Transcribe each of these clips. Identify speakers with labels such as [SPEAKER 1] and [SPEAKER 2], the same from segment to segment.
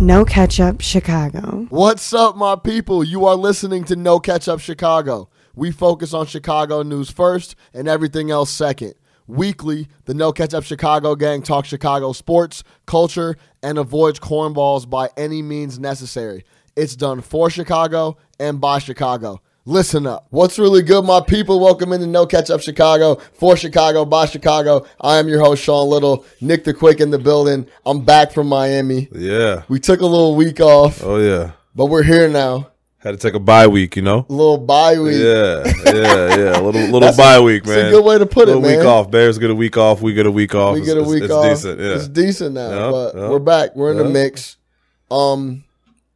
[SPEAKER 1] No Ketchup Chicago.
[SPEAKER 2] What's up, my people? You are listening to No Catch Up Chicago. We focus on Chicago news first and everything else second. Weekly, the No Catch Up Chicago gang talks Chicago sports, culture, and avoids cornballs by any means necessary. It's done for Chicago and by Chicago. Listen up. What's really good, my people? Welcome into No Catch Up Chicago for Chicago by Chicago. I am your host, Sean Little, Nick the Quick in the building. I'm back from Miami.
[SPEAKER 3] Yeah.
[SPEAKER 2] We took a little week off.
[SPEAKER 3] Oh yeah.
[SPEAKER 2] But we're here now.
[SPEAKER 3] Had to take a bye week, you know.
[SPEAKER 2] Little bye week.
[SPEAKER 3] Yeah, yeah, yeah. A little little
[SPEAKER 2] That's a-
[SPEAKER 3] bye week,
[SPEAKER 2] it's a
[SPEAKER 3] man.
[SPEAKER 2] good way to put it,
[SPEAKER 3] Little week
[SPEAKER 2] man.
[SPEAKER 3] off. Bears get a week off. We get a week off.
[SPEAKER 2] We
[SPEAKER 3] It's-
[SPEAKER 2] get a
[SPEAKER 3] it's-
[SPEAKER 2] week
[SPEAKER 3] it's
[SPEAKER 2] off.
[SPEAKER 3] decent. Yeah.
[SPEAKER 2] It's decent now.
[SPEAKER 3] Yeah,
[SPEAKER 2] but
[SPEAKER 3] yeah.
[SPEAKER 2] we're back. We're in the
[SPEAKER 3] Yeah.
[SPEAKER 2] mix. Um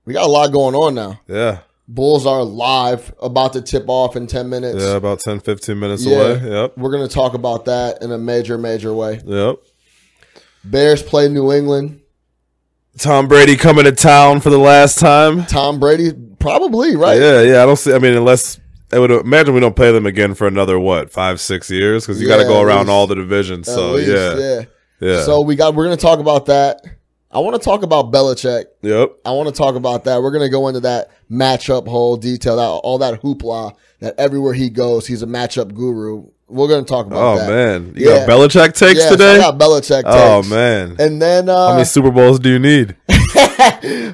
[SPEAKER 2] we got a lot going on now.
[SPEAKER 3] yeah.
[SPEAKER 2] Bulls are live, about to tip off in ten minutes.
[SPEAKER 3] Yeah. About 10, 15 minutes
[SPEAKER 2] Yeah.
[SPEAKER 3] away. Yep.
[SPEAKER 2] We're gonna talk about that in a major, major way.
[SPEAKER 3] Yep.
[SPEAKER 2] Bears play New England.
[SPEAKER 3] Tom Brady coming to town for the last time.
[SPEAKER 2] Tom Brady probably, right?
[SPEAKER 3] Yeah, yeah. I don't see. I mean, unless I would imagine we don't play them again for another what five, six years because you got
[SPEAKER 2] Yeah,
[SPEAKER 3] to go
[SPEAKER 2] at
[SPEAKER 3] around
[SPEAKER 2] least.
[SPEAKER 3] all the divisions.
[SPEAKER 2] At
[SPEAKER 3] So
[SPEAKER 2] least,
[SPEAKER 3] yeah, yeah,
[SPEAKER 2] So we got we're gonna talk about that. I wanna talk about Belichick.
[SPEAKER 3] yep.
[SPEAKER 2] I want to talk about that. We're going to go into that matchup whole detail, that all that hoopla that everywhere he goes, he's a matchup guru. We're going to talk about
[SPEAKER 3] Oh
[SPEAKER 2] that.
[SPEAKER 3] man, you
[SPEAKER 2] Yeah.
[SPEAKER 3] got Belichick takes
[SPEAKER 2] Yes,
[SPEAKER 3] today.
[SPEAKER 2] I got Belichick. Takes.
[SPEAKER 3] oh man,
[SPEAKER 2] And then
[SPEAKER 3] how
[SPEAKER 2] uh,
[SPEAKER 3] many Super Bowls do you need?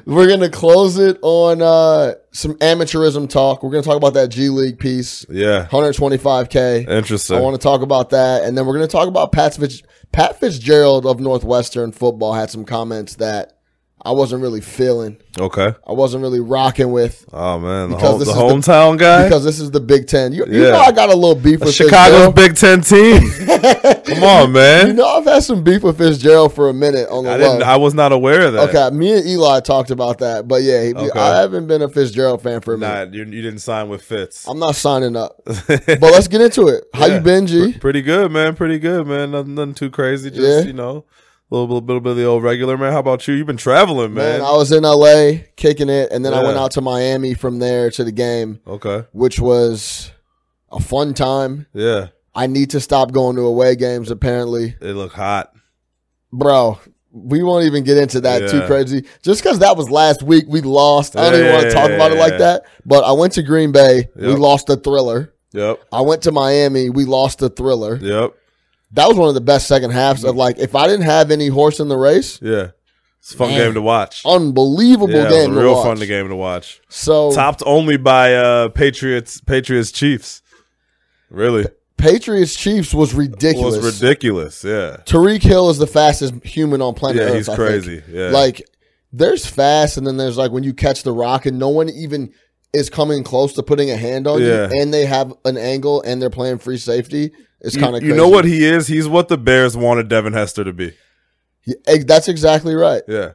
[SPEAKER 2] we're going to close it on uh, some amateurism talk. We're going to talk about that G League piece,
[SPEAKER 3] Yeah,
[SPEAKER 2] 125K.
[SPEAKER 3] interesting.
[SPEAKER 2] I want to talk about that, and then we're going to talk about Pat, Fitz, Pat Fitzgerald of Northwestern football had some comments that I wasn't really feeling.
[SPEAKER 3] okay.
[SPEAKER 2] I wasn't really rocking with.
[SPEAKER 3] Oh man, the,
[SPEAKER 2] Because
[SPEAKER 3] home,
[SPEAKER 2] this
[SPEAKER 3] the
[SPEAKER 2] is the-
[SPEAKER 3] hometown guy,
[SPEAKER 2] because this is the Big Ten. You, you
[SPEAKER 3] Yeah.
[SPEAKER 2] know I got a little beef with
[SPEAKER 3] Chicago's Big Ten team. Come on,
[SPEAKER 2] Fitzgerald.
[SPEAKER 3] man.
[SPEAKER 2] You know I've had some beef with Fitzgerald for a minute on the
[SPEAKER 3] I
[SPEAKER 2] low.
[SPEAKER 3] didn't. I was not aware of that.
[SPEAKER 2] okay, me and Eli talked about that, but yeah, he-
[SPEAKER 3] Okay.
[SPEAKER 2] I haven't been a Fitzgerald fan for a
[SPEAKER 3] Nah,
[SPEAKER 2] minute.
[SPEAKER 3] you, you didn't sign with Fitz.
[SPEAKER 2] I'm not signing up, but let's get into it. How
[SPEAKER 3] Yeah.
[SPEAKER 2] you been, G?
[SPEAKER 3] Pretty good, man. Pretty good, man. Nothing, nothing too crazy. Just
[SPEAKER 2] Yeah.
[SPEAKER 3] you know, a little, little, bit of the old regular, man. How about you? You've been traveling,
[SPEAKER 2] Man,
[SPEAKER 3] man.
[SPEAKER 2] I was in LA kicking it, and then I
[SPEAKER 3] Yeah.
[SPEAKER 2] went out to Miami from there to the game,
[SPEAKER 3] okay.
[SPEAKER 2] which was a fun time.
[SPEAKER 3] Yeah,
[SPEAKER 2] I need to stop going to away games, apparently.
[SPEAKER 3] it looked hot.
[SPEAKER 2] bro. We won't even get into that too
[SPEAKER 3] Yeah.
[SPEAKER 2] crazy. Just because that was last week, we lost. I don't even want to talk about it like
[SPEAKER 3] Yeah.
[SPEAKER 2] that. But I went to Green Bay. We
[SPEAKER 3] Yep.
[SPEAKER 2] lost the thriller.
[SPEAKER 3] Yep.
[SPEAKER 2] I went to Miami. We lost the thriller.
[SPEAKER 3] Yep.
[SPEAKER 2] That was one of the best second halves of like, if I didn't have any horse in the race,
[SPEAKER 3] Yeah. It's a fun
[SPEAKER 2] Man.
[SPEAKER 3] game to watch.
[SPEAKER 2] unbelievable
[SPEAKER 3] yeah,
[SPEAKER 2] game.
[SPEAKER 3] it was a real
[SPEAKER 2] to watch.
[SPEAKER 3] fun game to watch.
[SPEAKER 2] So
[SPEAKER 3] Topped only by uh, Patriots, Patriots, Chiefs. Really,
[SPEAKER 2] Patriots Chiefs was ridiculous.
[SPEAKER 3] was ridiculous. Yeah,
[SPEAKER 2] Tariq Hill is the fastest human on planet Earth.
[SPEAKER 3] yeah, he's
[SPEAKER 2] I think.
[SPEAKER 3] crazy. Yeah,
[SPEAKER 2] Like there's fast, and then there's like when you catch the rock, and no one even is coming close to putting a hand on
[SPEAKER 3] Yeah.
[SPEAKER 2] you, and they have an angle, and they're playing free safety. It's
[SPEAKER 3] You-
[SPEAKER 2] kind of
[SPEAKER 3] You know what he is? He's what the Bears wanted Devin Hester to be.
[SPEAKER 2] eh, that's exactly right.
[SPEAKER 3] Yeah.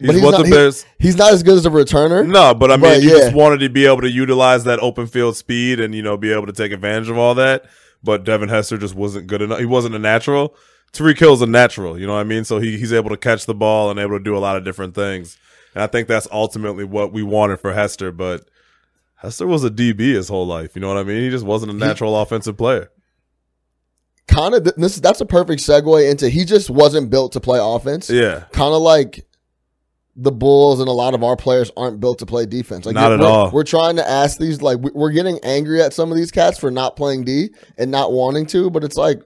[SPEAKER 2] But
[SPEAKER 3] He's,
[SPEAKER 2] he's
[SPEAKER 3] what
[SPEAKER 2] not-
[SPEAKER 3] the
[SPEAKER 2] he-
[SPEAKER 3] Bears.
[SPEAKER 2] He's not as good as a returner.
[SPEAKER 3] No, but I mean,
[SPEAKER 2] But,
[SPEAKER 3] you
[SPEAKER 2] yeah.
[SPEAKER 3] just wanted to be able to utilize that open field speed and, you know, be able to take advantage of all that. But Devin Hester just wasn't good enough. He wasn't a natural. Tariq Hill's a natural, you know what I mean? So he, he's able to catch the ball and able to do a lot of different things. And I think that's ultimately what we wanted for Hester. But Hester was a DB his whole life, you know what I mean? He just wasn't a natural offensive player.
[SPEAKER 2] Kind of. This that's a perfect segue into he just wasn't built to play offense.
[SPEAKER 3] Yeah.
[SPEAKER 2] Kind of like the Bulls and a lot of our players aren't built to play defense. Like
[SPEAKER 3] Not at
[SPEAKER 2] we're,
[SPEAKER 3] all.
[SPEAKER 2] We're trying to ask these like we- we're getting angry at some of these cats for not playing D and not wanting to, but it's like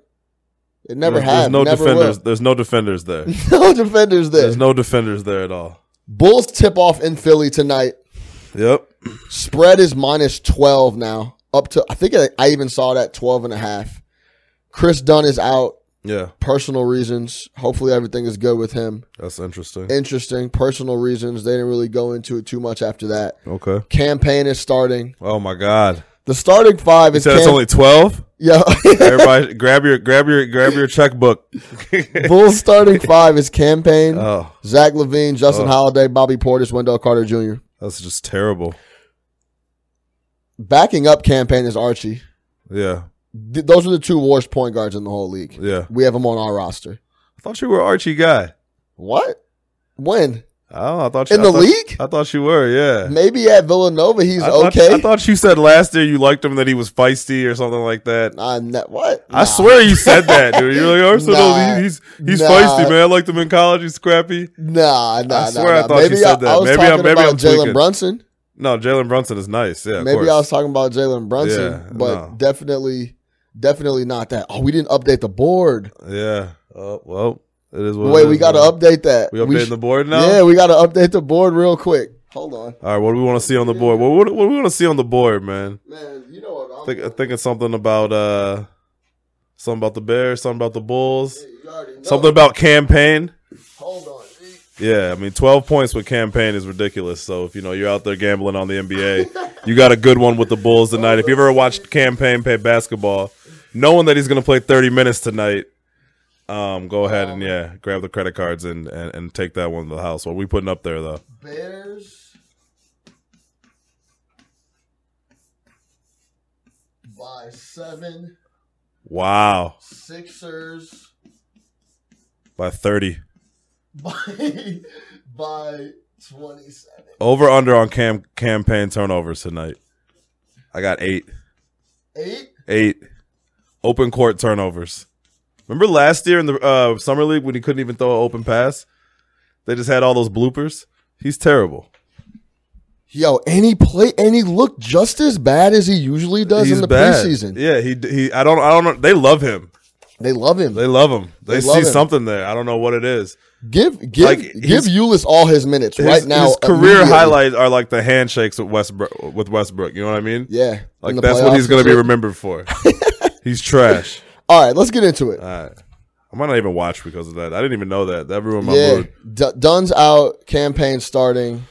[SPEAKER 2] it never
[SPEAKER 3] there's,
[SPEAKER 2] has.
[SPEAKER 3] there's no
[SPEAKER 2] never will.
[SPEAKER 3] defenders. There's no defenders there.
[SPEAKER 2] no defenders there.
[SPEAKER 3] There's no defenders there at all.
[SPEAKER 2] Bulls tip off in Philly tonight.
[SPEAKER 3] Yep.
[SPEAKER 2] Spread is minus 12 now. Up to, I think I, I even saw that 12 and a half. Chris Dunn is out.
[SPEAKER 3] Yeah.
[SPEAKER 2] Personal reasons. Hopefully everything is good with him.
[SPEAKER 3] That's interesting.
[SPEAKER 2] Interesting. Personal reasons. They didn't really go into it too much after that.
[SPEAKER 3] Okay.
[SPEAKER 2] Campaign is starting.
[SPEAKER 3] Oh my God.
[SPEAKER 2] The starting five
[SPEAKER 3] You
[SPEAKER 2] is
[SPEAKER 3] said it's
[SPEAKER 2] Cam-
[SPEAKER 3] only twelve.
[SPEAKER 2] yeah.
[SPEAKER 3] Everybody, grab your grab your grab your checkbook.
[SPEAKER 2] Bulls starting five is campaign.
[SPEAKER 3] oh,
[SPEAKER 2] Zach Levine, Justin
[SPEAKER 3] Oh.
[SPEAKER 2] Holiday, Bobby Portis, Wendell Carter Jr.
[SPEAKER 3] that's just terrible.
[SPEAKER 2] Backing up campaign is Archie.
[SPEAKER 3] Yeah,
[SPEAKER 2] Th- those are the two worst point guards in the whole league.
[SPEAKER 3] yeah.
[SPEAKER 2] We have them on our roster.
[SPEAKER 3] I thought you were Archie guy.
[SPEAKER 2] What? When?
[SPEAKER 3] Oh, I thought you,
[SPEAKER 2] In
[SPEAKER 3] I
[SPEAKER 2] the
[SPEAKER 3] thought-
[SPEAKER 2] league?
[SPEAKER 3] I thought you were, yeah.
[SPEAKER 2] Maybe at Villanova he's
[SPEAKER 3] I thought,
[SPEAKER 2] okay.
[SPEAKER 3] I thought you said last year you liked him that he was feisty or something like that.
[SPEAKER 2] Nah, ne- what?
[SPEAKER 3] I swear you said that, dude. You're like Arsenal.
[SPEAKER 2] Nah.
[SPEAKER 3] he- he's he's
[SPEAKER 2] Nah.
[SPEAKER 3] feisty, man. I liked him in college. He's scrappy.
[SPEAKER 2] Nah, nah,
[SPEAKER 3] I swear
[SPEAKER 2] nah,
[SPEAKER 3] I
[SPEAKER 2] nah.
[SPEAKER 3] thought you
[SPEAKER 2] maybe
[SPEAKER 3] said
[SPEAKER 2] I,
[SPEAKER 3] that.
[SPEAKER 2] was
[SPEAKER 3] Maybe I-
[SPEAKER 2] talking
[SPEAKER 3] maybe
[SPEAKER 2] about
[SPEAKER 3] I'm
[SPEAKER 2] Jalen
[SPEAKER 3] tweaking.
[SPEAKER 2] Brunson.
[SPEAKER 3] No, Jalen Brunson is nice. Yeah, of
[SPEAKER 2] Maybe I was
[SPEAKER 3] course.
[SPEAKER 2] talking about Jalen Brunson,
[SPEAKER 3] Yeah,
[SPEAKER 2] but
[SPEAKER 3] no.
[SPEAKER 2] definitely, definitely not that. Oh, we didn't update the board.
[SPEAKER 3] yeah. Oh well, it is what.
[SPEAKER 2] Wait,
[SPEAKER 3] it
[SPEAKER 2] we
[SPEAKER 3] is,
[SPEAKER 2] got to
[SPEAKER 3] man.
[SPEAKER 2] update that.
[SPEAKER 3] We updating
[SPEAKER 2] sh-
[SPEAKER 3] the board now.
[SPEAKER 2] Yeah, we got to update the board real quick. Hold on,
[SPEAKER 3] All right, what do we want to see on the board? What what, what do we want to see on the board, man?
[SPEAKER 2] man. You know what?
[SPEAKER 3] I think, I think it's something about uh, something about the Bears, something about the Bulls, something about campaign.
[SPEAKER 2] Hold on.
[SPEAKER 3] Yeah, I mean, twelve points with campaign is ridiculous. So if you know you're out there gambling on the NBA, you got a good one with the Bulls tonight. If you ever watched campaign play basketball, knowing that he's going to play thirty minutes tonight, um, go ahead and yeah, grab the credit cards and and, and take that one to the house. What are we putting up there though?
[SPEAKER 2] Bears by seven.
[SPEAKER 3] Wow,
[SPEAKER 2] Sixers
[SPEAKER 3] by thirty.
[SPEAKER 2] by by twenty seven.
[SPEAKER 3] Over under on cam campaign turnovers tonight. I got eight.
[SPEAKER 2] Eight.
[SPEAKER 3] Eight. Open court turnovers. Remember last year in the uh, summer league when he couldn't even throw an open pass? They just had all those bloopers. He's terrible.
[SPEAKER 2] Yo, and he play and he looked just as bad as he usually does
[SPEAKER 3] He's
[SPEAKER 2] in the
[SPEAKER 3] bad.
[SPEAKER 2] preseason.
[SPEAKER 3] Yeah, he he I don't I don't know. They love him.
[SPEAKER 2] They love him.
[SPEAKER 3] They love him. They,
[SPEAKER 2] They
[SPEAKER 3] see
[SPEAKER 2] love him.
[SPEAKER 3] something there. I don't know what it is.
[SPEAKER 2] give give
[SPEAKER 3] Like,
[SPEAKER 2] give
[SPEAKER 3] his-
[SPEAKER 2] Euless all his minutes
[SPEAKER 3] His,
[SPEAKER 2] right now.
[SPEAKER 3] his career
[SPEAKER 2] immediately.
[SPEAKER 3] highlights are like the handshakes with Westbrook with Westbrook. You know what I mean?
[SPEAKER 2] Yeah, in
[SPEAKER 3] Like
[SPEAKER 2] the
[SPEAKER 3] that's what
[SPEAKER 2] playoffs
[SPEAKER 3] he's gonna
[SPEAKER 2] and
[SPEAKER 3] be
[SPEAKER 2] shit.
[SPEAKER 3] remembered for. he's trash.
[SPEAKER 2] All right, let's get into it.
[SPEAKER 3] All right. I might not even watch because of that. I didn't even know that. That ruined my
[SPEAKER 2] yeah,
[SPEAKER 3] mood.
[SPEAKER 2] D- Dunn's out. Campaign starting.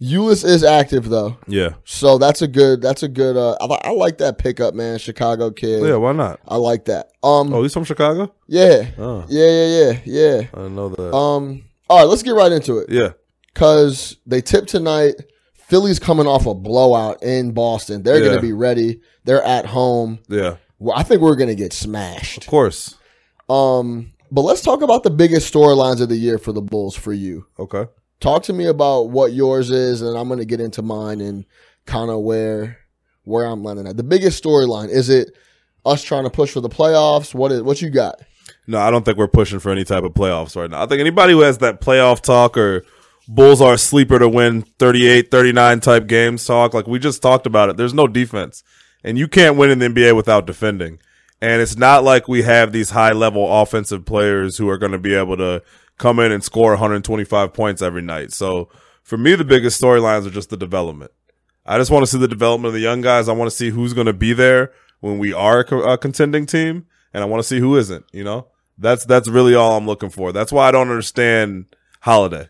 [SPEAKER 2] Euless is active though,
[SPEAKER 3] Yeah.
[SPEAKER 2] so that's a good. That's a good. Uh, I, li- I like that pickup, man. Chicago kid.
[SPEAKER 3] Yeah, why not?
[SPEAKER 2] I like that. Um,
[SPEAKER 3] Oh, he's from Chicago?
[SPEAKER 2] yeah,
[SPEAKER 3] Oh.
[SPEAKER 2] yeah, yeah, yeah, yeah.
[SPEAKER 3] I didn't know that.
[SPEAKER 2] Um, all right, let's get right into it.
[SPEAKER 3] yeah.
[SPEAKER 2] because they tip tonight. Philly's coming off a blowout in Boston. They're going
[SPEAKER 3] Yeah.
[SPEAKER 2] to be ready. They're at home.
[SPEAKER 3] Yeah.
[SPEAKER 2] Well, I think we're going to get
[SPEAKER 3] Of
[SPEAKER 2] smashed.
[SPEAKER 3] course.
[SPEAKER 2] Um, but let's talk about the biggest storylines of the year for the Bulls for you.
[SPEAKER 3] Okay.
[SPEAKER 2] Talk to me about what yours is, and I'm going to get into mine and kind of where where I'm landing at. The biggest storyline is it us trying to push for the playoffs. What is what you got?
[SPEAKER 3] No, I don't think we're pushing for any type of playoffs right now. I think anybody who has that playoff talk or Bulls are a sleeper to win 38, 39 type games talk, like we just talked about it, there's no defense. And you can't win in the NBA without defending. And it's not like we have these high level offensive players who are going to be able to come in and score 125 points every night. So for me, the biggest storylines are just the development. I just want to see the development of the young guys. I want to see who's going to be there when we are a co- a contending team, and I want to see who isn't. You know, that's that's really all I'm looking for. That's why I don't understand Holiday.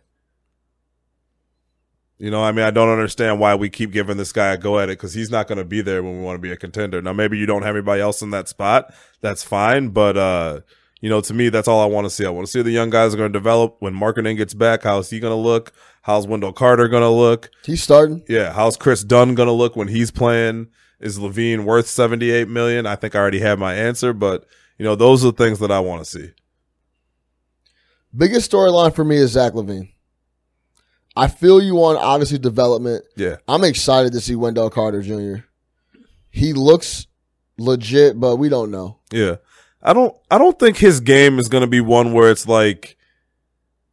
[SPEAKER 3] You know, I mean, I don't understand why we keep giving this guy a go at it because he's not going to be there when we want to be a contender. Now, maybe you don't have anybody else in that spot. That's fine, but uh, you know, to me, that's all I want to see. I want to see the young guys are going to develop when Marketing gets back. How's he going to look? How's Wendell Carter going to look?
[SPEAKER 2] He's starting.
[SPEAKER 3] Yeah, how's Chris Dunn gonna look when he's playing? Is Levine worth seventy eight million? I think I already have my answer, but you know, those are the things that I want to see.
[SPEAKER 2] Biggest storyline for me is Zach Levine. I feel you on obviously development.
[SPEAKER 3] Yeah,
[SPEAKER 2] I'm excited to see Wendell Carter Jr. He looks legit, but we don't know.
[SPEAKER 3] yeah. I don't I don't think his game is gonna be one where it's like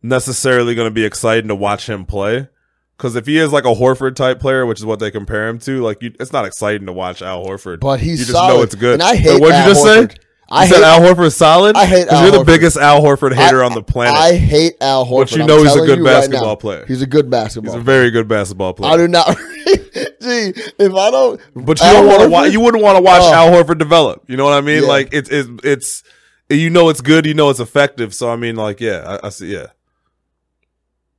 [SPEAKER 3] necessarily gonna be exciting to watch him play. Cause if he is like a Horford type player, which is what they compare him to, like you, it's not exciting to watch Al Horford.
[SPEAKER 2] But he's
[SPEAKER 3] you just
[SPEAKER 2] solid.
[SPEAKER 3] know it's good.
[SPEAKER 2] And I
[SPEAKER 3] Wait,
[SPEAKER 2] hate
[SPEAKER 3] what'd
[SPEAKER 2] Al
[SPEAKER 3] you just
[SPEAKER 2] Horford.
[SPEAKER 3] say?
[SPEAKER 2] I
[SPEAKER 3] you
[SPEAKER 2] hate
[SPEAKER 3] said Al Horford's solid.
[SPEAKER 2] I hate
[SPEAKER 3] 'Cause
[SPEAKER 2] Al
[SPEAKER 3] you're the
[SPEAKER 2] Horford.
[SPEAKER 3] biggest Al Horford hater on the planet.
[SPEAKER 2] I hate Al Horford.
[SPEAKER 3] But you
[SPEAKER 2] I'm
[SPEAKER 3] know he's a
[SPEAKER 2] telling
[SPEAKER 3] good
[SPEAKER 2] you right
[SPEAKER 3] basketball
[SPEAKER 2] now,
[SPEAKER 3] player.
[SPEAKER 2] He's a good
[SPEAKER 3] He's a
[SPEAKER 2] basketball.
[SPEAKER 3] very good basketball player.
[SPEAKER 2] I do not. Gee, if I don't,
[SPEAKER 3] But you
[SPEAKER 2] Al
[SPEAKER 3] don't want to watch.
[SPEAKER 2] Horford-
[SPEAKER 3] You wouldn't want to watch
[SPEAKER 2] Oh.
[SPEAKER 3] Al Horford develop. You know what I mean?
[SPEAKER 2] Yeah.
[SPEAKER 3] Like it's it's it's you know it's good. You know it's effective. So I mean, like yeah, I, I see. Yeah,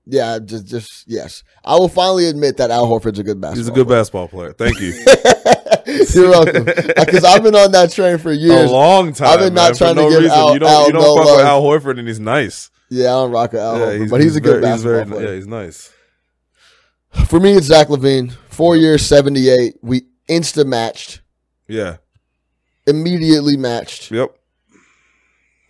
[SPEAKER 2] yeah, just, just yes. I will finally admit that Al Horford's a good basketball.
[SPEAKER 3] he's a good basketball player. Thank you.
[SPEAKER 2] You're welcome. Because I've been on that train for
[SPEAKER 3] a
[SPEAKER 2] years.
[SPEAKER 3] long time.
[SPEAKER 2] I've been not
[SPEAKER 3] man, for
[SPEAKER 2] trying to
[SPEAKER 3] no
[SPEAKER 2] give
[SPEAKER 3] reason.
[SPEAKER 2] Al-
[SPEAKER 3] you don't
[SPEAKER 2] Al
[SPEAKER 3] you don't
[SPEAKER 2] no
[SPEAKER 3] fuck with
[SPEAKER 2] love.
[SPEAKER 3] Al Horford and he's nice.
[SPEAKER 2] yeah, I don't rock with Al
[SPEAKER 3] Yeah,
[SPEAKER 2] Horford, but he's, a good
[SPEAKER 3] very-
[SPEAKER 2] basketball
[SPEAKER 3] very-
[SPEAKER 2] player.
[SPEAKER 3] Yeah, he's nice.
[SPEAKER 2] For me, it's Zach Levine. Four years, 78. We insta matched,
[SPEAKER 3] Yeah.
[SPEAKER 2] immediately matched.
[SPEAKER 3] Yep.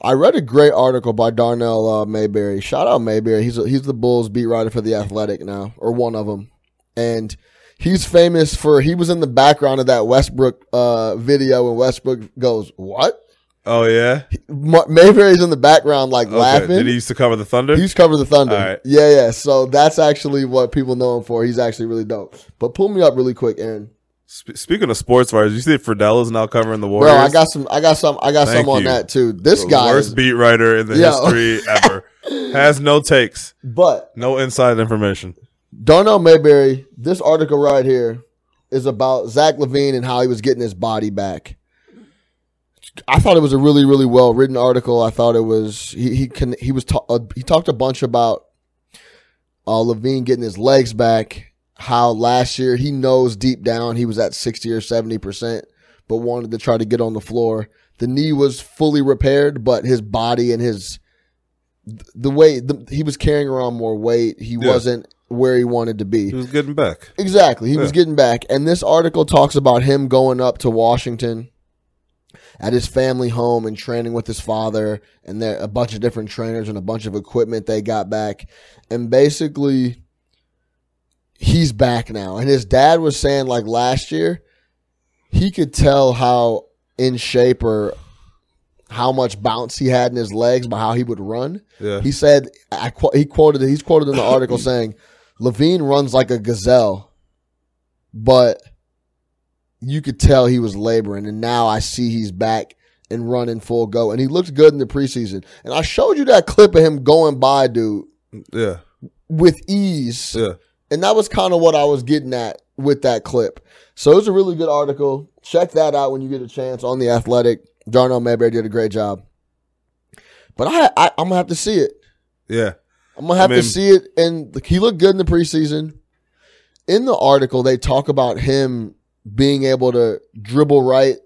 [SPEAKER 2] I read a great article by Darnell uh, Mayberry. Shout out Mayberry. He's he's the Bulls beat writer for the Athletic now, or one of them, and he's famous for he was in the background of that Westbrook uh, video, and Westbrook goes, "What?"
[SPEAKER 3] Oh yeah.
[SPEAKER 2] Ma- Mayberry's in the background, like
[SPEAKER 3] Okay.
[SPEAKER 2] laughing.
[SPEAKER 3] Did he used to cover the Thunder?
[SPEAKER 2] He's covered the Thunder.
[SPEAKER 3] All right.
[SPEAKER 2] Yeah, yeah. So that's actually what people know him for. He's actually really dope. But pull me up really quick, Aaron.
[SPEAKER 3] Sp- speaking of sports writers, you see Friedel is now covering the Warriors.
[SPEAKER 2] Bro, I got some. I got some. I got
[SPEAKER 3] Thank
[SPEAKER 2] some on
[SPEAKER 3] you.
[SPEAKER 2] that too. This
[SPEAKER 3] the
[SPEAKER 2] guy,
[SPEAKER 3] worst
[SPEAKER 2] is-
[SPEAKER 3] beat writer in the
[SPEAKER 2] Yeah.
[SPEAKER 3] history ever. Has no takes,
[SPEAKER 2] but
[SPEAKER 3] no inside information.
[SPEAKER 2] Darnell Mayberry. This article right here is about Zach Levine and how he was getting his body back. I thought it was a really, really well written article. I thought it was he he can he was ta- uh, he talked a bunch about uh, Levine getting his legs back. How last year he knows deep down he was at sixty or seventy percent, but wanted to try to get on the floor. The knee was fully repaired, but his body and his the way the, he was carrying around more weight, he
[SPEAKER 3] Yeah. Hmm.
[SPEAKER 2] wasn't where he wanted to be.
[SPEAKER 3] He was getting back.
[SPEAKER 2] Exactly. He was
[SPEAKER 3] Yeah.
[SPEAKER 2] getting back. And this article talks about him going up to Washington at his family home and training with his father and there a bunch of different trainers and a bunch of equipment they got back. And basically he's back now. And his dad was saying like last year he could tell how in shape or how much bounce he had in his legs by how he would run.
[SPEAKER 3] Yeah.
[SPEAKER 2] He said I qu- he quoted he's quoted in the article saying Levine runs like a gazelle, but you could tell he was laboring, and now I see he's back and running full go, and he looked good in the preseason. And I showed you that clip of him going by, dude,
[SPEAKER 3] yeah.
[SPEAKER 2] with ease,
[SPEAKER 3] Yeah.
[SPEAKER 2] and that was kind of what I was getting at with that clip. So it was a really good article. Check that out when you get a chance on the Athletic. Darnell Mayberry did a great job, but I, I I'm gonna have to see it.
[SPEAKER 3] Yeah.
[SPEAKER 2] I'm gonna have
[SPEAKER 3] I mean-
[SPEAKER 2] to see it. And like, he looked good in the preseason. In the article, they talk about him being able to dribble right,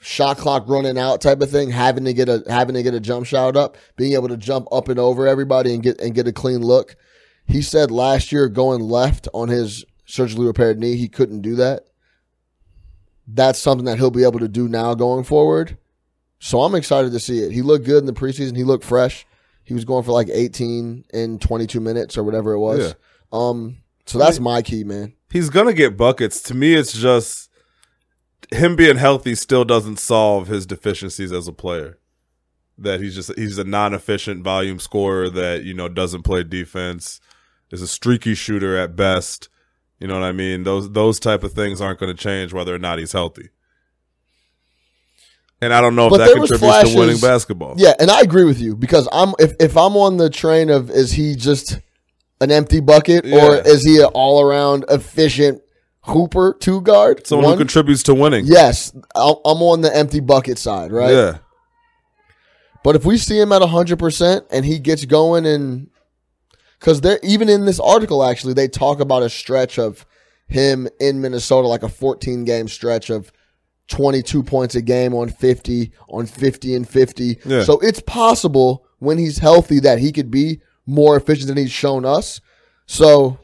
[SPEAKER 2] shot clock running out type of thing, having to get a having to get a jump shot up, being able to jump up and over everybody and get and get a clean look. He said last year going left on his surgically repaired knee, he couldn't do that. That's something that he'll be able to do now going forward. So I'm excited to see it. He looked good in the preseason. He looked fresh he was going for like 18 in 22 minutes or whatever it was.
[SPEAKER 3] Yeah.
[SPEAKER 2] Um, so that's my key, man.
[SPEAKER 3] He's gonna get buckets. To me, it's just him being healthy still doesn't solve his deficiencies as a player. That he's just he's a non-efficient volume scorer that you know doesn't play defense, is a streaky shooter at best. You know what I mean? Those those type of things aren't going to change whether or not he's healthy. And I don't know if
[SPEAKER 2] But
[SPEAKER 3] that
[SPEAKER 2] there was
[SPEAKER 3] contributes
[SPEAKER 2] flashes-
[SPEAKER 3] to winning basketball.
[SPEAKER 2] Yeah, and I agree with you because I'm if if I'm on the train of is he just an empty bucket or
[SPEAKER 3] Yeah.
[SPEAKER 2] is he an all around efficient hooper two guard?
[SPEAKER 3] Someone
[SPEAKER 2] One-
[SPEAKER 3] who contributes to winning.
[SPEAKER 2] yes, I'll- I'm on the empty bucket side, right?
[SPEAKER 3] Yeah.
[SPEAKER 2] But if we see him at 100% and he gets going and cuz they're even in this article actually they talk about a stretch of him in Minnesota like a 14 game stretch of 22 points a game on 50 on 50 and 50.
[SPEAKER 3] Yeah.
[SPEAKER 2] So it's possible when he's healthy that he could be more efficient than he's shown us. So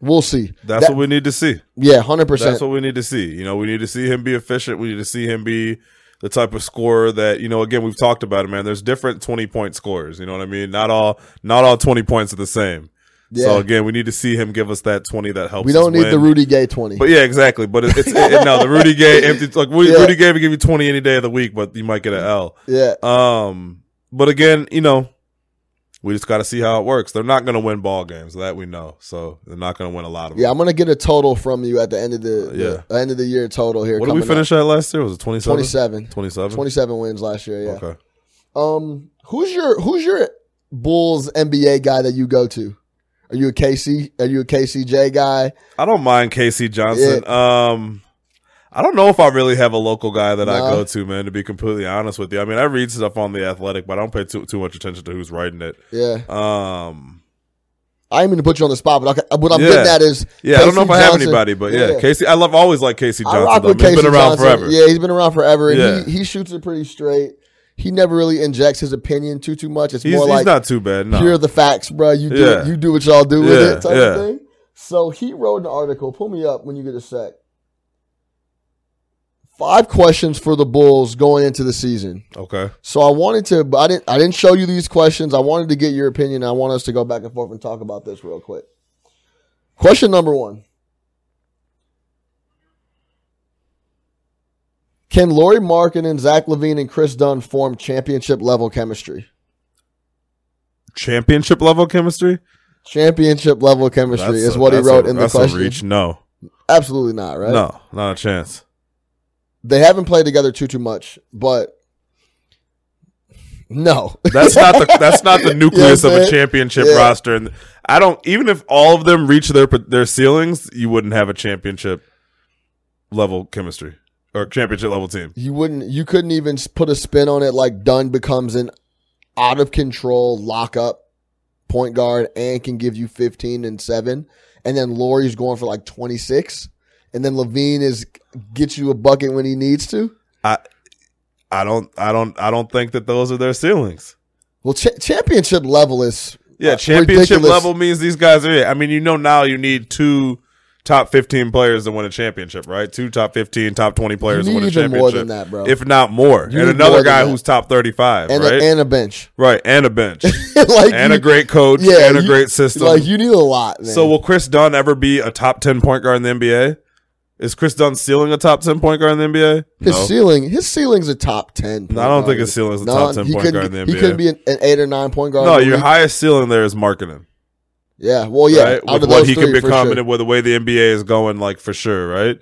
[SPEAKER 2] we'll see.
[SPEAKER 3] That's
[SPEAKER 2] That-
[SPEAKER 3] what we need to see.
[SPEAKER 2] yeah, 100%.
[SPEAKER 3] That's what we need to see. You know, we need to see him be efficient. We need to see him be the type of scorer that you know. Again, we've talked about it, man. There's different 20 point scorers. You know what I mean? Not all, not all 20 points are the same.
[SPEAKER 2] yeah.
[SPEAKER 3] So again, we need to see him give us that 20 that helps.
[SPEAKER 2] we don't
[SPEAKER 3] us
[SPEAKER 2] need
[SPEAKER 3] win.
[SPEAKER 2] the Rudy Gay 20.
[SPEAKER 3] But yeah, exactly. But it's, it's it, no the Rudy Gay empty. Like Rudy,
[SPEAKER 2] Yeah.
[SPEAKER 3] Rudy Gay will give you 20 any day of the week, but you might get an L.
[SPEAKER 2] yeah.
[SPEAKER 3] Um, but again, you know, we just got to see how it works. They're not going to win ball games that we know. So they're not going to win a lot of
[SPEAKER 2] Yeah,
[SPEAKER 3] them.
[SPEAKER 2] I'm going to get a total from you at the end of the,
[SPEAKER 3] Yeah.
[SPEAKER 2] the end of the year total here
[SPEAKER 3] What did we
[SPEAKER 2] coming up.
[SPEAKER 3] finish at last year? Was it 27?
[SPEAKER 2] 27.
[SPEAKER 3] 27?
[SPEAKER 2] 27 wins last year, yeah.
[SPEAKER 3] Okay.
[SPEAKER 2] Um who's your who's your Bulls NBA guy that you go to? Are you a KC? Are you a KCJ guy?
[SPEAKER 3] I don't mind Casey Johnson. Um, I don't know if I really have a local guy that I
[SPEAKER 2] Nah.
[SPEAKER 3] go to, man. To be completely honest with you, I mean, I read stuff on the Athletic, but I don't pay too too much attention to who's writing it.
[SPEAKER 2] Yeah.
[SPEAKER 3] Um,
[SPEAKER 2] I didn't mean to put you on the spot, but I, what I'm
[SPEAKER 3] Yeah.
[SPEAKER 2] getting at is
[SPEAKER 3] yeah, I don't know if
[SPEAKER 2] Casey
[SPEAKER 3] I have
[SPEAKER 2] Johnson.
[SPEAKER 3] anybody, but yeah,
[SPEAKER 2] Yeah.
[SPEAKER 3] Casey. I love always like Casey
[SPEAKER 2] I
[SPEAKER 3] Johnson.
[SPEAKER 2] rock
[SPEAKER 3] though,
[SPEAKER 2] with
[SPEAKER 3] man.
[SPEAKER 2] Casey
[SPEAKER 3] He's been around
[SPEAKER 2] Johnson.
[SPEAKER 3] forever.
[SPEAKER 2] Yeah, he's been around forever, and
[SPEAKER 3] Yeah.
[SPEAKER 2] he, he shoots it pretty straight. He never really injects his opinion too too much. It's
[SPEAKER 3] he's,
[SPEAKER 2] more
[SPEAKER 3] he's
[SPEAKER 2] like
[SPEAKER 3] not too bad. No.
[SPEAKER 2] here are the facts, bro. You do
[SPEAKER 3] Yeah.
[SPEAKER 2] you do what y'all do with
[SPEAKER 3] Yeah,
[SPEAKER 2] it type
[SPEAKER 3] yeah.
[SPEAKER 2] of thing. So he wrote an article. Pull me up when you get a sec. five questions for the Bulls going into the season.
[SPEAKER 3] Okay.
[SPEAKER 2] So I wanted to, but I didn't, I didn't show you these questions. I wanted to get your opinion. I want us to go back and forth and talk about this real quick. Question number one: Can Laurie Markin and Zach Levine and Chris Dunn form championship level chemistry?
[SPEAKER 3] Championship level chemistry.
[SPEAKER 2] Championship level chemistry
[SPEAKER 3] That's
[SPEAKER 2] is
[SPEAKER 3] a-
[SPEAKER 2] what he
[SPEAKER 3] that's
[SPEAKER 2] wrote
[SPEAKER 3] a-
[SPEAKER 2] in the
[SPEAKER 3] that's a
[SPEAKER 2] question.
[SPEAKER 3] reach. No,
[SPEAKER 2] Absolutely not, right?
[SPEAKER 3] no, not a chance.
[SPEAKER 2] They haven't played together too too much, but no.
[SPEAKER 3] That's not the that's not the nucleus of
[SPEAKER 2] man.
[SPEAKER 3] a championship
[SPEAKER 2] Yeah.
[SPEAKER 3] roster. And I don't even if all of them reach their their ceilings, you wouldn't have a championship level chemistry or championship level team.
[SPEAKER 2] you wouldn't you couldn't even s- put a spin on it like Dunn becomes an out of control lockup point guard and can give you 15 and 7 and then Laurie's going for like 26 and then Levine is gets you a bucket when he needs to.
[SPEAKER 3] I don't I don't I don't think that those are their ceilings.
[SPEAKER 2] Well, cha- championship level is
[SPEAKER 3] Yeah,
[SPEAKER 2] uh,
[SPEAKER 3] championship
[SPEAKER 2] ridiculous.
[SPEAKER 3] level means these guys are it. I mean, you know now you need two top 15 players to win a championship, right? Two top 15, top 20 players
[SPEAKER 2] You
[SPEAKER 3] to win
[SPEAKER 2] need
[SPEAKER 3] a
[SPEAKER 2] even
[SPEAKER 3] championship.
[SPEAKER 2] more than that, bro.
[SPEAKER 3] If not more.
[SPEAKER 2] You
[SPEAKER 3] and
[SPEAKER 2] need
[SPEAKER 3] another
[SPEAKER 2] more than
[SPEAKER 3] guy
[SPEAKER 2] that.
[SPEAKER 3] who's top 35,
[SPEAKER 2] and
[SPEAKER 3] right?
[SPEAKER 2] a, and a bench.
[SPEAKER 3] right, and a bench.
[SPEAKER 2] like
[SPEAKER 3] and
[SPEAKER 2] you-
[SPEAKER 3] a great coach
[SPEAKER 2] yeah,
[SPEAKER 3] and a
[SPEAKER 2] you-
[SPEAKER 3] great system.
[SPEAKER 2] Like you need a lot, man.
[SPEAKER 3] so will Chris Dunn ever be a top 10 point guard in the NBA? Is Chris Dunn stealing a top 10 point guard in the NBA?
[SPEAKER 2] His
[SPEAKER 3] No.
[SPEAKER 2] ceiling, his ceiling's a top ten. point
[SPEAKER 3] I don't think
[SPEAKER 2] guard.
[SPEAKER 3] his ceiling's a
[SPEAKER 2] No,
[SPEAKER 3] top 10
[SPEAKER 2] he
[SPEAKER 3] point
[SPEAKER 2] could
[SPEAKER 3] guard
[SPEAKER 2] be-
[SPEAKER 3] in the
[SPEAKER 2] He
[SPEAKER 3] NBA.
[SPEAKER 2] could be an, an eight or nine point guard.
[SPEAKER 3] No,
[SPEAKER 2] in the
[SPEAKER 3] your
[SPEAKER 2] league.
[SPEAKER 3] highest ceiling there is marketing.
[SPEAKER 2] Yeah, well, Oh, yeah.
[SPEAKER 3] right?
[SPEAKER 2] out
[SPEAKER 3] With
[SPEAKER 2] of
[SPEAKER 3] what
[SPEAKER 2] those
[SPEAKER 3] he could
[SPEAKER 2] three, for
[SPEAKER 3] become
[SPEAKER 2] sure.
[SPEAKER 3] and with the way the NBA is going, like for sure, right?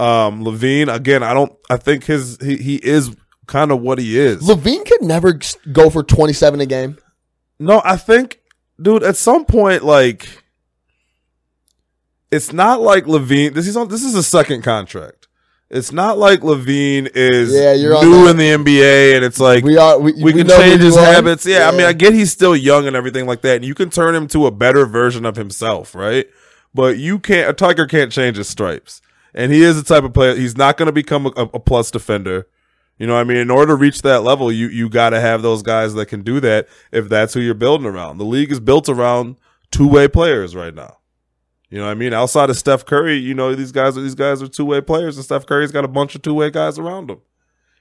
[SPEAKER 3] Um, Levine again. I don't. I think his he, he is kind of what he is.
[SPEAKER 2] Levine could never s- go for twenty seven a game.
[SPEAKER 3] no, I think, dude. At some point, like, it's not like Levine. This is on. This is a second contract. It's not like Levine is
[SPEAKER 2] Yeah, you're on
[SPEAKER 3] new
[SPEAKER 2] that.
[SPEAKER 3] in the NBA, and it's like
[SPEAKER 2] We are we,
[SPEAKER 3] we, can
[SPEAKER 2] know
[SPEAKER 3] change
[SPEAKER 2] who
[SPEAKER 3] his
[SPEAKER 2] you are.
[SPEAKER 3] habits. Yeah, I mean, I get he's still young and everything like that, and you can turn him to a better version of himself, right? But you can't. A Tiger can't change his stripes, and he is the type of player. He's not going to become a, a plus defender. You know, what I mean, in order to reach that level, you you got to have those guys that can do that. If that's who you're building around, the league is built around two way players right now. You know what I mean? Outside of Steph Curry, you know these guys are these guys are two way players, and Steph Curry's got a bunch of two way guys around him.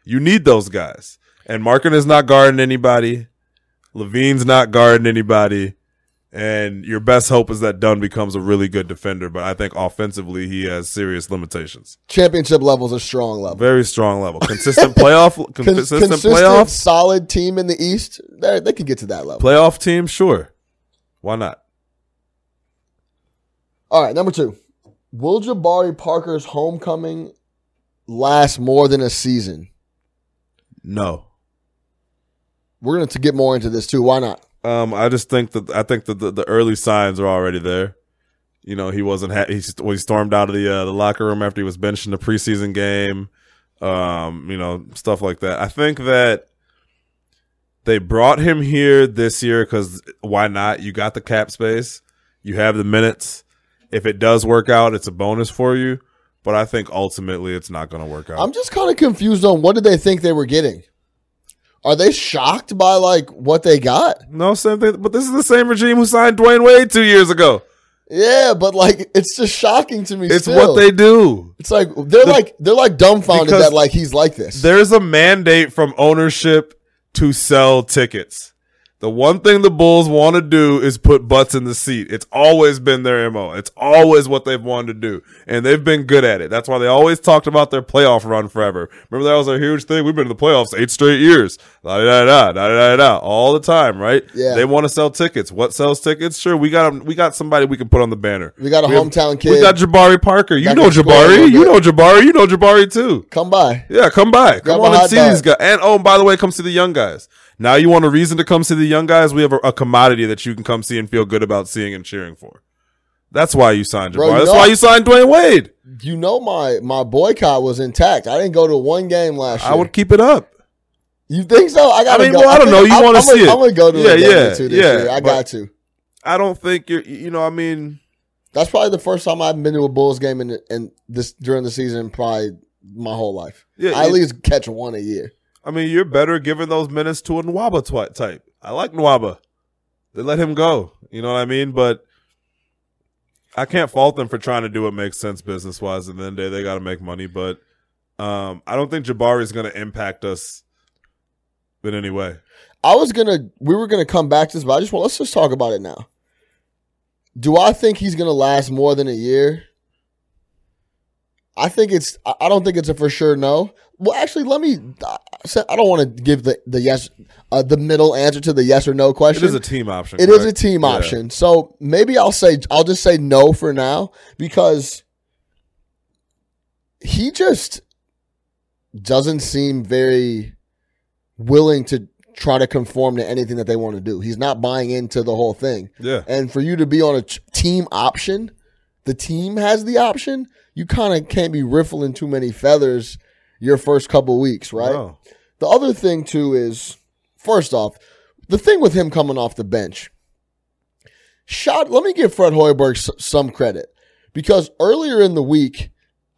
[SPEAKER 3] You need those guys, and Markin is not guarding anybody. Levine's not guarding anybody, and your best hope is that Dunn becomes a really good defender. But I think offensively, he has serious limitations.
[SPEAKER 2] championship levels a strong level.
[SPEAKER 3] Very strong level, consistent playoff,
[SPEAKER 2] Con-
[SPEAKER 3] consistent, playoff,
[SPEAKER 2] solid team in the East. They they could get to that level.
[SPEAKER 3] playoff team. Sure, why not?
[SPEAKER 2] All right, number two. Will Jabari Parker's homecoming last more than a season?
[SPEAKER 3] No,
[SPEAKER 2] We're going to get more into this too. Why not?
[SPEAKER 3] Um, I just think that I think that the, the early signs are already there. You know, he wasn't ha- he, st- well, he stormed out of the uh, the locker room after he was benched in the preseason game. Um, you know, stuff like that. I think that they brought him here this year because why not? You got the cap space, you have the minutes. If it does work out, it's a bonus for you. But I think ultimately, it's not going to work out.
[SPEAKER 2] I'm just kind of confused on what did they think they were getting? Are they shocked by like what they got?
[SPEAKER 3] no, same thing. But this is the same regime who signed Dwayne Wade two years ago.
[SPEAKER 2] Yeah, but like it's just shocking to me.
[SPEAKER 3] It's
[SPEAKER 2] still.
[SPEAKER 3] what they do.
[SPEAKER 2] It's like they're
[SPEAKER 3] The-
[SPEAKER 2] like they're like dumbfounded
[SPEAKER 3] Because
[SPEAKER 2] that like he's like this.
[SPEAKER 3] There's a mandate from ownership to sell tickets. The one thing the Bulls want to do is put butts in the seat. It's always been their MO. It's always what they've wanted to do. And they've been good at it. That's why they always talked about their playoff run forever. Remember that was a huge thing? We've been in the playoffs eight straight years. Da da da da da da all the time, right?
[SPEAKER 2] Yeah.
[SPEAKER 3] They want to sell tickets. What sells tickets? Sure, we got 'em- we got somebody we can put on the banner.
[SPEAKER 2] We got a
[SPEAKER 3] have-
[SPEAKER 2] hometown
[SPEAKER 3] We
[SPEAKER 2] kid.
[SPEAKER 3] got Jabari Parker. You
[SPEAKER 2] That
[SPEAKER 3] know
[SPEAKER 2] can score a little
[SPEAKER 3] Jabari. You
[SPEAKER 2] bit.
[SPEAKER 3] know Jabari. You know Jabari too.
[SPEAKER 2] Come by.
[SPEAKER 3] Yeah, come by.
[SPEAKER 2] Grab
[SPEAKER 3] Come
[SPEAKER 2] a
[SPEAKER 3] on and
[SPEAKER 2] hot
[SPEAKER 3] see
[SPEAKER 2] dog.
[SPEAKER 3] these guys. And oh, and by the way, come see the young guys. Now you want a reason to come see the young guys? We have a, a commodity that you can come see and feel good about seeing and cheering for. That's why you signed Jabari.
[SPEAKER 2] Bro, you
[SPEAKER 3] That's
[SPEAKER 2] know-
[SPEAKER 3] why you signed Dwayne Wade.
[SPEAKER 2] You know my my boycott was intact. I didn't go to one game last year.
[SPEAKER 3] I would keep it up.
[SPEAKER 2] you think so? I got.
[SPEAKER 3] I mean, well, I don't know. You wanna see it.
[SPEAKER 2] I'm gonna go to
[SPEAKER 3] Yeah,
[SPEAKER 2] a game
[SPEAKER 3] yeah,
[SPEAKER 2] or two this
[SPEAKER 3] yeah,
[SPEAKER 2] year. I
[SPEAKER 3] but-
[SPEAKER 2] got to.
[SPEAKER 3] I don't think you're. You know, I mean,
[SPEAKER 2] That's probably the first time I've been to a Bulls game in and this during the season in probably my whole life.
[SPEAKER 3] Yeah,
[SPEAKER 2] I at
[SPEAKER 3] it-
[SPEAKER 2] least catch one a year.
[SPEAKER 3] I mean, you're better giving those minutes to a Nwaba twi- type. I like Nwaba. They let him go. You know what I mean? But I can't fault them for trying to do what makes sense business wise. And then they they got to make money. But Um, I don't think Jabari is going to impact us in any way.
[SPEAKER 2] I was gonna, we were gonna come back to this, but I just want let's just talk about it now. Do I think he's gonna last more than a year? I think it's. I I don't think it's a for sure no. Well, actually, let me. I said- I don't want to give the the yes, uh, the middle answer to the yes or no
[SPEAKER 3] It
[SPEAKER 2] question.
[SPEAKER 3] is a team option.
[SPEAKER 2] It is a
[SPEAKER 3] correct?
[SPEAKER 2] team
[SPEAKER 3] Yeah.
[SPEAKER 2] option. So maybe I'll say I'll just say no for now because he just doesn't seem very willing to try to conform to anything that they want to do. He's not buying into the whole thing.
[SPEAKER 3] Yeah.
[SPEAKER 2] And for you to be on a ch- team option, the team has the option. You kind of can't be riffling too many feathers your first couple weeks, right?
[SPEAKER 3] No.
[SPEAKER 2] The other thing too is, first off, the thing with him coming off the bench. Shot. Let me give Fred Hoiberg s- some credit because earlier in the week,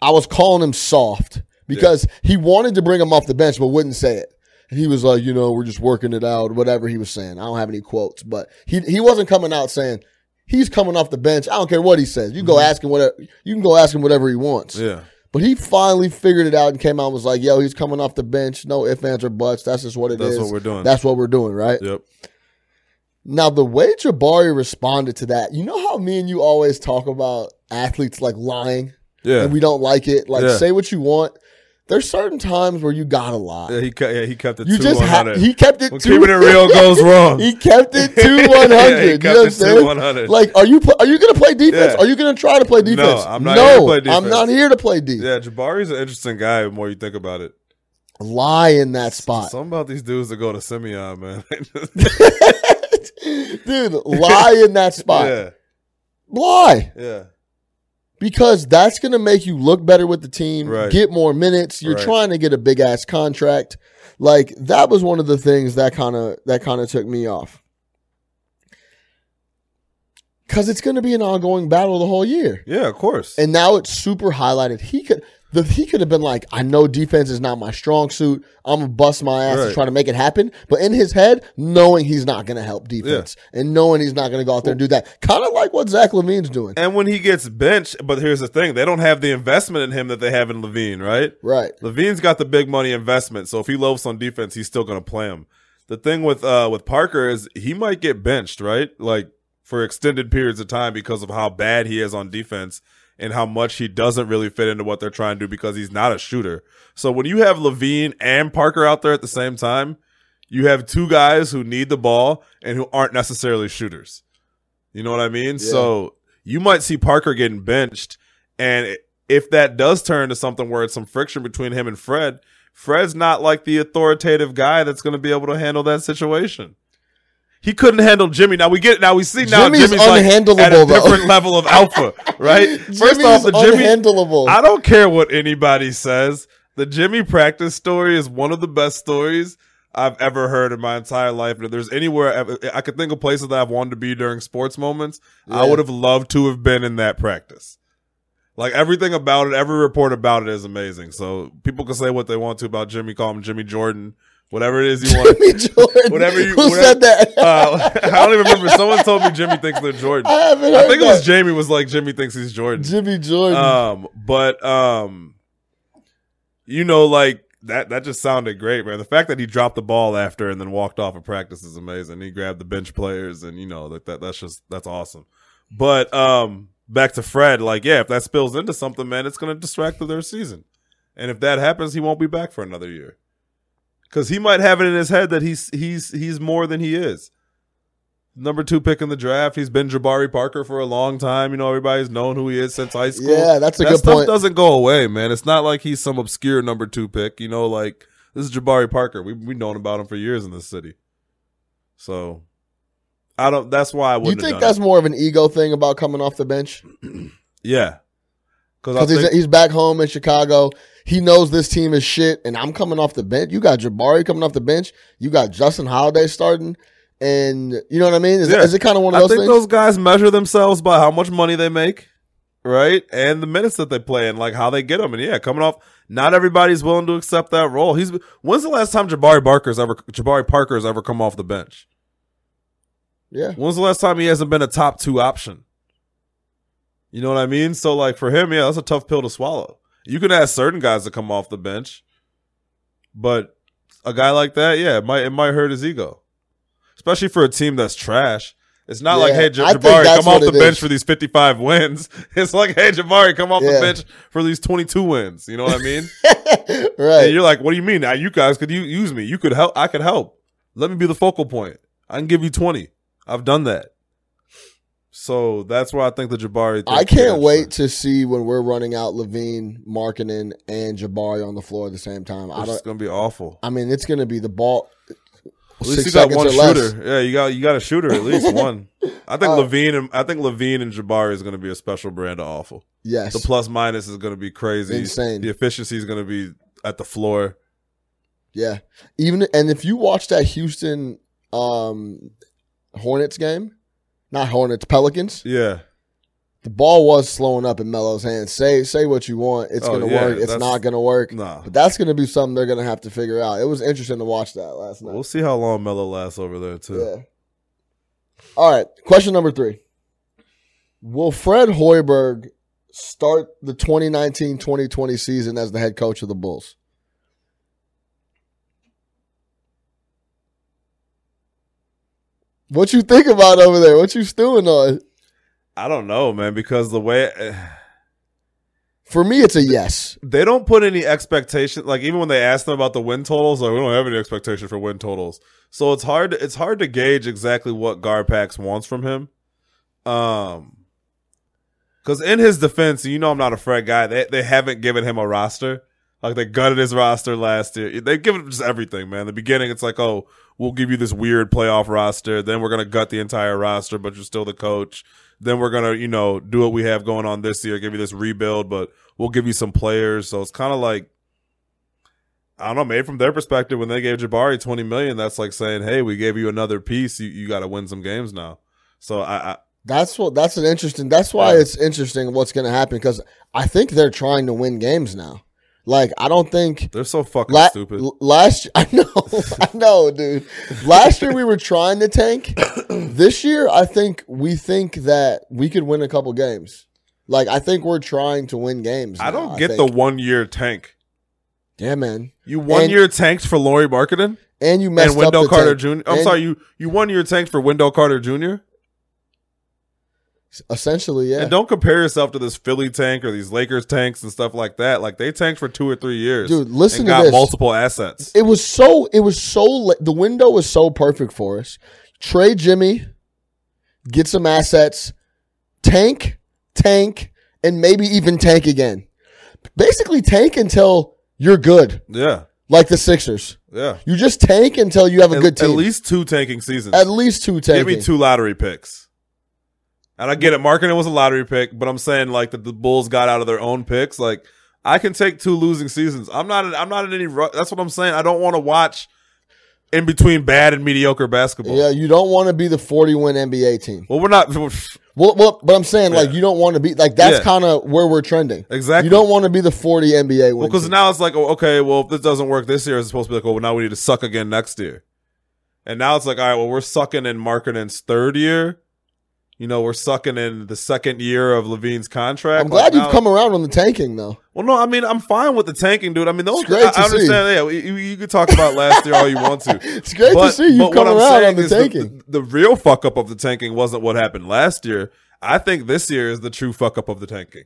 [SPEAKER 2] I was calling him soft because he wanted to bring him off the bench but wouldn't say it. And he was like, you know, we're just working it out, whatever he was saying. I don't have any quotes, but he he wasn't coming out saying he's coming off the bench. I don't care what he says. You go ask him whatever. You can go ask him whatever he wants.
[SPEAKER 3] Yeah.
[SPEAKER 2] But he finally figured it out and came out and was like, yo, he's coming off the bench. No ifs, ands, or buts. That's just what it is.
[SPEAKER 3] That's what we're doing.
[SPEAKER 2] That's what we're doing, right?
[SPEAKER 3] Yep.
[SPEAKER 2] Now, the way Jabari responded to that, you know how me and you always talk about athletes like lying
[SPEAKER 3] Yeah.
[SPEAKER 2] and we don't like it? Like,
[SPEAKER 3] Yeah.
[SPEAKER 2] say what you want. There's certain times where you gotta lie.
[SPEAKER 3] yeah, he kept, yeah, he kept it
[SPEAKER 2] you
[SPEAKER 3] to
[SPEAKER 2] just ha-
[SPEAKER 3] 100.
[SPEAKER 2] he kept it
[SPEAKER 3] when
[SPEAKER 2] to
[SPEAKER 3] keeping it real goes wrong.
[SPEAKER 2] he kept it to
[SPEAKER 3] Yeah,
[SPEAKER 2] 100.
[SPEAKER 3] he
[SPEAKER 2] you
[SPEAKER 3] kept
[SPEAKER 2] know what I'm
[SPEAKER 3] it to
[SPEAKER 2] saying?
[SPEAKER 3] 100.
[SPEAKER 2] Like, are you pl- are you gonna play defense?
[SPEAKER 3] Yeah.
[SPEAKER 2] Are you gonna try to play defense?
[SPEAKER 3] I'm not
[SPEAKER 2] no,
[SPEAKER 3] here to play
[SPEAKER 2] I'm not
[SPEAKER 3] defense.
[SPEAKER 2] here to play defense.
[SPEAKER 3] yeah, Jabari's an interesting guy the more you think about it.
[SPEAKER 2] Lie in that spot.
[SPEAKER 3] Something about these dudes that go to Simeon, man.
[SPEAKER 2] Dude, lie in that spot.
[SPEAKER 3] yeah.
[SPEAKER 2] Lie.
[SPEAKER 3] Yeah.
[SPEAKER 2] Because that's going to make you look better with the team,
[SPEAKER 3] Right.
[SPEAKER 2] get more minutes. You're
[SPEAKER 3] Right.
[SPEAKER 2] trying to get a big ass contract. Like that was one of the things that kind of that kind of took me off. Cuz it's going to be an ongoing battle the whole year.
[SPEAKER 3] Yeah, of course.
[SPEAKER 2] And now it's super highlighted. He could the, he could have been like, I know defense is not my strong suit. I'm gonna bust my ass to
[SPEAKER 3] Right.
[SPEAKER 2] try to make it happen. But in his head, knowing he's not gonna help defense and knowing he's not gonna go out there and do that, kind of like what Zach Levine's doing,
[SPEAKER 3] And when he gets benched, but here's the thing: they don't have the investment in him that they have in Levine, right?
[SPEAKER 2] right?
[SPEAKER 3] Levine's got the big money investment, so if he loafs on defense, he's still going to play him. The thing with uh, with Parker is he might get benched, right? Like for extended periods of time because of how bad he is on defense and how much he doesn't really fit into what they're trying to do because he's not a shooter. So when you have Levine and Parker out there at the same time, you have two guys who need the ball and who aren't necessarily shooters. You know what I mean?
[SPEAKER 2] Yeah.
[SPEAKER 3] So you might see Parker getting benched, and if that does turn to something where it's some friction between him and Fred, Fred's not like the authoritative guy that's going to be able to handle that situation. He couldn't handle Jimmy. Now we get it. Now we see now
[SPEAKER 2] Jimmy's
[SPEAKER 3] Jimmy's, like,
[SPEAKER 2] unhandleable,
[SPEAKER 3] at a
[SPEAKER 2] though.
[SPEAKER 3] different level of alpha, right? First
[SPEAKER 2] Jimmy's
[SPEAKER 3] off, the Jimmy
[SPEAKER 2] unhandleable.
[SPEAKER 3] I don't care what anybody says. The Jimmy practice story is one of the best stories I've ever heard in my entire life. And if there's anywhere I- I could think of places that I've wanted to be during sports moments, I
[SPEAKER 2] Yeah.
[SPEAKER 3] would have loved to have been in that practice. Like everything about it, every report about it is amazing. So people can say what they want to about Jimmy, call him Jimmy Jordan, whatever it is you want.
[SPEAKER 2] Jimmy Jordan.
[SPEAKER 3] Whatever you-
[SPEAKER 2] who
[SPEAKER 3] whatever-
[SPEAKER 2] said that?
[SPEAKER 3] uh, I don't even remember. Someone told me Jimmy thinks they're Jordan.
[SPEAKER 2] I haven't heard
[SPEAKER 3] I think it
[SPEAKER 2] that.
[SPEAKER 3] was Jamie was like Jimmy thinks he's Jordan.
[SPEAKER 2] Jimmy Jordan.
[SPEAKER 3] Um, but um, you know, like that that just sounded great, man. The fact that he dropped the ball after and then walked off of practice is amazing. He grabbed the bench players, and you know that, that that's just that's awesome. But um, back to Fred, like yeah, if that spills into something, man, it's gonna distract their season. And if that happens, he won't be back for another year. Cause he might have it in his head that he's he's he's more than he is. Number two pick in the draft. He's been Jabari Parker for a long time. You know, everybody's known who he is since high school
[SPEAKER 2] yeah, that's a
[SPEAKER 3] that
[SPEAKER 2] good
[SPEAKER 3] stuff
[SPEAKER 2] point.
[SPEAKER 3] doesn't go away, man. It's not like he's some obscure number two pick. You know, like this is Jabari Parker. We we've known about him for years in this city. So I don't. That's why I
[SPEAKER 2] you
[SPEAKER 3] wouldn't.
[SPEAKER 2] think
[SPEAKER 3] have done
[SPEAKER 2] that's more of an ego thing about coming off the bench?
[SPEAKER 3] it. yeah? Because
[SPEAKER 2] Because he's, he's back home in Chicago. He knows this team is shit, and I'm coming off the bench. You got Jabari coming off the bench. You got Justin Holiday starting, and you know what I mean. Is,
[SPEAKER 3] Yeah.
[SPEAKER 2] is it kind of one of
[SPEAKER 3] I
[SPEAKER 2] those
[SPEAKER 3] think
[SPEAKER 2] things?
[SPEAKER 3] those guys measure themselves by how much money they make, right? And the minutes that they play and like how they get them. And yeah, coming off, not everybody's willing to accept that role. He's when's the last time Jabari Barker's ever Jabari Parker's ever come off the bench?
[SPEAKER 2] yeah,
[SPEAKER 3] When's the last time he hasn't been a top two option? You know what I mean? So like for him, yeah, that's a tough pill to swallow. You can ask certain guys to come off the bench, but a guy like that, yeah, it might it might hurt his ego, especially for a team that's trash. It's not like,
[SPEAKER 2] Yeah,
[SPEAKER 3] hey, Ja-
[SPEAKER 2] I think
[SPEAKER 3] Jabari,
[SPEAKER 2] that's
[SPEAKER 3] come off
[SPEAKER 2] what
[SPEAKER 3] the
[SPEAKER 2] it
[SPEAKER 3] bench
[SPEAKER 2] is.
[SPEAKER 3] for these 55 wins. It's like, hey, Jabari, come off the
[SPEAKER 2] Yeah.
[SPEAKER 3] bench for these 22 wins. You know what I mean? And
[SPEAKER 2] right.
[SPEAKER 3] you're like, what do you mean? Now you guys could u- use me. You could help. I could help. Let me be the focal point. I can give you 20. I've done that. So that's where I think the Jabari.
[SPEAKER 2] I
[SPEAKER 3] thing
[SPEAKER 2] can't
[SPEAKER 3] could
[SPEAKER 2] wait
[SPEAKER 3] actually-
[SPEAKER 2] to see when we're running out Levine, Markinen, and Jabari on the floor at the same time. I
[SPEAKER 3] It's
[SPEAKER 2] don't.
[SPEAKER 3] just gonna be awful.
[SPEAKER 2] I mean, it's gonna be the ball.
[SPEAKER 3] At
[SPEAKER 2] six
[SPEAKER 3] least you got
[SPEAKER 2] seconds
[SPEAKER 3] one
[SPEAKER 2] or less.
[SPEAKER 3] shooter. Yeah, you got you got a shooter at least one. I think
[SPEAKER 2] Uh,
[SPEAKER 3] Levine and I think Levine and Jabari is gonna be a special brand of awful.
[SPEAKER 2] Yes.
[SPEAKER 3] The plus minus is gonna be crazy.
[SPEAKER 2] Insane.
[SPEAKER 3] The efficiency is gonna be at the floor.
[SPEAKER 2] Yeah. Even and if you watch that Houston um Hornets game, not Hornets, Pelicans,
[SPEAKER 3] Yeah.
[SPEAKER 2] the ball was slowing up in Melo's hands. Say say what you want. It's
[SPEAKER 3] Oh,
[SPEAKER 2] gonna
[SPEAKER 3] yeah,
[SPEAKER 2] work. It's
[SPEAKER 3] that's-
[SPEAKER 2] not gonna work.
[SPEAKER 3] Nah.
[SPEAKER 2] But that's gonna be something they're gonna have to figure out. It was interesting to watch that last night.
[SPEAKER 3] We'll see how long Melo lasts over there too.
[SPEAKER 2] Yeah. All right. Question number three. Will Fred Hoiberg start the 2019-2020 season as the head coach of the Bulls? What you think about over there? What you stewing on?
[SPEAKER 3] I don't know, man, because the way eh,
[SPEAKER 2] For me, it's a yes.
[SPEAKER 3] they don't put any expectation like even when they ask them about the win totals like we don't have any expectation for win totals so it's hard it's hard to gauge exactly what garpax wants from him um because in his defense you know i'm not a fred guy they, they haven't given him a roster like they gutted his roster last year they've given him just everything man In the beginning it's like oh we'll give you this weird playoff roster then we're gonna gut the entire roster but you're still the coach then we're gonna you know do what we have going on this year give you this rebuild but we'll give you some players so it's kind of like i don't know maybe from their perspective when they gave jabari 20 million that's like saying hey we gave you another piece you, you gotta win some games now so i, I
[SPEAKER 2] That's what. That's an interesting. That's why
[SPEAKER 3] Yeah.
[SPEAKER 2] it's interesting what's going to happen because I think they're trying to win games now. Like I don't think
[SPEAKER 3] they're so fucking
[SPEAKER 2] La-
[SPEAKER 3] stupid
[SPEAKER 2] l- Last I know, I know, dude. Last year we were trying to tank. This year, I think we think that we could win a couple games. Like I think we're trying to win games. now,
[SPEAKER 3] i don't get the
[SPEAKER 2] think.
[SPEAKER 3] one year tank
[SPEAKER 2] yeah, man.
[SPEAKER 3] you one
[SPEAKER 2] And-
[SPEAKER 3] year tanked for Laurie Marketing
[SPEAKER 2] And you messed
[SPEAKER 3] and Wendell
[SPEAKER 2] up the
[SPEAKER 3] Carter
[SPEAKER 2] tank.
[SPEAKER 3] Jr. I'm
[SPEAKER 2] And-
[SPEAKER 3] sorry, you you one year tanked for Wendell Carter Jr.
[SPEAKER 2] Essentially, yeah,
[SPEAKER 3] And don't compare yourself to this Philly tank or these Lakers tanks and stuff like that. Like they tanked for two or three years.
[SPEAKER 2] dude. Listen
[SPEAKER 3] and
[SPEAKER 2] to
[SPEAKER 3] got
[SPEAKER 2] this.
[SPEAKER 3] multiple assets.
[SPEAKER 2] it was so. It was so. la- The window was so perfect for us. Trade Jimmy, get some assets, tank, tank, and maybe even tank again. Basically, tank until you're good,
[SPEAKER 3] Yeah,
[SPEAKER 2] like the Sixers.
[SPEAKER 3] yeah.
[SPEAKER 2] You just tank until you have a
[SPEAKER 3] At,
[SPEAKER 2] good team.
[SPEAKER 3] at least two tanking seasons.
[SPEAKER 2] At least two tanking.
[SPEAKER 3] Give me two lottery picks. And I get it. Marketing was a lottery pick, but I'm saying like that the Bulls got out of their own picks. Like I can take two losing seasons. I'm not. In, I'm not in any. Ru- that's what I'm saying. I don't want to watch in between bad and mediocre basketball.
[SPEAKER 2] Yeah, you don't want to be the 40 win NBA team.
[SPEAKER 3] Well, we're not
[SPEAKER 2] Well, well but I'm saying like
[SPEAKER 3] Yeah.
[SPEAKER 2] you don't want to be like that's
[SPEAKER 3] Yeah.
[SPEAKER 2] kind of where we're trending.
[SPEAKER 3] exactly.
[SPEAKER 2] You don't want to be the 40 NBA win.
[SPEAKER 3] Well, because
[SPEAKER 2] team.
[SPEAKER 3] now it's like, oh, okay, well, if this doesn't work this year, it's supposed to be like, oh, well, now we need to suck again next year. And now it's like, all right, well, we're sucking in Markkinen's third year. You know, we're sucking in the second year of Levine's contract.
[SPEAKER 2] I'm glad
[SPEAKER 3] Like,
[SPEAKER 2] you've
[SPEAKER 3] now-
[SPEAKER 2] come around on the tanking though.
[SPEAKER 3] Well, no, I mean, I'm fine with the tanking, dude. I mean, those,
[SPEAKER 2] It's great
[SPEAKER 3] I, I
[SPEAKER 2] to see.
[SPEAKER 3] understand. Yeah, you, you- you could talk about last year all you want to.
[SPEAKER 2] It's great to see you've
[SPEAKER 3] what
[SPEAKER 2] come
[SPEAKER 3] I'm
[SPEAKER 2] around on
[SPEAKER 3] saying
[SPEAKER 2] the
[SPEAKER 3] is
[SPEAKER 2] tanking.
[SPEAKER 3] The, the real fuck up of the tanking wasn't what happened last year. I think this year is the true fuck up of the tanking.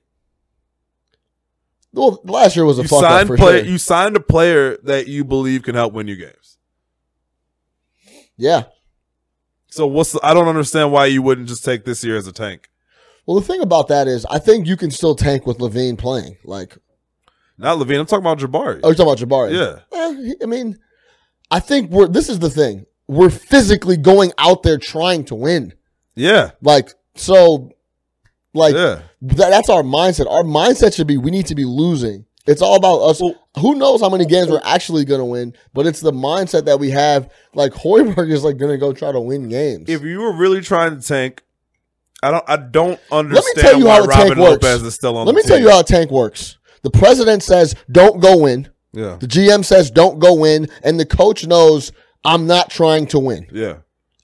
[SPEAKER 2] well, last year was a
[SPEAKER 3] you
[SPEAKER 2] fuck up
[SPEAKER 3] signed
[SPEAKER 2] for
[SPEAKER 3] player.
[SPEAKER 2] sure.
[SPEAKER 3] You signed a player that you believe can help win you games.
[SPEAKER 2] yeah.
[SPEAKER 3] So what's? The, I don't understand why you wouldn't just take this year as a tank.
[SPEAKER 2] Well, the thing about that is, I think you can still tank with Levine playing. Like,
[SPEAKER 3] Not Levine. I'm talking about Jabari.
[SPEAKER 2] oh, you're talking about Jabari.
[SPEAKER 3] yeah,
[SPEAKER 2] Eh, he- I mean, I think we're. This is the thing. We're physically going out there trying to win.
[SPEAKER 3] yeah,
[SPEAKER 2] Like so, like
[SPEAKER 3] yeah.
[SPEAKER 2] that, that's our mindset. Our mindset should be we need to be losing. It's all about us.
[SPEAKER 3] Well-
[SPEAKER 2] Who knows how many games we're actually going to win? But it's the mindset that we have. Like Hoiberg is like going to go try to win games.
[SPEAKER 3] If you were really trying to tank, I don't. I don't understand
[SPEAKER 2] tell you
[SPEAKER 3] why
[SPEAKER 2] how the
[SPEAKER 3] Robin
[SPEAKER 2] tank works.
[SPEAKER 3] Lopez is still on.
[SPEAKER 2] Let
[SPEAKER 3] the
[SPEAKER 2] me tell
[SPEAKER 3] team.
[SPEAKER 2] you how a tank works. The president says don't go win.
[SPEAKER 3] Yeah,
[SPEAKER 2] The GM says don't go in, and the coach knows I'm not trying to win.
[SPEAKER 3] yeah.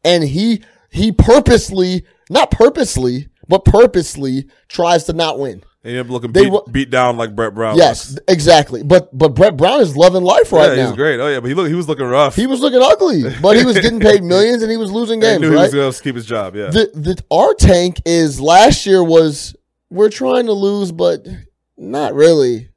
[SPEAKER 2] and he he purposely not purposely but purposely tries to not win
[SPEAKER 3] And you end up looking
[SPEAKER 2] They
[SPEAKER 3] beat,
[SPEAKER 2] wa-
[SPEAKER 3] beat down like Brett Brown.
[SPEAKER 2] Yes,
[SPEAKER 3] looks.
[SPEAKER 2] exactly. But but Brett Brown is loving life right
[SPEAKER 3] Oh, yeah,
[SPEAKER 2] now.
[SPEAKER 3] he's great. Oh yeah, but he look he was looking rough.
[SPEAKER 2] He was looking ugly, but he was getting paid millions and he was losing
[SPEAKER 3] They
[SPEAKER 2] games,
[SPEAKER 3] knew he
[SPEAKER 2] right?
[SPEAKER 3] was going to keep his job. Yeah,
[SPEAKER 2] The the our tank is last year was we're trying to lose, but not really.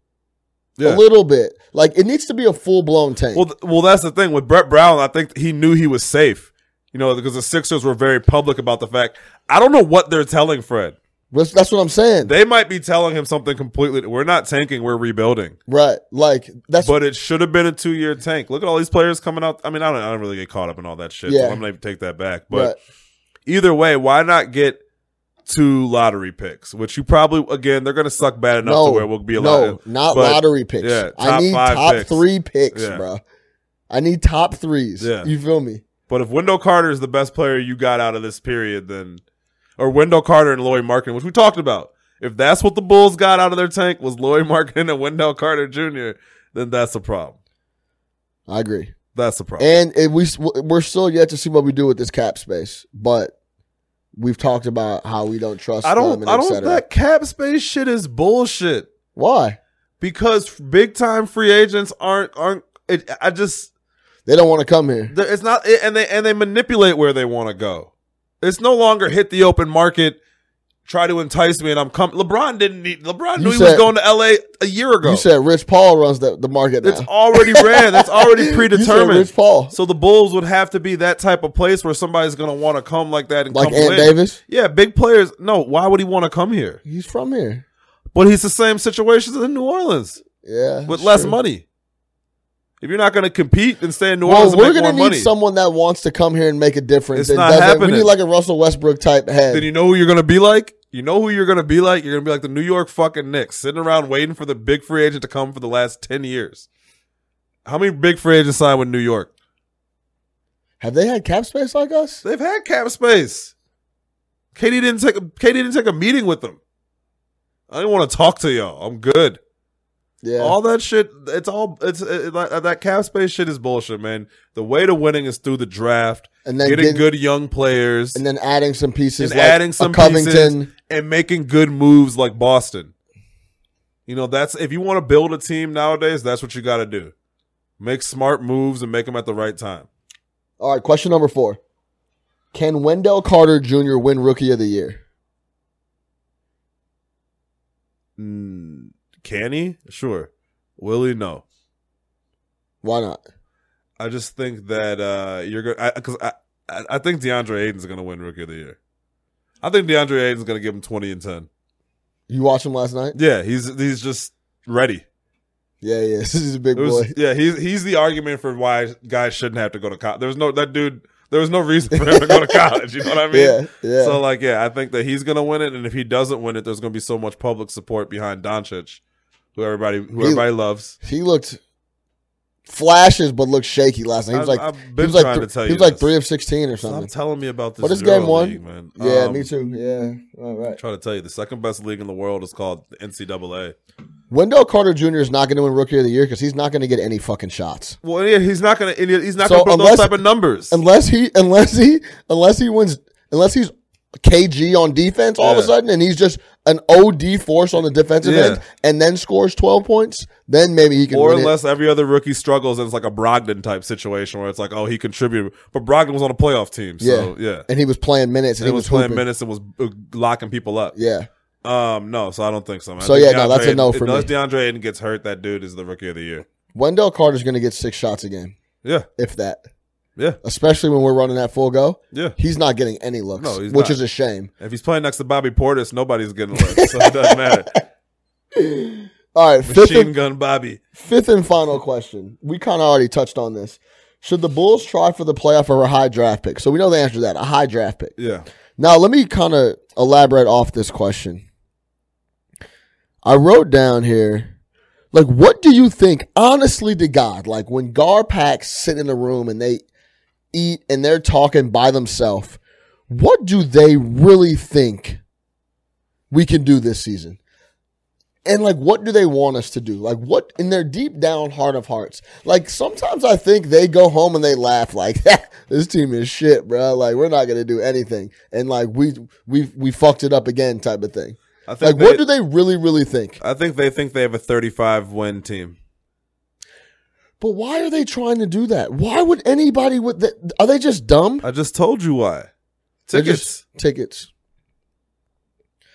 [SPEAKER 2] A
[SPEAKER 3] yeah.
[SPEAKER 2] little bit. Like it needs to be a full blown tank.
[SPEAKER 3] Well, th- well, that's the thing with Brett Brown. I think he knew he was safe. You know, because the Sixers were very public about the fact. I don't know what they're telling Fred.
[SPEAKER 2] that's, that's what I'm saying.
[SPEAKER 3] They might be telling him something completely. We're not tanking. We're rebuilding.
[SPEAKER 2] right. Like that's
[SPEAKER 3] But it should have been a two-year tank. Look at all these players coming out. I mean, I don't. I don't really get caught up in all that shit.
[SPEAKER 2] Yeah.
[SPEAKER 3] So I'm gonna take that back. But
[SPEAKER 2] right.
[SPEAKER 3] either way, why not get two lottery picks? Which you probably again they're gonna suck bad enough to where we'll be a
[SPEAKER 2] no,
[SPEAKER 3] lot.
[SPEAKER 2] not
[SPEAKER 3] but-
[SPEAKER 2] lottery picks.
[SPEAKER 3] yeah,
[SPEAKER 2] I
[SPEAKER 3] top
[SPEAKER 2] need
[SPEAKER 3] five
[SPEAKER 2] top
[SPEAKER 3] picks.
[SPEAKER 2] three picks,
[SPEAKER 3] Yeah.
[SPEAKER 2] bro. I need top threes.
[SPEAKER 3] Yeah.
[SPEAKER 2] You feel me?
[SPEAKER 3] But if Wendell Carter is the best player you got out of this period, then or Wendell Carter and Lloyd Markin, which we talked about, if that's what the Bulls got out of their tank was Lloyd Markin and Wendell Carter Jr., then that's a problem.
[SPEAKER 2] I agree.
[SPEAKER 3] That's a problem.
[SPEAKER 2] And it, we we're still yet to see what we do with this cap space, but we've talked about how we don't trust.
[SPEAKER 3] I
[SPEAKER 2] them
[SPEAKER 3] don't.
[SPEAKER 2] and
[SPEAKER 3] I
[SPEAKER 2] et
[SPEAKER 3] don't.
[SPEAKER 2] cetera.
[SPEAKER 3] That cap space shit is bullshit.
[SPEAKER 2] Why
[SPEAKER 3] because big time free agents aren't aren't. It, I just
[SPEAKER 2] they don't want to come here?
[SPEAKER 3] there- it's not and they and they manipulate where they want to go. It's no longer hit the open market, try to entice me, and I'm coming. LeBron didn't need. LeBron
[SPEAKER 2] You
[SPEAKER 3] knew he was
[SPEAKER 2] said-
[SPEAKER 3] going to L.A. a year ago.
[SPEAKER 2] You said Rich Paul runs the, the market now.
[SPEAKER 3] it's already ran. That's
[SPEAKER 2] You
[SPEAKER 3] already
[SPEAKER 2] said
[SPEAKER 3] predetermined.
[SPEAKER 2] Rich Paul,
[SPEAKER 3] So the Bulls would have to be that type of place where somebody's going to want to come like that and
[SPEAKER 2] like
[SPEAKER 3] come
[SPEAKER 2] Ant
[SPEAKER 3] win.
[SPEAKER 2] Davis,
[SPEAKER 3] Yeah, big players. No, why would he want to come here?
[SPEAKER 2] he's from here.
[SPEAKER 3] But he's the same situation as in New Orleans.
[SPEAKER 2] Yeah,
[SPEAKER 3] with
[SPEAKER 2] that's
[SPEAKER 3] less
[SPEAKER 2] true.
[SPEAKER 3] money. If you're not going to compete and stay in New Orleans
[SPEAKER 2] Well, we're
[SPEAKER 3] and make
[SPEAKER 2] gonna
[SPEAKER 3] more
[SPEAKER 2] need
[SPEAKER 3] money,
[SPEAKER 2] someone that wants to come here and make a difference.
[SPEAKER 3] It's
[SPEAKER 2] and
[SPEAKER 3] not
[SPEAKER 2] doesn't-
[SPEAKER 3] happening.
[SPEAKER 2] We need like a Russell Westbrook type head.
[SPEAKER 3] then you know who you're going to be like. You know who you're going to be like. You're going to be like the New York fucking Knicks, sitting around waiting for the big free agent to come for the last ten years. How many big free agents signed with New York?
[SPEAKER 2] Have they had cap space like us?
[SPEAKER 3] They've had cap space. Katie didn't take. A, Katie didn't take a meeting with them. I didn't want to talk to y'all. I'm good.
[SPEAKER 2] Yeah,
[SPEAKER 3] All that shit, it's all it's it, it- that cap space shit is bullshit, man. The way to winning is through the draft,
[SPEAKER 2] and then
[SPEAKER 3] getting
[SPEAKER 2] getting,
[SPEAKER 3] good young players,
[SPEAKER 2] and then adding some pieces,
[SPEAKER 3] and
[SPEAKER 2] like
[SPEAKER 3] adding some
[SPEAKER 2] a Covington.
[SPEAKER 3] pieces and making good moves like Boston. You know, that's if you want to build a team nowadays, that's what you got to do. Make smart moves and make them at the right time.
[SPEAKER 2] All right, question number four: Can Wendell Carter Jr. win Rookie of the Year?
[SPEAKER 3] Mm, can he? Sure. Will he? No.
[SPEAKER 2] Why not?
[SPEAKER 3] I just think that uh, you're gonna because I, I I think DeAndre Ayton's gonna win Rookie of the Year. I think DeAndre Ayton's gonna give him twenty and ten.
[SPEAKER 2] You watched him last night?
[SPEAKER 3] Yeah, he's he's just ready.
[SPEAKER 2] Yeah, yeah. This is a big
[SPEAKER 3] It was-
[SPEAKER 2] boy.
[SPEAKER 3] yeah, he's he's the argument for why guys shouldn't have to go to college. There's no that dude. There was no reason for him to go to college. You know what I mean?
[SPEAKER 2] yeah, yeah.
[SPEAKER 3] So like, yeah, I think that he's gonna win it, and if he doesn't win it, there's gonna be so much public support behind Doncic, who everybody who
[SPEAKER 2] He-
[SPEAKER 3] everybody loves.
[SPEAKER 2] he looked flashes, but looked shaky last night. He was like,
[SPEAKER 3] I've, I've
[SPEAKER 2] he
[SPEAKER 3] been
[SPEAKER 2] was like,
[SPEAKER 3] trying
[SPEAKER 2] th-
[SPEAKER 3] to tell
[SPEAKER 2] he
[SPEAKER 3] you.
[SPEAKER 2] was like
[SPEAKER 3] this.
[SPEAKER 2] three of sixteen or
[SPEAKER 3] Stop
[SPEAKER 2] something.
[SPEAKER 3] telling me about this.
[SPEAKER 2] But it's
[SPEAKER 3] Euro
[SPEAKER 2] game one.
[SPEAKER 3] league, man.
[SPEAKER 2] Yeah,
[SPEAKER 3] Um,
[SPEAKER 2] me too. Yeah, all right.
[SPEAKER 3] Trying to tell you, the second best league in the world is called the NCAA.
[SPEAKER 2] Wendell Carter Jr. is not going to win Rookie of the Year because he's not going to get any fucking shots
[SPEAKER 3] Well, yeah, he's not gonna. He's not
[SPEAKER 2] So
[SPEAKER 3] gonna put
[SPEAKER 2] unless-
[SPEAKER 3] those type of numbers.
[SPEAKER 2] unless he unless he unless he wins unless he's KG on defense all of
[SPEAKER 3] Yeah.
[SPEAKER 2] a sudden and he's just an OD force on the defensive
[SPEAKER 3] Yeah.
[SPEAKER 2] end and then scores twelve points. Then maybe he can.
[SPEAKER 3] Or
[SPEAKER 2] win it.
[SPEAKER 3] unless every other rookie struggles and it's like a Brogdon type situation where it's like, oh, he contributed. But Brogdon was on a playoff team. So, yeah.
[SPEAKER 2] and he was playing minutes and,
[SPEAKER 3] And it
[SPEAKER 2] he
[SPEAKER 3] was,
[SPEAKER 2] was,
[SPEAKER 3] playing
[SPEAKER 2] hooping.
[SPEAKER 3] minutes and was uh, locking people up.
[SPEAKER 2] Yeah,
[SPEAKER 3] Um, no, so I don't think so. Man. I
[SPEAKER 2] So,
[SPEAKER 3] think
[SPEAKER 2] yeah, no, that's a
[SPEAKER 3] Ayton-
[SPEAKER 2] no for
[SPEAKER 3] unless
[SPEAKER 2] me.
[SPEAKER 3] DeAndre Ayton gets hurt, that dude is the rookie of the year.
[SPEAKER 2] Wendell Carter's going to get six shots a game,
[SPEAKER 3] Yeah,
[SPEAKER 2] if that.
[SPEAKER 3] yeah,
[SPEAKER 2] Especially when we're running that full go,
[SPEAKER 3] yeah.
[SPEAKER 2] he's not getting any looks,
[SPEAKER 3] No, he's
[SPEAKER 2] which
[SPEAKER 3] not.
[SPEAKER 2] is a shame.
[SPEAKER 3] If he's playing next to Bobby Portis, nobody's getting hurt, so it doesn't matter.
[SPEAKER 2] All right, fifth
[SPEAKER 3] Machine
[SPEAKER 2] and,
[SPEAKER 3] gun Bobby.
[SPEAKER 2] fifth and final question. We kind of already touched on this. Should the Bulls try for the playoff or a high draft pick? So we know the answer to that, a high draft pick.
[SPEAKER 3] Yeah,
[SPEAKER 2] Now, let me kind of elaborate off this question. I wrote down here, like, what do you think, honestly to God, like when Gar Packs sit in a room and they eat and they're talking by themselves, what do they really think we can do this season? And like, what do they want us to do? Like, what in their deep down heart of hearts? Like, sometimes I think they go home and they laugh, like, "This team is shit, bro. Like, we're not gonna do anything." And like, we we we fucked it up again, type of thing.
[SPEAKER 3] I
[SPEAKER 2] Like,
[SPEAKER 3] think
[SPEAKER 2] what
[SPEAKER 3] they,
[SPEAKER 2] do they really, really think?
[SPEAKER 3] I think they think they have a 35 win team.
[SPEAKER 2] But why are they trying to do that? Why would anybody with that? Are they just dumb?
[SPEAKER 3] I just told you why.
[SPEAKER 2] They're
[SPEAKER 3] Tickets,
[SPEAKER 2] just- tickets.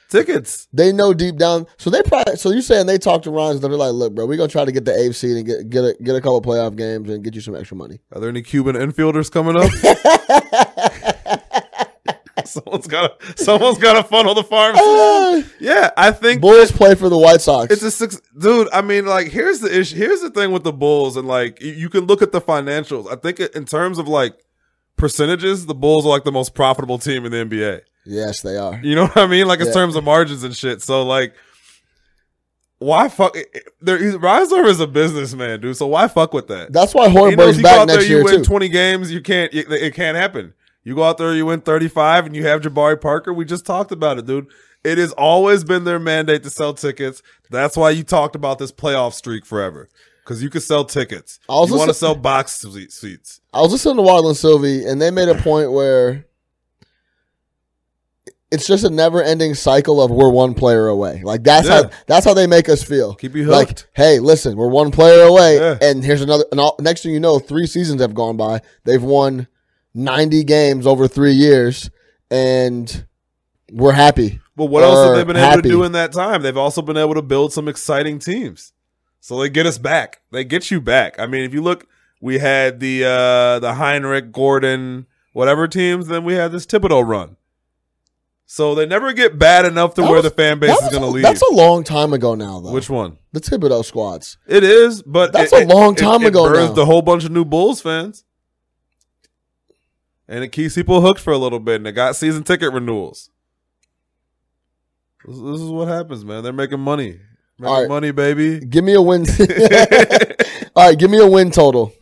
[SPEAKER 3] tickets.
[SPEAKER 2] They know deep down. So they probably. So you're saying they talked to Ryan's. They're like, look, bro, we're gonna try to get the AFC and get get a, get a couple playoff games and get you some extra money.
[SPEAKER 3] Are there any Cuban infielders coming up? someone's got to. Someone's got to funnel the farm. system.
[SPEAKER 2] Ah,
[SPEAKER 3] yeah, I think
[SPEAKER 2] Bulls play for the White Sox.
[SPEAKER 3] It's a six, dude. I mean, like, here's the issue. Here's the thing with the Bulls, and like, you, you can look at the financials. I think in terms of like percentages, the Bulls are like the most profitable team in the NBA.
[SPEAKER 2] yes, they are.
[SPEAKER 3] You know what I mean? Like, in
[SPEAKER 2] Yeah.
[SPEAKER 3] terms of margins and shit. So like, why fuck? eh, There, he's- Reisner is a businessman, dude. So why fuck with that?
[SPEAKER 2] That's why
[SPEAKER 3] He knows
[SPEAKER 2] Hornberg's
[SPEAKER 3] you go out
[SPEAKER 2] back
[SPEAKER 3] there,
[SPEAKER 2] next
[SPEAKER 3] you
[SPEAKER 2] year
[SPEAKER 3] win
[SPEAKER 2] too.
[SPEAKER 3] 20 games, you can't. It, it can't happen. You go out there, you win 35, and you have Jabari Parker. We just talked about it, dude. It has always been their mandate to sell tickets. That's why you talked about this playoff streak forever, because you could sell tickets.
[SPEAKER 2] I was
[SPEAKER 3] you want to
[SPEAKER 2] listen-
[SPEAKER 3] sell box se- seats.
[SPEAKER 2] I was listening to Waddle and Sylvie, and they made a point where it's just a never-ending cycle of we're one player away. Like that's
[SPEAKER 3] Yeah.
[SPEAKER 2] how that's how they make us feel.
[SPEAKER 3] Keep you
[SPEAKER 2] like,
[SPEAKER 3] hooked.
[SPEAKER 2] hey, listen, we're one player away,
[SPEAKER 3] Yeah.
[SPEAKER 2] and here's another. And all, next thing you know, three seasons have gone by. They've won ninety games over three years, and we're happy.
[SPEAKER 3] But what else have
[SPEAKER 2] Or
[SPEAKER 3] they been able to
[SPEAKER 2] happy.
[SPEAKER 3] do in that time? They've also been able to build some exciting teams. So they get us back. They get you back. I mean, if you look, we had the uh the Heinrich, Gordon, whatever teams, then we had this Thibodeau run. So they never get bad enough to
[SPEAKER 2] That
[SPEAKER 3] where
[SPEAKER 2] was-
[SPEAKER 3] the fan base
[SPEAKER 2] That
[SPEAKER 3] is
[SPEAKER 2] was
[SPEAKER 3] going to
[SPEAKER 2] a-
[SPEAKER 3] leave.
[SPEAKER 2] That's a long time ago now, though.
[SPEAKER 3] Which one?
[SPEAKER 2] the Thibodeau squads.
[SPEAKER 3] It is, but
[SPEAKER 2] That's
[SPEAKER 3] it-
[SPEAKER 2] a long
[SPEAKER 3] it-
[SPEAKER 2] time
[SPEAKER 3] it,
[SPEAKER 2] ago
[SPEAKER 3] It birthed
[SPEAKER 2] now.
[SPEAKER 3] a whole bunch of new Bulls fans, and it keeps people hooked for a little bit, and it got season ticket renewals. This, this is what happens, man. They're making money, making
[SPEAKER 2] All right.
[SPEAKER 3] money, baby.
[SPEAKER 2] Give me a win. All right, give me a win total.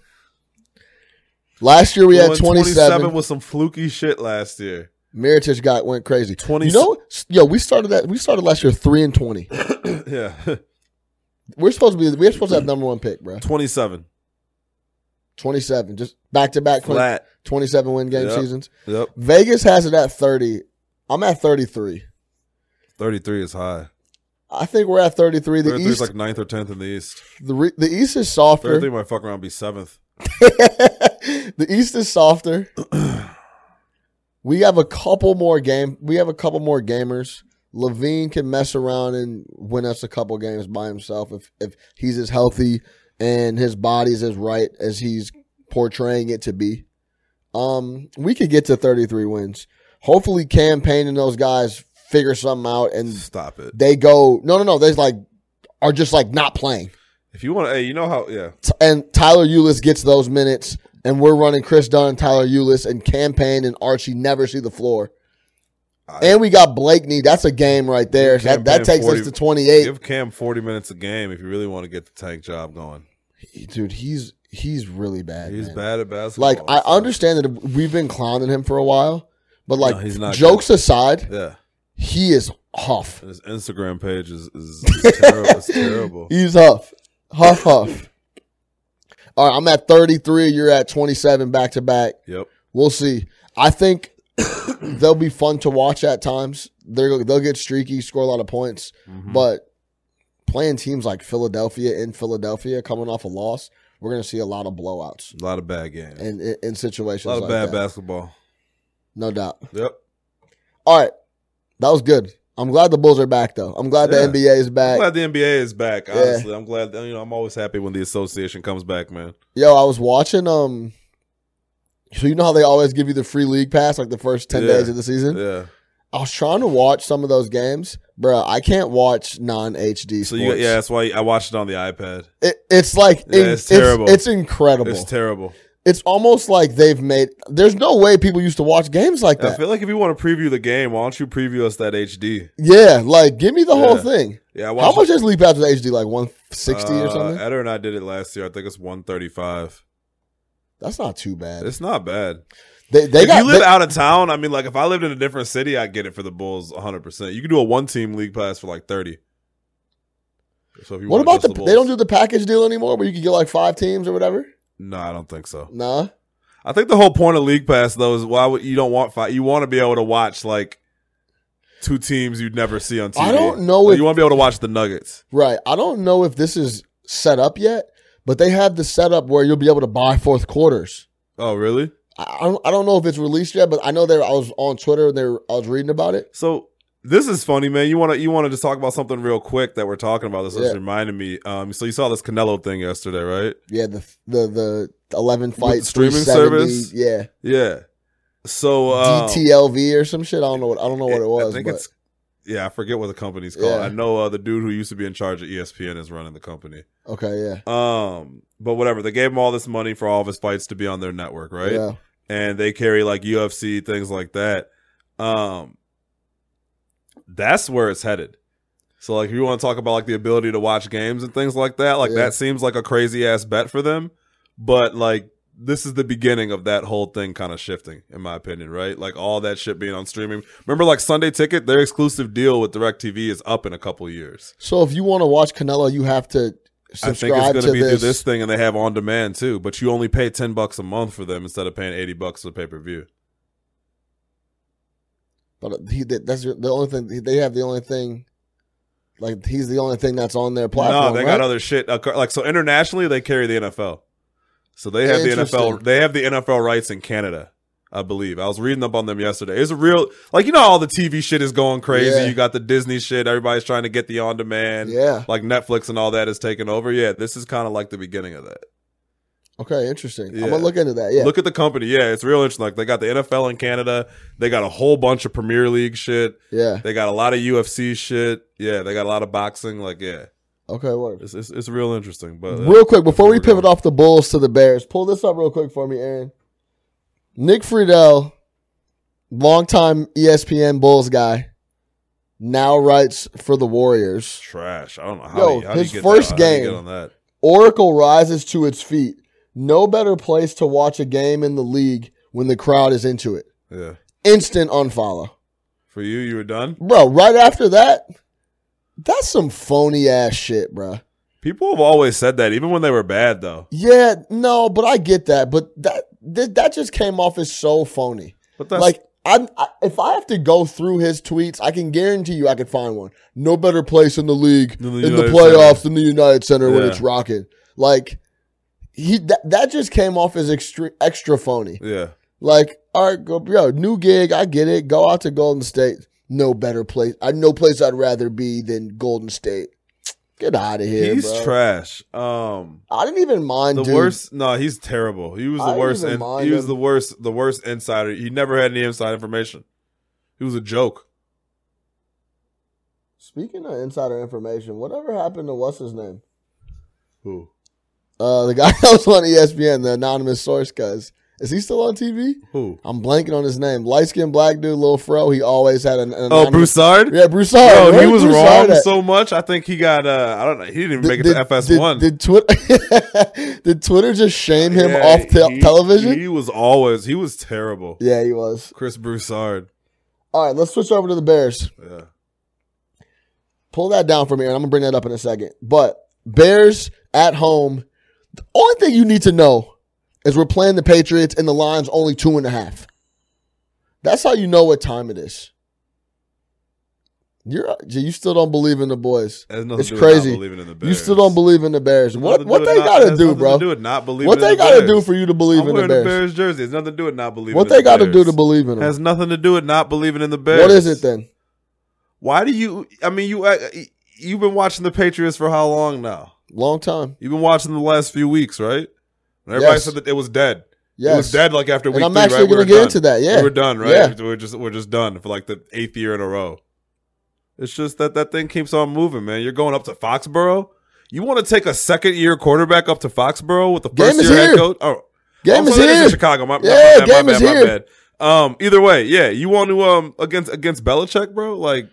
[SPEAKER 2] Last year we had
[SPEAKER 3] won
[SPEAKER 2] 27.
[SPEAKER 3] with some fluky shit last year.
[SPEAKER 2] Miritich got went crazy.
[SPEAKER 3] 20
[SPEAKER 2] You know, s- yo, we started that. We started last year three and 20.
[SPEAKER 3] yeah,
[SPEAKER 2] We're supposed to be. We're supposed to have number one pick, bro.
[SPEAKER 3] twenty-seven
[SPEAKER 2] 27, just back to back
[SPEAKER 3] flat.
[SPEAKER 2] 27 win game
[SPEAKER 3] Yep.
[SPEAKER 2] seasons.
[SPEAKER 3] Yep,
[SPEAKER 2] Vegas has it at 30. I'm at 33.
[SPEAKER 3] thirty-three is high.
[SPEAKER 2] I think we're at 33. The
[SPEAKER 3] Thirty-three
[SPEAKER 2] East,
[SPEAKER 3] is like ninth or tenth in the East.
[SPEAKER 2] the, re, the East is
[SPEAKER 3] Thirty-three
[SPEAKER 2] softer.
[SPEAKER 3] might fuck around and be seventh.
[SPEAKER 2] the East is softer. We have a couple more game. We have a couple more gamers. Levine can mess around and win us a couple games by himself if if he's as healthy and his body's as right as he's portraying it to be. Um, we could get to 33 wins. Hopefully, Cam Payne and those guys figure something out and
[SPEAKER 3] Stop it.
[SPEAKER 2] they go. No, no, no. They like are just like not playing.
[SPEAKER 3] If you want to, hey, you know how? Yeah,
[SPEAKER 2] T- and Tyler Eulis gets those minutes, and we're running Chris Dunn, Tyler Eulis, and Cam Payne and Archie never see the floor.
[SPEAKER 3] I-
[SPEAKER 2] And we got Blakeney. That's a game right there.
[SPEAKER 3] Give Cam
[SPEAKER 2] That, that
[SPEAKER 3] Payne
[SPEAKER 2] takes
[SPEAKER 3] 40
[SPEAKER 2] us to 28.
[SPEAKER 3] Give Cam 40 minutes a game if you really want to get the tank job going.
[SPEAKER 2] Dude, he's he's really bad.
[SPEAKER 3] He's
[SPEAKER 2] man.
[SPEAKER 3] bad at basketball.
[SPEAKER 2] Like I
[SPEAKER 3] so-
[SPEAKER 2] understand that we've been clowning him for a while, but like
[SPEAKER 3] No, he's not
[SPEAKER 2] jokes aside,
[SPEAKER 3] Yeah.
[SPEAKER 2] he is huff.
[SPEAKER 3] And his Instagram page is, is, is terrible. It's terrible.
[SPEAKER 2] He's huff. Huff huff. All right, I'm at 33. You're at 27 back to back.
[SPEAKER 3] Yep.
[SPEAKER 2] We'll see. I think they'll be fun to watch at times. They're, they'll get streaky, score a lot of points,
[SPEAKER 3] Mhm.
[SPEAKER 2] but playing teams like Philadelphia in Philadelphia coming off a loss, we're going to see a lot of blowouts
[SPEAKER 3] a lot of bad games.
[SPEAKER 2] and in, in situations
[SPEAKER 3] a lot of
[SPEAKER 2] like
[SPEAKER 3] bad
[SPEAKER 2] that.
[SPEAKER 3] basketball.
[SPEAKER 2] No doubt.
[SPEAKER 3] Yep.
[SPEAKER 2] All right, that was good. I'm glad the Bulls are back though. I'm glad
[SPEAKER 3] Yeah.
[SPEAKER 2] the NBA is
[SPEAKER 3] I'm
[SPEAKER 2] back.
[SPEAKER 3] glad the NBA is back.
[SPEAKER 2] Yeah.
[SPEAKER 3] Honestly, I'm glad. You know, I'm always happy when the association comes back, man.
[SPEAKER 2] Yo, I was watching um. So you know how they always give you the free league pass like the first ten
[SPEAKER 3] Yeah.
[SPEAKER 2] days of the season.
[SPEAKER 3] Yeah.
[SPEAKER 2] I was trying to watch some of those games, bro. I can't watch non HD sports.
[SPEAKER 3] So you, yeah, that's why I watched it on the iPad.
[SPEAKER 2] It, it's like
[SPEAKER 3] Yeah,
[SPEAKER 2] in-
[SPEAKER 3] it's
[SPEAKER 2] it's
[SPEAKER 3] terrible.
[SPEAKER 2] It's, incredible.
[SPEAKER 3] It's
[SPEAKER 2] It's,
[SPEAKER 3] terrible.
[SPEAKER 2] almost like they've made. There's no way people used to watch games like
[SPEAKER 3] I
[SPEAKER 2] that.
[SPEAKER 3] feel like if you want to preview the game, why don't you preview us that HD?
[SPEAKER 2] yeah, like give me the whole
[SPEAKER 3] Yeah.
[SPEAKER 2] thing.
[SPEAKER 3] Yeah. I
[SPEAKER 2] How
[SPEAKER 3] watched
[SPEAKER 2] much is Leap Pass with HD? Like one sixty or
[SPEAKER 3] Uh,
[SPEAKER 2] something?
[SPEAKER 3] Eder and I did it last year. I think it's 135.
[SPEAKER 2] That's not too bad.
[SPEAKER 3] It's not bad.
[SPEAKER 2] They they
[SPEAKER 3] if
[SPEAKER 2] got
[SPEAKER 3] you live
[SPEAKER 2] they-
[SPEAKER 3] out of town, I mean, like if I lived in a different city, I'd get it for the Bulls 100. percent You can do a one team league pass for like 30. So if you
[SPEAKER 2] What about
[SPEAKER 3] want
[SPEAKER 2] the?
[SPEAKER 3] just
[SPEAKER 2] they don't
[SPEAKER 3] Bulls-
[SPEAKER 2] do the package deal anymore, where you can get like five teams or whatever.
[SPEAKER 3] No, I don't think so.
[SPEAKER 2] Nah.
[SPEAKER 3] I think the whole point of league pass though is why would, you don't want five. You want to be able to watch like two teams you'd never see on TV.
[SPEAKER 2] I don't know
[SPEAKER 3] Like,
[SPEAKER 2] if-
[SPEAKER 3] you want to be able to watch the Nuggets.
[SPEAKER 2] Right. I don't know if this is set up yet, but they have the setup where you'll be able to buy fourth quarters.
[SPEAKER 3] Oh, really?
[SPEAKER 2] I I don't, I don't know if it's released yet, but I know there. I was on Twitter and there. I was reading about it.
[SPEAKER 3] So this is funny, man. You want to you want to just talk about something real quick that we're talking about. This
[SPEAKER 2] Yeah.
[SPEAKER 3] just reminded me. Um, so you saw this Canelo thing yesterday, right?
[SPEAKER 2] Yeah, the the the eleven fight
[SPEAKER 3] streaming
[SPEAKER 2] 370,
[SPEAKER 3] service?
[SPEAKER 2] Yeah,
[SPEAKER 3] Yeah. So um,
[SPEAKER 2] DTLV or some shit. I don't know. What, I don't know what it was.
[SPEAKER 3] I think
[SPEAKER 2] but
[SPEAKER 3] it's yeah. I forget what the company's called.
[SPEAKER 2] Yeah.
[SPEAKER 3] I know uh, the dude who used to be in charge of E ESPN is running the company.
[SPEAKER 2] okay. Yeah.
[SPEAKER 3] Um, but whatever. They gave him all this money for all of his fights to be on their network, right?
[SPEAKER 2] Yeah.
[SPEAKER 3] and they carry like UFC things like that. Um, that's where it's headed. So like, if you want to talk about like the ability to watch games and things like that, like
[SPEAKER 2] Yeah.
[SPEAKER 3] that seems like a crazy ass bet for them. But like, this is the beginning of that whole thing kind of shifting, in my opinion. Right? Like all that shit being on streaming. Remember, like Sunday Ticket, their exclusive deal with Directv is up in a couple years.
[SPEAKER 2] So if you want to watch Canelo, you have to
[SPEAKER 3] I
[SPEAKER 2] subscribe
[SPEAKER 3] think it's
[SPEAKER 2] to
[SPEAKER 3] going to be
[SPEAKER 2] this.
[SPEAKER 3] through this thing, and they have on demand too. But you only pay ten bucks a month for them instead of paying eighty bucks for pay per view.
[SPEAKER 2] But he, that- that's the only thing they have. The only thing, like he's the only thing that's on their platform.
[SPEAKER 3] No, they
[SPEAKER 2] right?
[SPEAKER 3] got other shit. Uh, Like so, internationally they carry the NFL, so they have the NFL.
[SPEAKER 2] Interesting.
[SPEAKER 3] They have the NFL rights in Canada, I believe. I was reading up on them yesterday. It's a real like you know how all the TV shit is going crazy.
[SPEAKER 2] Yeah.
[SPEAKER 3] You got the Disney shit. Everybody's trying to get the on demand.
[SPEAKER 2] Yeah.
[SPEAKER 3] Like Netflix and all that is taking over. Yeah, this is kind of like the beginning of that.
[SPEAKER 2] Okay. Interesting.
[SPEAKER 3] Yeah.
[SPEAKER 2] I'm gonna look into that. Yeah.
[SPEAKER 3] Look at the company. Yeah, it's real interesting. Like they got the NFL in Canada. They got a whole bunch of Premier League shit.
[SPEAKER 2] yeah.
[SPEAKER 3] They got a lot of UFC shit. Yeah, they got a lot of boxing. Like yeah,
[SPEAKER 2] Okay. Word.
[SPEAKER 3] it's it's, it's real interesting. But uh,
[SPEAKER 2] Real quick, before we
[SPEAKER 3] we're going.
[SPEAKER 2] pivot off the Bulls to the Bears, pull this up real quick for me, Aaron. Nick Friedel, longtime E ESPN Bulls guy, now writes for the Warriors.
[SPEAKER 3] trash. I don't know how.
[SPEAKER 2] Yo,
[SPEAKER 3] he- how do you
[SPEAKER 2] his
[SPEAKER 3] get
[SPEAKER 2] first
[SPEAKER 3] that- how do you
[SPEAKER 2] game.
[SPEAKER 3] get on that.
[SPEAKER 2] Oracle rises to its feet. No better place to watch a game in the league when the crowd is into it.
[SPEAKER 3] Yeah,
[SPEAKER 2] Instant unfollow.
[SPEAKER 3] for you, you were done.
[SPEAKER 2] Bro, right after that, that's some phony ass shit, bro.
[SPEAKER 3] People have always said that, even when they were bad, though.
[SPEAKER 2] Yeah, no, but I get that. But that th- that just came off as so phony.
[SPEAKER 3] But that's
[SPEAKER 2] like I'm, I, if I have to go through his tweets, I can guarantee you I could find one. No better place in the league
[SPEAKER 3] Than the
[SPEAKER 2] in the
[SPEAKER 3] United
[SPEAKER 2] playoffs than the United Center when
[SPEAKER 3] Yeah.
[SPEAKER 2] it's rocking. Like he that, that just came off as extra extra phony.
[SPEAKER 3] yeah,
[SPEAKER 2] Like all right, go yo new gig. I get it. Go out to Golden State. No better place. I no place I'd rather be than Golden State. Get out of here,
[SPEAKER 3] he's
[SPEAKER 2] bro.
[SPEAKER 3] trash. Um,
[SPEAKER 2] I didn't even mind
[SPEAKER 3] the
[SPEAKER 2] dude.
[SPEAKER 3] worst. No, he's terrible. He was
[SPEAKER 2] I
[SPEAKER 3] the
[SPEAKER 2] don't
[SPEAKER 3] worst.
[SPEAKER 2] even
[SPEAKER 3] In,
[SPEAKER 2] mind
[SPEAKER 3] he was
[SPEAKER 2] him.
[SPEAKER 3] the worst. The worst insider. He never had any inside information. He was a joke.
[SPEAKER 2] Speaking of insider information, whatever happened to what's his name?
[SPEAKER 3] Who?
[SPEAKER 2] Uh, the guy that was on ESPN, the anonymous source, cuz is he still on TV?
[SPEAKER 3] Who?
[SPEAKER 2] I'm blanking on his name. Light skinned black dude, Lil Fro. He always had an. an
[SPEAKER 3] Oh,
[SPEAKER 2] anonymous-
[SPEAKER 3] Broussard.
[SPEAKER 2] Yeah, Bruce.
[SPEAKER 3] Bro,
[SPEAKER 2] Hard.
[SPEAKER 3] he
[SPEAKER 2] Where's
[SPEAKER 3] was
[SPEAKER 2] Bruce
[SPEAKER 3] wrong
[SPEAKER 2] Hard at?
[SPEAKER 3] so much. I think he got. uh I don't know. He didn't even make it to
[SPEAKER 2] did,
[SPEAKER 3] FS1.
[SPEAKER 2] Did, Twitter did Twitter just shame him
[SPEAKER 3] Yeah,
[SPEAKER 2] off te-
[SPEAKER 3] he-
[SPEAKER 2] television?
[SPEAKER 3] He was always. He was terrible.
[SPEAKER 2] yeah, he was.
[SPEAKER 3] Chris Broussard.
[SPEAKER 2] All right, let's switch over to the Bears.
[SPEAKER 3] Yeah.
[SPEAKER 2] Pull that down for me, and I'm gonna bring that up in a second. But Bears at home. The only thing you need to know is we're playing the Patriots, and the line's only two and a half. That's how you know what time it is. You're you still don't believe in the boys.
[SPEAKER 3] It has nothing
[SPEAKER 2] It's
[SPEAKER 3] to do with not
[SPEAKER 2] crazy.
[SPEAKER 3] believing in the
[SPEAKER 2] You
[SPEAKER 3] Bears.
[SPEAKER 2] still don't believe in the Bears.
[SPEAKER 3] It's
[SPEAKER 2] What
[SPEAKER 3] nothing
[SPEAKER 2] what
[SPEAKER 3] to
[SPEAKER 2] they
[SPEAKER 3] with not-
[SPEAKER 2] got
[SPEAKER 3] it
[SPEAKER 2] to
[SPEAKER 3] has
[SPEAKER 2] do,
[SPEAKER 3] nothing
[SPEAKER 2] bro?
[SPEAKER 3] To do with not believing
[SPEAKER 2] What
[SPEAKER 3] in
[SPEAKER 2] they
[SPEAKER 3] the
[SPEAKER 2] got to
[SPEAKER 3] Bears.
[SPEAKER 2] do for you to believe
[SPEAKER 3] I'm
[SPEAKER 2] in the
[SPEAKER 3] wearing
[SPEAKER 2] Bears?
[SPEAKER 3] a Bears jersey. It's nothing to do with not believing.
[SPEAKER 2] what
[SPEAKER 3] in the
[SPEAKER 2] they got to
[SPEAKER 3] Bears.
[SPEAKER 2] do to believe in them?
[SPEAKER 3] has nothing to do with not believing in the Bears.
[SPEAKER 2] What is it then?
[SPEAKER 3] Why do you? I mean, you uh, you've been watching the Patriots for how long now?
[SPEAKER 2] Long time.
[SPEAKER 3] You've been watching the last few weeks, right? And everybody
[SPEAKER 2] Yes.
[SPEAKER 3] said that it was dead. It was
[SPEAKER 2] Yes.
[SPEAKER 3] dead like after
[SPEAKER 2] And
[SPEAKER 3] week
[SPEAKER 2] I'm
[SPEAKER 3] three,
[SPEAKER 2] actually
[SPEAKER 3] right?
[SPEAKER 2] gonna
[SPEAKER 3] were
[SPEAKER 2] get
[SPEAKER 3] done.
[SPEAKER 2] into that, yeah.
[SPEAKER 3] we were done, right?
[SPEAKER 2] Yeah.
[SPEAKER 3] We're just we're just done for like the eighth year in a row. It's just that that thing keeps on moving, man. You're going up to Foxborough. You want to take a second year quarterback up to Foxborough with the
[SPEAKER 2] Game
[SPEAKER 3] first
[SPEAKER 2] is
[SPEAKER 3] year head
[SPEAKER 2] here.
[SPEAKER 3] coach? Oh,
[SPEAKER 2] Game
[SPEAKER 3] oh,
[SPEAKER 2] is
[SPEAKER 3] so it in
[SPEAKER 2] here.
[SPEAKER 3] Chicago. My, my
[SPEAKER 2] Yeah,
[SPEAKER 3] bad, my
[SPEAKER 2] game
[SPEAKER 3] bad,
[SPEAKER 2] is
[SPEAKER 3] my
[SPEAKER 2] here.
[SPEAKER 3] bad. Um, either way, yeah, you want to um against against Belichick, bro? Like,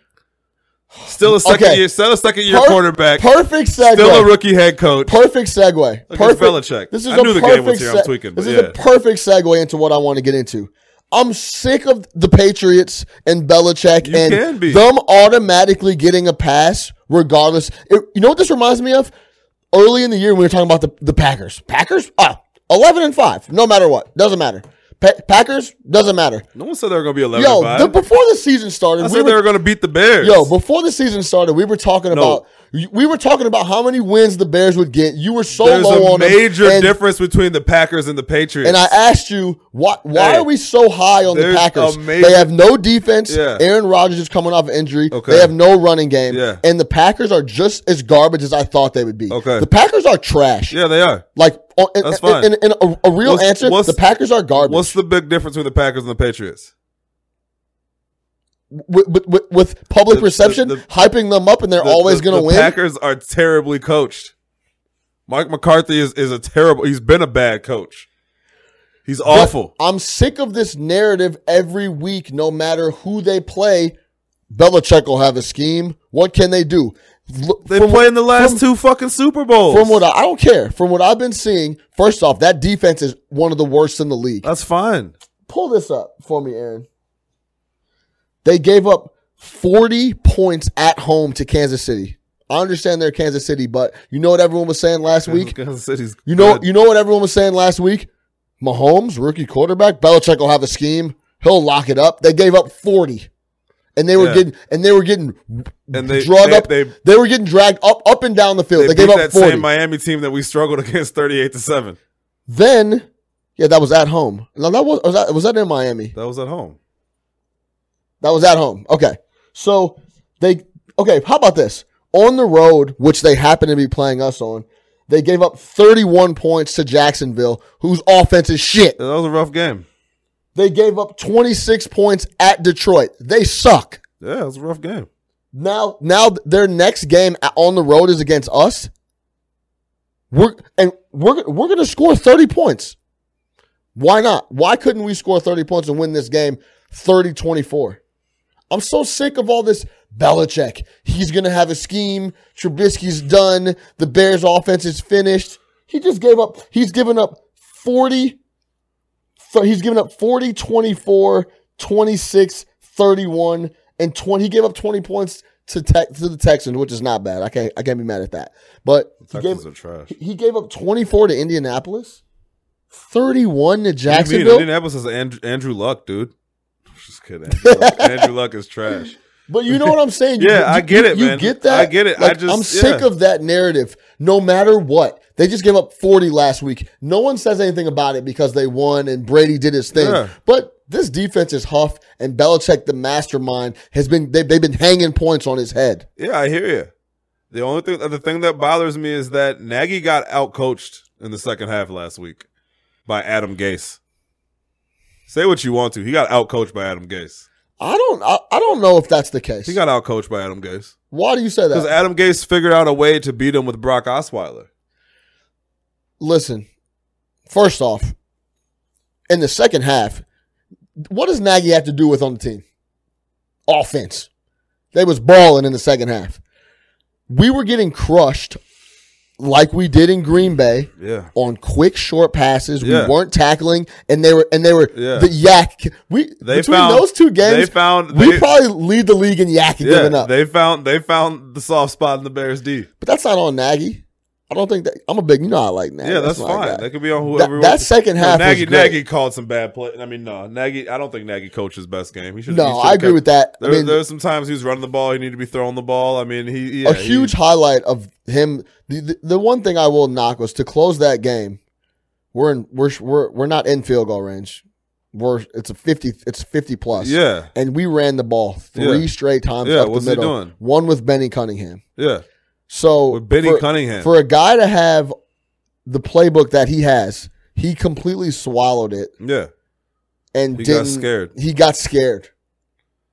[SPEAKER 3] still a second
[SPEAKER 2] Okay.
[SPEAKER 3] year, still a second year
[SPEAKER 2] Per-
[SPEAKER 3] quarterback,
[SPEAKER 2] Perfect
[SPEAKER 3] still a
[SPEAKER 2] segue.
[SPEAKER 3] rookie head coach.
[SPEAKER 2] Perfect segue.
[SPEAKER 3] Against
[SPEAKER 2] Perfect.
[SPEAKER 3] Belichick.
[SPEAKER 2] This is
[SPEAKER 3] I
[SPEAKER 2] a
[SPEAKER 3] knew the
[SPEAKER 2] perfect
[SPEAKER 3] game was here. I'm
[SPEAKER 2] se-
[SPEAKER 3] tweaking,
[SPEAKER 2] This
[SPEAKER 3] but
[SPEAKER 2] is
[SPEAKER 3] yeah.
[SPEAKER 2] a perfect segue into what I want to get into. I'm sick of the Patriots and Belichick
[SPEAKER 3] You can
[SPEAKER 2] and
[SPEAKER 3] be.
[SPEAKER 2] them automatically getting a pass regardless. It- you know what this reminds me of? Ah, Early in the year, we were talking about the, the Packers. Packers? Oh, 11 and 5, no matter what. Doesn't matter. Pa- Packers doesn't matter.
[SPEAKER 3] No one said they were going to be 11
[SPEAKER 2] Yo,
[SPEAKER 3] and
[SPEAKER 2] the,
[SPEAKER 3] 5.
[SPEAKER 2] before the season started,
[SPEAKER 3] I
[SPEAKER 2] we
[SPEAKER 3] said they
[SPEAKER 2] were,
[SPEAKER 3] were going to beat the Bears.
[SPEAKER 2] yo, before the season started, we were talking about we were talking about how many wins the Bears would get. You were so
[SPEAKER 3] There's
[SPEAKER 2] low
[SPEAKER 3] a
[SPEAKER 2] on
[SPEAKER 3] major
[SPEAKER 2] them, and,
[SPEAKER 3] difference between the Packers and the Patriots.
[SPEAKER 2] And I asked you why why
[SPEAKER 3] Hey,
[SPEAKER 2] are we so high on the
[SPEAKER 3] there's a
[SPEAKER 2] Packers?
[SPEAKER 3] major-
[SPEAKER 2] they have no defense.
[SPEAKER 3] Yeah.
[SPEAKER 2] Aaron Rodgers is coming off injury.
[SPEAKER 3] Okay.
[SPEAKER 2] They have no running game.
[SPEAKER 3] Yeah.
[SPEAKER 2] And the Packers are just as garbage as I thought they would be.
[SPEAKER 3] Okay.
[SPEAKER 2] The Packers are trash.
[SPEAKER 3] yeah, they are.
[SPEAKER 2] Like on, in,
[SPEAKER 3] That's fine.
[SPEAKER 2] in- in- in a, a real
[SPEAKER 3] What's-
[SPEAKER 2] answer,
[SPEAKER 3] what's-
[SPEAKER 2] the Packers are garbage.
[SPEAKER 3] What's the big difference between the Packers and the Patriots?
[SPEAKER 2] with, with- with, with public
[SPEAKER 3] The- the-
[SPEAKER 2] perception,
[SPEAKER 3] the-
[SPEAKER 2] hyping them up, and they're
[SPEAKER 3] The-
[SPEAKER 2] always
[SPEAKER 3] the-
[SPEAKER 2] going to
[SPEAKER 3] the
[SPEAKER 2] win.
[SPEAKER 3] Packers are terribly coached. Mike McCarthy is, is a terrible. He's been a bad coach. He's
[SPEAKER 2] But
[SPEAKER 3] awful.
[SPEAKER 2] I'm sick of this narrative every week. No matter who they play, Belichick will have a scheme. What can they do? Look,
[SPEAKER 3] They
[SPEAKER 2] from
[SPEAKER 3] play
[SPEAKER 2] what-
[SPEAKER 3] in the last
[SPEAKER 2] from-
[SPEAKER 3] two fucking Super Bowls.
[SPEAKER 2] From what I, I don't care. From what I've been seeing, first off, that defense is one of the worst in the league.
[SPEAKER 3] That's fine.
[SPEAKER 2] Pull this up for me, Aaron. They gave up 40 points at home to Kansas City. I understand they're Kansas City, but you know what everyone was saying last week?
[SPEAKER 3] Kansas City's
[SPEAKER 2] You know,
[SPEAKER 3] good.
[SPEAKER 2] you know what everyone was saying last week? Mahomes, rookie quarterback, Belichick will have a scheme. He'll lock it up. They gave up 40. And they were
[SPEAKER 3] Yeah.
[SPEAKER 2] getting and they were getting
[SPEAKER 3] and they
[SPEAKER 2] drug
[SPEAKER 3] they,
[SPEAKER 2] up.
[SPEAKER 3] They,
[SPEAKER 2] They, were getting dragged up up and down the field.
[SPEAKER 3] they
[SPEAKER 2] They,
[SPEAKER 3] beat
[SPEAKER 2] gave up
[SPEAKER 3] that
[SPEAKER 2] 40.
[SPEAKER 3] same Miami team that we struggled against thirty-eight to seven.
[SPEAKER 2] Then, yeah, that was at home. No, that was was that, was that in Miami?
[SPEAKER 3] That was at home.
[SPEAKER 2] That was at home. Okay, so they okay. How about this on the road, which they happen to be playing us on? They gave up 31 points to Jacksonville, whose offense is shit.
[SPEAKER 3] That was a rough game.
[SPEAKER 2] They gave up 26 points at Detroit. They suck.
[SPEAKER 3] Yeah, it was a rough game.
[SPEAKER 2] Now, now their next game a- on the road is against us. We're and we're we're going to score thirty points. Why not? Why couldn't we score thirty points and win this game 30-24? I'm so sick of all this Belichick. He's going to have a scheme. Trubisky's done. The Bears' offense is finished. He just gave up. He's given up 40. So he's given up 40, 24, 26, 31, and 20. He gave up 20 points to Tex to the Texans, which is not bad. I can't, I can't be mad at that. But he gave,
[SPEAKER 3] Texans are trash.
[SPEAKER 2] he gave up 24 to Indianapolis, 31 to
[SPEAKER 3] What do you mean?
[SPEAKER 2] Jacksonville.
[SPEAKER 3] Indianapolis is Andrew, Andrew Luck, dude. Just kidding. Andrew Luck, Andrew Luck is trash.
[SPEAKER 2] But you know what I'm saying? You-
[SPEAKER 3] Yeah,
[SPEAKER 2] you-
[SPEAKER 3] I get it,
[SPEAKER 2] You
[SPEAKER 3] man.
[SPEAKER 2] get that?
[SPEAKER 3] I get it. I
[SPEAKER 2] Like,
[SPEAKER 3] just-
[SPEAKER 2] I'm sick
[SPEAKER 3] yeah.
[SPEAKER 2] of that narrative. No matter what, they just gave up 40 last week. No one says anything about it because they won and Brady did his thing.
[SPEAKER 3] Yeah.
[SPEAKER 2] But this defense is huff, and Belichick, the mastermind, has been they, they've been hanging points on his head.
[SPEAKER 3] Yeah, I hear you. The only thing, the thing that bothers me is that Nagy got outcoached in the second half last week by Adam Gase. Say what you want to, he got outcoached by Adam Gase.
[SPEAKER 2] I don't I, I don't know if that's the case.
[SPEAKER 3] He got outcoached by Adam Gase
[SPEAKER 2] Why do you say
[SPEAKER 3] because
[SPEAKER 2] that?
[SPEAKER 3] Adam Gase figured out a way to beat him with Brock Osweiler.
[SPEAKER 2] Listen, first off, in the second half, what does Nagy have to do with on the team? Offense. They was balling in the second half. We were getting crushed like we did in Green Bay
[SPEAKER 3] Yeah,
[SPEAKER 2] on quick short passes.
[SPEAKER 3] Yeah.
[SPEAKER 2] We weren't tackling and they were and they were
[SPEAKER 3] Yeah.
[SPEAKER 2] the yak. We
[SPEAKER 3] They
[SPEAKER 2] between
[SPEAKER 3] found-
[SPEAKER 2] those two games
[SPEAKER 3] they found
[SPEAKER 2] we
[SPEAKER 3] they,
[SPEAKER 2] probably lead the league in yak
[SPEAKER 3] yeah,
[SPEAKER 2] giving up.
[SPEAKER 3] they found they found the soft spot in the Bears D.
[SPEAKER 2] but that's not on Nagy. I don't think that I'm a big you know I like Nagy.
[SPEAKER 3] Yeah, that's,
[SPEAKER 2] my guy.
[SPEAKER 3] fine. That could be on whoever.
[SPEAKER 2] That-
[SPEAKER 3] it
[SPEAKER 2] that
[SPEAKER 3] was.
[SPEAKER 2] second half was
[SPEAKER 3] Nagy
[SPEAKER 2] great.
[SPEAKER 3] Nagy called some bad play. I mean, no, Nagy. I don't think Nagy coached his best game. He should.
[SPEAKER 2] No, I agree with that.
[SPEAKER 3] There,
[SPEAKER 2] I mean,
[SPEAKER 3] there's some times he was running the ball. He needed to be throwing the ball. I mean, he yeah,
[SPEAKER 2] a huge highlight of him. The, the the one thing I will knock was to close that game. We're in we're we're we're not in field goal range. We're it's a fifty it's fifty plus.
[SPEAKER 3] He, yeah,
[SPEAKER 2] and we ran the ball three
[SPEAKER 3] Yeah.
[SPEAKER 2] straight times.
[SPEAKER 3] Yeah,
[SPEAKER 2] up
[SPEAKER 3] what's
[SPEAKER 2] the
[SPEAKER 3] he
[SPEAKER 2] middle,
[SPEAKER 3] doing?
[SPEAKER 2] One with Benny Cunningham.
[SPEAKER 3] yeah.
[SPEAKER 2] So
[SPEAKER 3] With Benny
[SPEAKER 2] for,
[SPEAKER 3] Cunningham,
[SPEAKER 2] for a guy to have the playbook that he has, he completely swallowed it
[SPEAKER 3] yeah,
[SPEAKER 2] and
[SPEAKER 3] he got
[SPEAKER 2] didn't.
[SPEAKER 3] scared.
[SPEAKER 2] He got scared.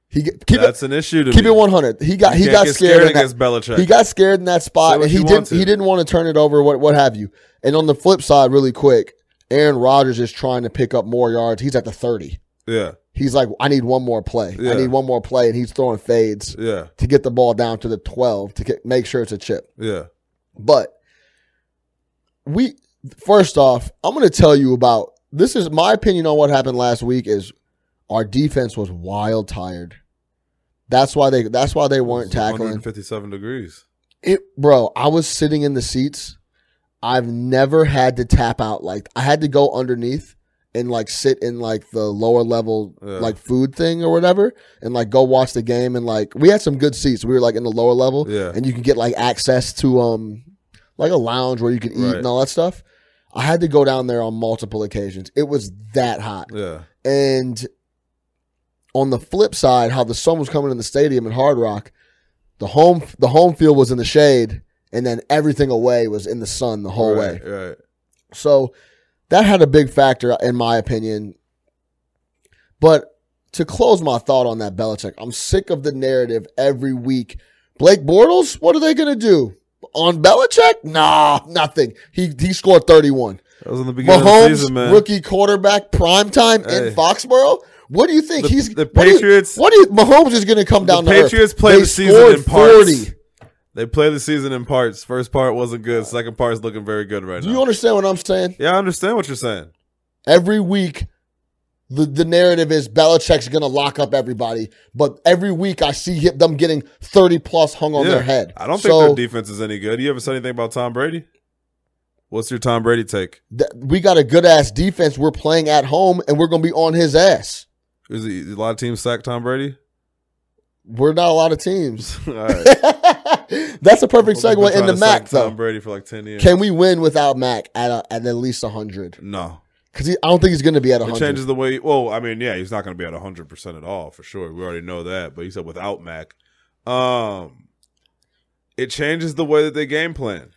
[SPEAKER 2] He g- keep
[SPEAKER 3] That's an issue to
[SPEAKER 2] it keep
[SPEAKER 3] me.
[SPEAKER 2] it one hundred. He got he
[SPEAKER 3] You can't
[SPEAKER 2] got
[SPEAKER 3] get
[SPEAKER 2] scared. in that-
[SPEAKER 3] against Belichick.
[SPEAKER 2] He got scared in that
[SPEAKER 3] Say
[SPEAKER 2] spot,
[SPEAKER 3] what
[SPEAKER 2] and he
[SPEAKER 3] you
[SPEAKER 2] didn't.
[SPEAKER 3] want to.
[SPEAKER 2] He didn't want to turn it over. What what have you? And on the flip side, really quick, Aaron Rodgers is trying to pick up more yards. He's at the thirty.
[SPEAKER 3] yeah,
[SPEAKER 2] He's like, I need one more play.
[SPEAKER 3] Yeah.
[SPEAKER 2] I need one more play, and he's throwing fades
[SPEAKER 3] yeah,
[SPEAKER 2] to get the ball down to the twelve to get, make sure it's a chip.
[SPEAKER 3] yeah.
[SPEAKER 2] But we first off, I'm going to tell you about this. Is my opinion on what happened last week is our defense was wild tired. That's why they. That's why they weren't
[SPEAKER 3] It was
[SPEAKER 2] tackling.
[SPEAKER 3] 157 degrees.
[SPEAKER 2] it bro i was sitting in the seats i've never had to tap out like i had to go underneath and like sit in like the lower level
[SPEAKER 3] Yeah.
[SPEAKER 2] like food thing or whatever, and like go watch the game. And like we had some good seats. We were like in the lower level,
[SPEAKER 3] Yeah.
[SPEAKER 2] and you can get like access to um like a lounge where you can eat
[SPEAKER 3] Right.
[SPEAKER 2] and all that stuff. I had to go down there on multiple occasions. It was that hot.
[SPEAKER 3] Yeah.
[SPEAKER 2] And on the flip side, how the sun was coming in the stadium in Hard Rock, the home the home field was in the shade, and then everything away was in the sun the whole way.
[SPEAKER 3] right, Right.
[SPEAKER 2] So that had a big factor, in my opinion. But to close my thought on that, Belichick, I'm sick of the narrative every week. Blake Bortles, what are they going to do? On Belichick? Nah, nothing. He he scored 31.
[SPEAKER 3] That was in the beginning of the
[SPEAKER 2] Mahomes,
[SPEAKER 3] season, man.
[SPEAKER 2] rookie quarterback, prime time
[SPEAKER 3] Hey.
[SPEAKER 2] in Foxborough. What do you think?
[SPEAKER 3] The-
[SPEAKER 2] He's
[SPEAKER 3] the
[SPEAKER 2] what do you-
[SPEAKER 3] Patriots-
[SPEAKER 2] What do you? Mahomes is going to come down.
[SPEAKER 3] the
[SPEAKER 2] to earth.
[SPEAKER 3] Patriots play
[SPEAKER 2] They
[SPEAKER 3] the season
[SPEAKER 2] scored
[SPEAKER 3] in parts.
[SPEAKER 2] 40.
[SPEAKER 3] They play the season in parts. First part wasn't good. Second part is looking very good right
[SPEAKER 2] Do
[SPEAKER 3] now.
[SPEAKER 2] you understand what I'm saying?
[SPEAKER 3] yeah, I understand what you're saying.
[SPEAKER 2] every week the, the narrative is Belichick's going to lock up everybody, but every week I see him, them getting 30 plus hung on
[SPEAKER 3] yeah.
[SPEAKER 2] their head.
[SPEAKER 3] I don't
[SPEAKER 2] So,
[SPEAKER 3] think their defense is any good. You ever said anything about Tom Brady? What's your Tom Brady take?
[SPEAKER 2] th- we got a good ass defense we're playing at home and we're going to be on his ass.
[SPEAKER 3] Is he, a lot of teams sack Tom Brady?
[SPEAKER 2] We're not a lot of teams.
[SPEAKER 3] All right.
[SPEAKER 2] That's a perfect
[SPEAKER 3] Well, they've been
[SPEAKER 2] segue
[SPEAKER 3] trying
[SPEAKER 2] into
[SPEAKER 3] to
[SPEAKER 2] Mac
[SPEAKER 3] sack
[SPEAKER 2] though.
[SPEAKER 3] Tom Brady for like ten years.
[SPEAKER 2] Can we win without Mac at a, at at least 100?
[SPEAKER 3] no,
[SPEAKER 2] Cuz I don't think he's going to be at
[SPEAKER 3] it
[SPEAKER 2] 100.
[SPEAKER 3] changes the way. Well, I mean, yeah, he's not going to be at hundred percent at all for sure. We already know that. But he said without Mac, um, it changes the way that they game plan.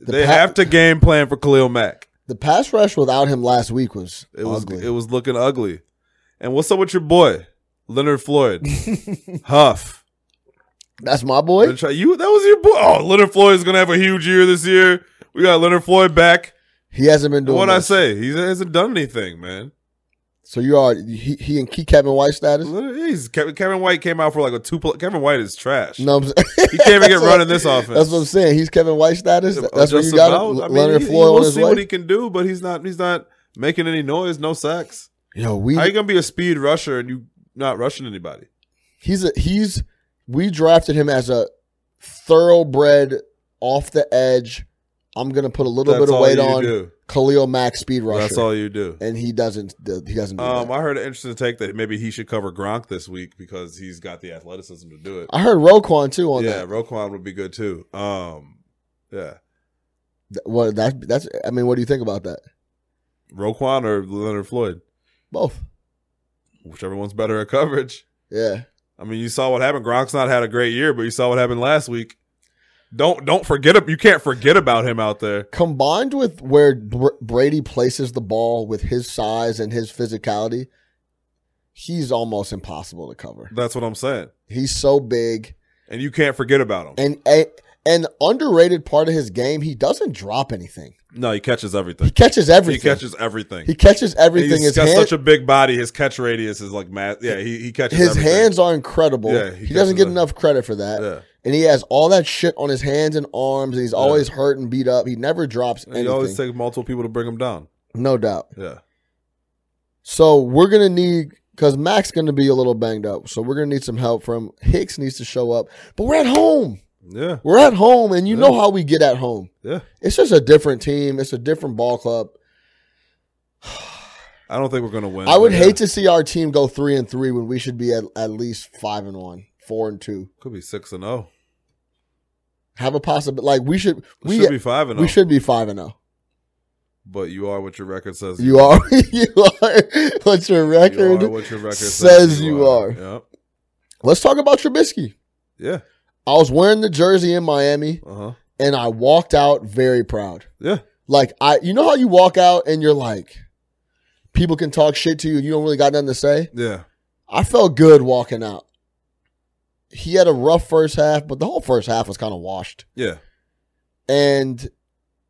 [SPEAKER 2] The
[SPEAKER 3] they
[SPEAKER 2] pa-
[SPEAKER 3] have to game plan for Khalil Mack.
[SPEAKER 2] the pass rush without him last week was
[SPEAKER 3] It was
[SPEAKER 2] ugly.
[SPEAKER 3] it was looking ugly. And what's up with your boy Leonard Floyd, Huff?
[SPEAKER 2] That's my boy.
[SPEAKER 3] Been try- You that was your boy. Oh, Leonard Floyd is gonna have a huge year this year. We got Leonard Floyd back.
[SPEAKER 2] He hasn't been
[SPEAKER 3] And
[SPEAKER 2] doing
[SPEAKER 3] what I
[SPEAKER 2] much.
[SPEAKER 3] say, he hasn't done anything, man.
[SPEAKER 2] So you are he, he and Key Kevin White status?
[SPEAKER 3] Leonard- He's Kevin, Kevin White came out for like a two. pl- Kevin White is trash.
[SPEAKER 2] No, I'm saying.
[SPEAKER 3] He can't even get
[SPEAKER 2] That's
[SPEAKER 3] run
[SPEAKER 2] what-
[SPEAKER 3] in this offense.
[SPEAKER 2] That's what I'm saying. He's Kevin White status. That's what
[SPEAKER 3] Just
[SPEAKER 2] you got.
[SPEAKER 3] about.
[SPEAKER 2] him?
[SPEAKER 3] I
[SPEAKER 2] Le-
[SPEAKER 3] mean,
[SPEAKER 2] Leonard
[SPEAKER 3] he- he-
[SPEAKER 2] Floyd
[SPEAKER 3] We'll
[SPEAKER 2] on his
[SPEAKER 3] see what he
[SPEAKER 2] way.
[SPEAKER 3] can do, but he's not. He's not making any noise. No sacks.
[SPEAKER 2] Yo, we
[SPEAKER 3] How you gonna be a speed rusher and you not rushing anybody?
[SPEAKER 2] he's a he's we drafted him as a thoroughbred off the edge. I'm gonna put a little
[SPEAKER 3] That's
[SPEAKER 2] bit of
[SPEAKER 3] all
[SPEAKER 2] weight
[SPEAKER 3] you
[SPEAKER 2] on
[SPEAKER 3] do.
[SPEAKER 2] Khalil Mack speed rusher,
[SPEAKER 3] That's all you do.
[SPEAKER 2] and he doesn't he doesn't do
[SPEAKER 3] Um,
[SPEAKER 2] that.
[SPEAKER 3] I heard an interesting take that maybe he should cover Gronk this week because he's got the athleticism to do it.
[SPEAKER 2] I heard Roquan too on
[SPEAKER 3] yeah,
[SPEAKER 2] that.
[SPEAKER 3] Roquan would be good too. Um, yeah,
[SPEAKER 2] Th- What that that's I mean, what do you think about that?
[SPEAKER 3] Roquan or Leonard Floyd,
[SPEAKER 2] Both.
[SPEAKER 3] whichever one's better at coverage.
[SPEAKER 2] Yeah.
[SPEAKER 3] I mean, you saw what happened. Gronk's not had a great year, but you saw what happened last week. Don't don't forget ab- you can't forget about him out there.
[SPEAKER 2] combined with where Br- Brady places the ball with his size and his physicality, he's almost impossible to cover.
[SPEAKER 3] That's what I'm saying.
[SPEAKER 2] He's so big
[SPEAKER 3] And you can't forget about him.
[SPEAKER 2] and a, an underrated part of his game. He doesn't drop anything.
[SPEAKER 3] No, he catches
[SPEAKER 2] He
[SPEAKER 3] everything.
[SPEAKER 2] catches everything.
[SPEAKER 3] He catches everything.
[SPEAKER 2] He catches everything.
[SPEAKER 3] He's
[SPEAKER 2] his
[SPEAKER 3] got
[SPEAKER 2] hand,
[SPEAKER 3] such a big body. His catch radius is like mass. Yeah, he, he catches
[SPEAKER 2] his
[SPEAKER 3] everything.
[SPEAKER 2] hands are incredible.
[SPEAKER 3] Yeah, he
[SPEAKER 2] he, doesn't
[SPEAKER 3] catches
[SPEAKER 2] get enough credit for that.
[SPEAKER 3] Yeah.
[SPEAKER 2] And he has all that shit on his hands and arms, and he's always hurt and beat up. He never drops
[SPEAKER 3] He always
[SPEAKER 2] anything.
[SPEAKER 3] takes multiple people to bring him down.
[SPEAKER 2] no doubt.
[SPEAKER 3] Yeah.
[SPEAKER 2] So we're gonna need because Mac's gonna be a little banged up. So we're gonna need some help from Hicks needs to show up. But we're at home.
[SPEAKER 3] Yeah.
[SPEAKER 2] We're at home, and you
[SPEAKER 3] Yeah.
[SPEAKER 2] know how we get at home.
[SPEAKER 3] Yeah.
[SPEAKER 2] It's just a different team. It's a different ball club.
[SPEAKER 3] I don't think we're gonna win.
[SPEAKER 2] I would
[SPEAKER 3] Yeah.
[SPEAKER 2] hate to see our team go three and three when we should be at, at least five and one, four and two.
[SPEAKER 3] could be six and oh.
[SPEAKER 2] Have a possibility. Like we should.
[SPEAKER 3] We
[SPEAKER 2] We
[SPEAKER 3] should be five and
[SPEAKER 2] we
[SPEAKER 3] oh.
[SPEAKER 2] should be five and zero.
[SPEAKER 3] But you are what your record says
[SPEAKER 2] You are. you are. What's your
[SPEAKER 3] You are
[SPEAKER 2] record?
[SPEAKER 3] what your record
[SPEAKER 2] says you are.
[SPEAKER 3] Yep.
[SPEAKER 2] Let's talk about Trubisky.
[SPEAKER 3] Yeah.
[SPEAKER 2] I was wearing the jersey in Miami,
[SPEAKER 3] Uh huh.
[SPEAKER 2] and I walked out very proud.
[SPEAKER 3] Yeah.
[SPEAKER 2] Like I, you know how you walk out and you're like, people can talk shit to you. You don't really got nothing to say.
[SPEAKER 3] Yeah.
[SPEAKER 2] I felt good walking out. He had a rough first half, but the whole first half was kind of washed.
[SPEAKER 3] Yeah.
[SPEAKER 2] And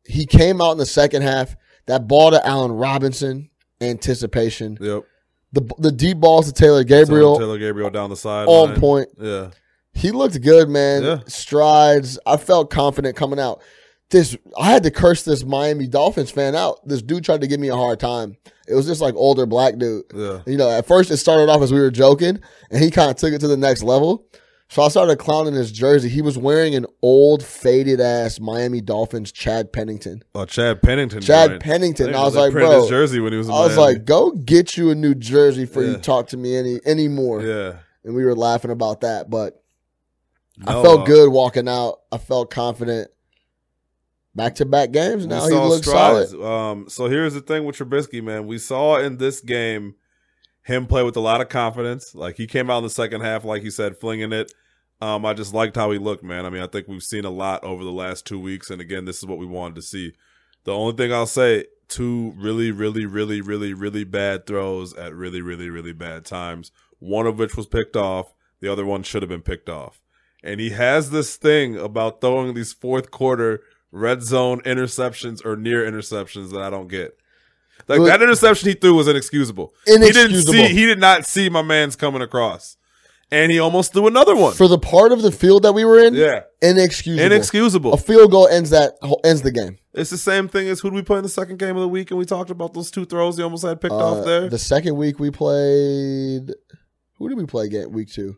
[SPEAKER 2] he came out in the second half. That ball to Allen Robinson, anticipation.
[SPEAKER 3] Yep.
[SPEAKER 2] The the deep balls to Taylor Gabriel,
[SPEAKER 3] Taylor Gabriel down the side.
[SPEAKER 2] on
[SPEAKER 3] line.
[SPEAKER 2] point.
[SPEAKER 3] Yeah.
[SPEAKER 2] He looked good, man.
[SPEAKER 3] Yeah.
[SPEAKER 2] Strides. I felt confident coming out. This I had to curse this Miami Dolphins fan out. This dude tried to give me a hard time. It was this like older black dude.
[SPEAKER 3] Yeah.
[SPEAKER 2] You know, at first it started off as we were joking, and he kind of took it to the next level. So I started clowning his jersey. He was wearing an old, faded ass Miami Dolphins Chad Pennington.
[SPEAKER 3] Oh, Chad Pennington.
[SPEAKER 2] Chad
[SPEAKER 3] joined.
[SPEAKER 2] Pennington.
[SPEAKER 3] think
[SPEAKER 2] I was
[SPEAKER 3] they
[SPEAKER 2] like,
[SPEAKER 3] printed
[SPEAKER 2] bro.
[SPEAKER 3] his jersey when he was. In
[SPEAKER 2] I was
[SPEAKER 3] Miami.
[SPEAKER 2] like, go get you a new jersey before you
[SPEAKER 3] Yeah.
[SPEAKER 2] talk to me any anymore.
[SPEAKER 3] yeah.
[SPEAKER 2] And we were laughing about that, but I
[SPEAKER 3] No,
[SPEAKER 2] felt
[SPEAKER 3] uh,
[SPEAKER 2] good walking out. I felt confident. Back to back games now.
[SPEAKER 3] we
[SPEAKER 2] He
[SPEAKER 3] saw
[SPEAKER 2] looks
[SPEAKER 3] strides.
[SPEAKER 2] solid.
[SPEAKER 3] Um, so here's the thing with Trubisky, man. We saw in this game him play with a lot of confidence. Like he came out in the second half, like he said, flinging it. Um, I just liked how he looked, man. I mean, I think we've seen a lot over the last two weeks, and again, this is what we wanted to see. The only thing I'll say: two really, really, really, really, really bad throws at really, really, really bad times. One of which was picked off. The other one should have been picked off. And he has this thing about throwing these fourth quarter red zone interceptions or near interceptions that I don't get. Like
[SPEAKER 2] Look-
[SPEAKER 3] that interception he threw was inexcusable.
[SPEAKER 2] Inexcusable.
[SPEAKER 3] He didn't see. He did not see my man's coming across, and he almost threw another one.
[SPEAKER 2] For the part of the field that we were in,
[SPEAKER 3] yeah,
[SPEAKER 2] inexcusable.
[SPEAKER 3] inexcusable.
[SPEAKER 2] A field goal ends that ends the game.
[SPEAKER 3] It's the same thing as who did we play in the second game of the week, and we talked about those two throws he almost had picked
[SPEAKER 2] Uh,
[SPEAKER 3] off there.
[SPEAKER 2] The second week we played. Who did we play again? Week two.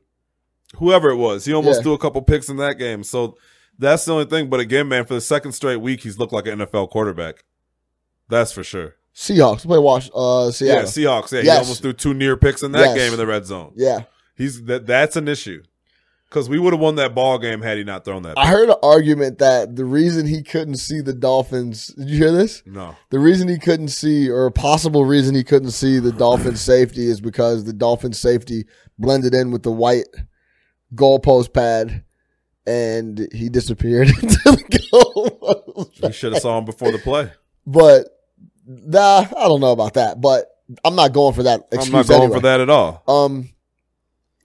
[SPEAKER 3] Whoever it was, he almost
[SPEAKER 2] Yeah.
[SPEAKER 3] threw a couple picks in that game. So that's the only thing. But again, man, for the second straight week, he's looked like an NFL quarterback. That's for sure.
[SPEAKER 2] Seahawks. We played Wash. Uh, Seattle.
[SPEAKER 3] Yeah, Seahawks. Yeah, he
[SPEAKER 2] Yes.
[SPEAKER 3] almost threw two near picks in that
[SPEAKER 2] Yes.
[SPEAKER 3] game in the red zone.
[SPEAKER 2] Yeah.
[SPEAKER 3] He's that. That's an issue because we would have won that ball game had he not thrown that.
[SPEAKER 2] I heard an argument that the reason he couldn't see the Dolphins. Did you hear this?
[SPEAKER 3] no,
[SPEAKER 2] The reason he couldn't see, or a possible reason he couldn't see the Dolphins safety, is because the Dolphins safety blended in with the white goalpost pad, and he disappeared into the goalpost.
[SPEAKER 3] he should have saw him before the play.
[SPEAKER 2] But nah, I don't know about that. But I'm not going for that. Excuse
[SPEAKER 3] I'm not going
[SPEAKER 2] anyway.
[SPEAKER 3] for that at all.
[SPEAKER 2] Um,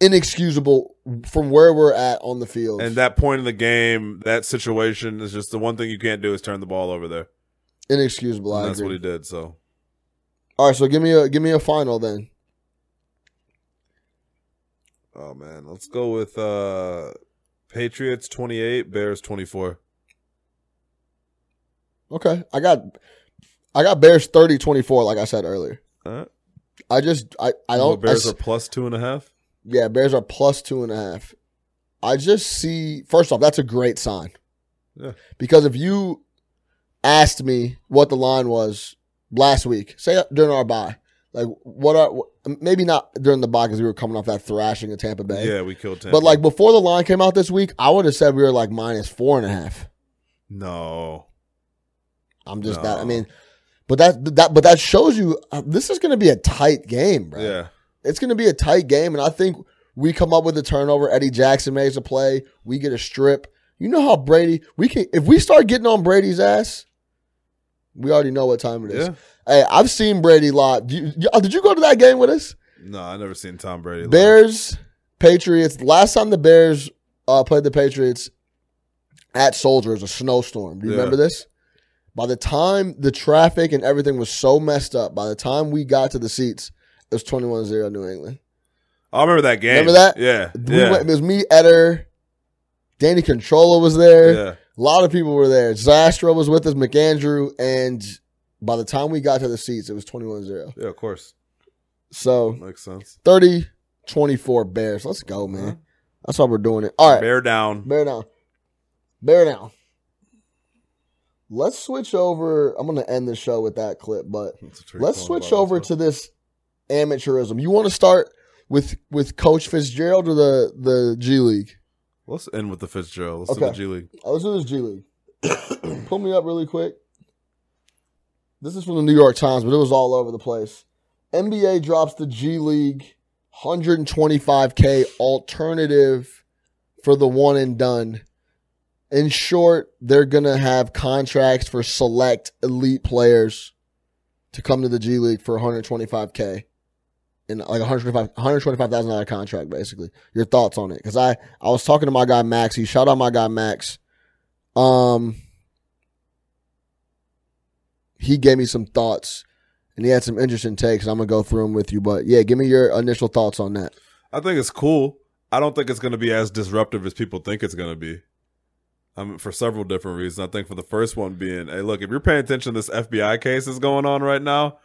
[SPEAKER 2] inexcusable from where we're at on the field.
[SPEAKER 3] And that point in the game, that situation is just the one thing you can't do is turn the ball over there.
[SPEAKER 2] inexcusable. I
[SPEAKER 3] And that's
[SPEAKER 2] agree.
[SPEAKER 3] what he did. So
[SPEAKER 2] All right, so give me a give me a final then.
[SPEAKER 3] Oh man, let's go with uh Patriots 28, Bears 24.
[SPEAKER 2] Okay, I got I got Bears 30-24, like I said earlier.
[SPEAKER 3] Huh?
[SPEAKER 2] I just I I
[SPEAKER 3] Oh,
[SPEAKER 2] don't I
[SPEAKER 3] Bears
[SPEAKER 2] s-
[SPEAKER 3] are plus two and a half.
[SPEAKER 2] yeah Bears are plus two and a half. I just see first off that's a great sign
[SPEAKER 3] Yeah.
[SPEAKER 2] because if you asked me what the line was last week, say during our bye, like what are wh- maybe not during the bye because we were coming off that thrashing in Tampa Bay,
[SPEAKER 3] Yeah, we killed Tampa.
[SPEAKER 2] but like before the line came out this week, I would have said we were like minus four and a half.
[SPEAKER 3] no,
[SPEAKER 2] I'm just
[SPEAKER 3] No.
[SPEAKER 2] not. I mean, but that that but that shows you uh, this is going to be a tight game, bro.
[SPEAKER 3] yeah,
[SPEAKER 2] It's going to be a tight game, and I think we come up with a turnover. Eddie Jackson makes a play. We get a strip. You know how Brady? We can if we start getting on Brady's ass. We already know what time it is.
[SPEAKER 3] yeah.
[SPEAKER 2] Hey, I've seen Brady live. Do you- y- oh, did you go to that game with us?
[SPEAKER 3] No, I never seen Tom Brady. live.
[SPEAKER 2] Bears, Patriots. Last time the Bears uh, played the Patriots at Soldier, it was a snowstorm. Do you
[SPEAKER 3] Yeah.
[SPEAKER 2] remember this? By the time the traffic and everything was so messed up, by the time we got to the seats, it was 21-0 New England.
[SPEAKER 3] I remember that game.
[SPEAKER 2] Remember that?
[SPEAKER 3] Yeah,
[SPEAKER 2] We
[SPEAKER 3] yeah,
[SPEAKER 2] went, it was me, Eder, Danny Controlla was there.
[SPEAKER 3] yeah.
[SPEAKER 2] A lot of people were there. Zastro was with us, McAndrew, and by the time we got to the seats, it was 21-0.
[SPEAKER 3] Yeah, of course,
[SPEAKER 2] So
[SPEAKER 3] makes sense.
[SPEAKER 2] 30-24 Bears. Let's go,
[SPEAKER 3] Uh-huh.
[SPEAKER 2] man. That's why we're doing it. All right.
[SPEAKER 3] Bear down.
[SPEAKER 2] Bear down. Bear down. Let's switch over. I'm going to end the show with that clip, but
[SPEAKER 3] That's a trick
[SPEAKER 2] let's
[SPEAKER 3] going
[SPEAKER 2] switch
[SPEAKER 3] by
[SPEAKER 2] over
[SPEAKER 3] myself.
[SPEAKER 2] to this amateurism. You want to start with with Coach Fitzgerald or the the G League?
[SPEAKER 3] Let's end with the Fitzgerald. Let's do the
[SPEAKER 2] Okay.
[SPEAKER 3] G League.
[SPEAKER 2] Oh, let's do this G League. Pull me up really quick. This is from the New York Times, but it was all over the place. NBA drops the G League 125K alternative for the one and done. In short, they're going to have contracts for select elite players to come to the G League for 125K and like 125 $125,000 contract, basically. Your thoughts on it? Because I, I was talking to my guy Max. He shout out my guy Max. Um, he gave me some thoughts, and he had some interesting takes. and I'm gonna go through them with you, but yeah, give me your initial thoughts on that.
[SPEAKER 3] I think it's cool. I don't think it's going to be as disruptive as people think it's going to be. I mean, for several different reasons. I think for the first one being, hey, look, if you're paying attention to this FBI case that's going on right now,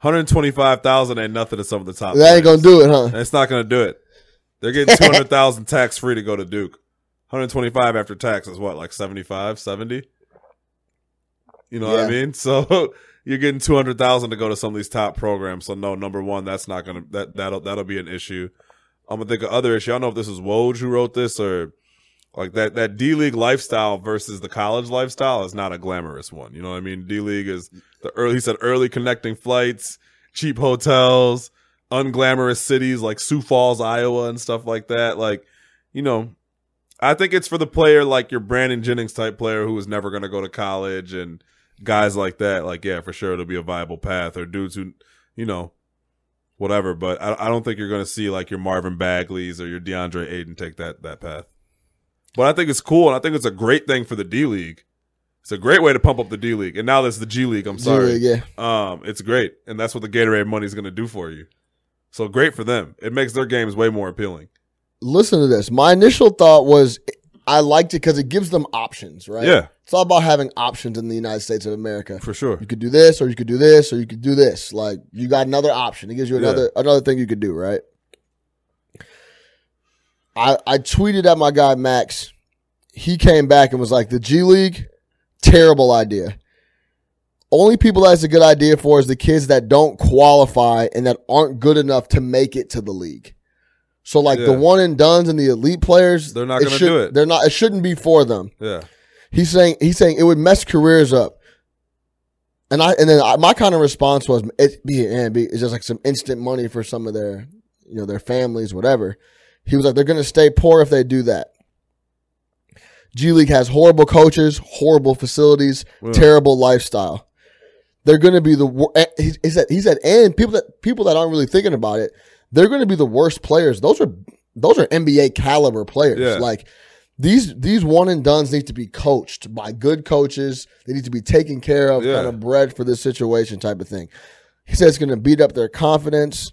[SPEAKER 3] 125,000 ain't nothing to some of the top.
[SPEAKER 2] That ain't
[SPEAKER 3] players.
[SPEAKER 2] gonna do it, huh?
[SPEAKER 3] And It's not going to do it. They're getting 200,000 tax free to go to Duke. 125 after tax is what, like 75, 70? You know what I
[SPEAKER 2] Yeah.
[SPEAKER 3] mean? So you're getting 200,000 to go to some of these top programs. So no, number 1, that's not going to that that'll that'll be an issue. I'm going to think of other issue. I don't know if this is Woj who wrote this or like that that D League lifestyle versus the college lifestyle is not a glamorous one. You know what I mean? D League is the early he said early connecting flights, cheap hotels, unglamorous cities like Sioux Falls, Iowa, and stuff like that. Like, you know, I think it's for the player like your Brandon Jennings type player who is never going to go to college and guys like that. Like, yeah, for sure it'll be a viable path or dudes who, you know, whatever. But I, I don't think you're going to see like your Marvin Bagley's or your DeAndre Aiden take that that path. But I think it's cool and I think it's a great thing for the D League. It's a great way to pump up the D League. And now there's the G League. I'm
[SPEAKER 2] G
[SPEAKER 3] sorry.
[SPEAKER 2] League, yeah.
[SPEAKER 3] Um, it's great, and that's what the Gatorade money is going to do for you. So great for them. It makes their games way more appealing.
[SPEAKER 2] Listen to this. My initial thought was I liked it because it gives them options, right?
[SPEAKER 3] Yeah.
[SPEAKER 2] It's all about having options in the United States of America.
[SPEAKER 3] For sure.
[SPEAKER 2] You could do this, or you could do this, or you could do this. Like you got another option. It gives you
[SPEAKER 3] Yeah.
[SPEAKER 2] another another thing you could do, right? I I tweeted at my guy Max. He came back and was like, "The G League, terrible idea. Only people that's a good idea for is the kids that don't qualify and that aren't good enough to make it to the league. So like the
[SPEAKER 3] Yeah.
[SPEAKER 2] one and duns and the elite players,
[SPEAKER 3] They're not gonna
[SPEAKER 2] should-
[SPEAKER 3] do it.
[SPEAKER 2] They're not. It shouldn't be for them.
[SPEAKER 3] Yeah.
[SPEAKER 2] He's saying he's saying it would mess careers up. And I and then I, my kind of response was it be and be it's just like some instant money for some of their you know their families whatever. He was like they're going to stay poor if they do that. G League has horrible coaches, horrible facilities,
[SPEAKER 3] Yeah.
[SPEAKER 2] terrible lifestyle. They're going to be the wor- eh, he, he said he said and people that people that aren't really thinking about it, they're going to be the worst players. Those are those are NBA caliber players.
[SPEAKER 3] Yeah.
[SPEAKER 2] Like these these one and duns need to be coached by good coaches. They need to be taken care of,
[SPEAKER 3] Yeah.
[SPEAKER 2] kind of bred for this situation type of thing. He says it's going to beat up their confidence.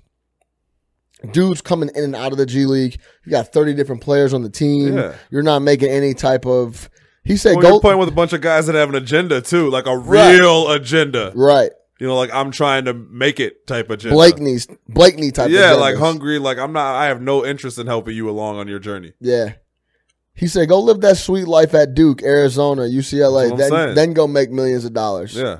[SPEAKER 2] Dudes coming in and out of the G League. You got thirty different players on the team.
[SPEAKER 3] Yeah.
[SPEAKER 2] You're not making any type of. He said,
[SPEAKER 3] Well,
[SPEAKER 2] "Go
[SPEAKER 3] you're playing with a bunch of guys that have an agenda too, like a
[SPEAKER 2] Right.
[SPEAKER 3] real agenda.
[SPEAKER 2] right,
[SPEAKER 3] You know, like I'm trying to make it type agenda.
[SPEAKER 2] Blakeney's Blakeney type."
[SPEAKER 3] yeah,
[SPEAKER 2] of
[SPEAKER 3] like
[SPEAKER 2] agendas.
[SPEAKER 3] hungry. Like I'm not. I have no interest in helping you along on your journey.
[SPEAKER 2] Yeah. He said, "Go live that sweet life at Duke, Arizona, UCLA.
[SPEAKER 3] That's what I'm
[SPEAKER 2] Then,
[SPEAKER 3] saying.
[SPEAKER 2] then go make millions of dollars."
[SPEAKER 3] Yeah.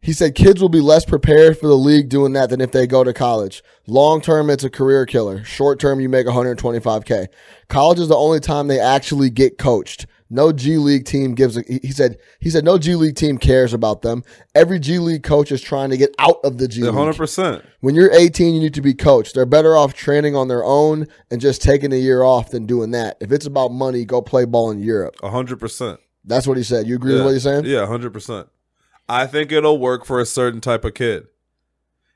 [SPEAKER 2] He said kids will be less prepared for the league doing that than if they go to college. Long term, it's a career killer. Short term, you make 125K. College is the only time they actually get coached. No G League team gives a, he he said, he said, no G League team cares about them. Every G League coach is trying to get out of the G
[SPEAKER 3] Hundred
[SPEAKER 2] League.
[SPEAKER 3] percent.
[SPEAKER 2] When you're 18, you need to be coached. They're better off training on their own and just taking a year off than doing that. If it's about money, go play ball in Europe.
[SPEAKER 3] hundred percent.
[SPEAKER 2] That's what he said. You agree
[SPEAKER 3] yeah.
[SPEAKER 2] with what he's saying?
[SPEAKER 3] Yeah, hundred percent. I think it'll work for a certain type of kid,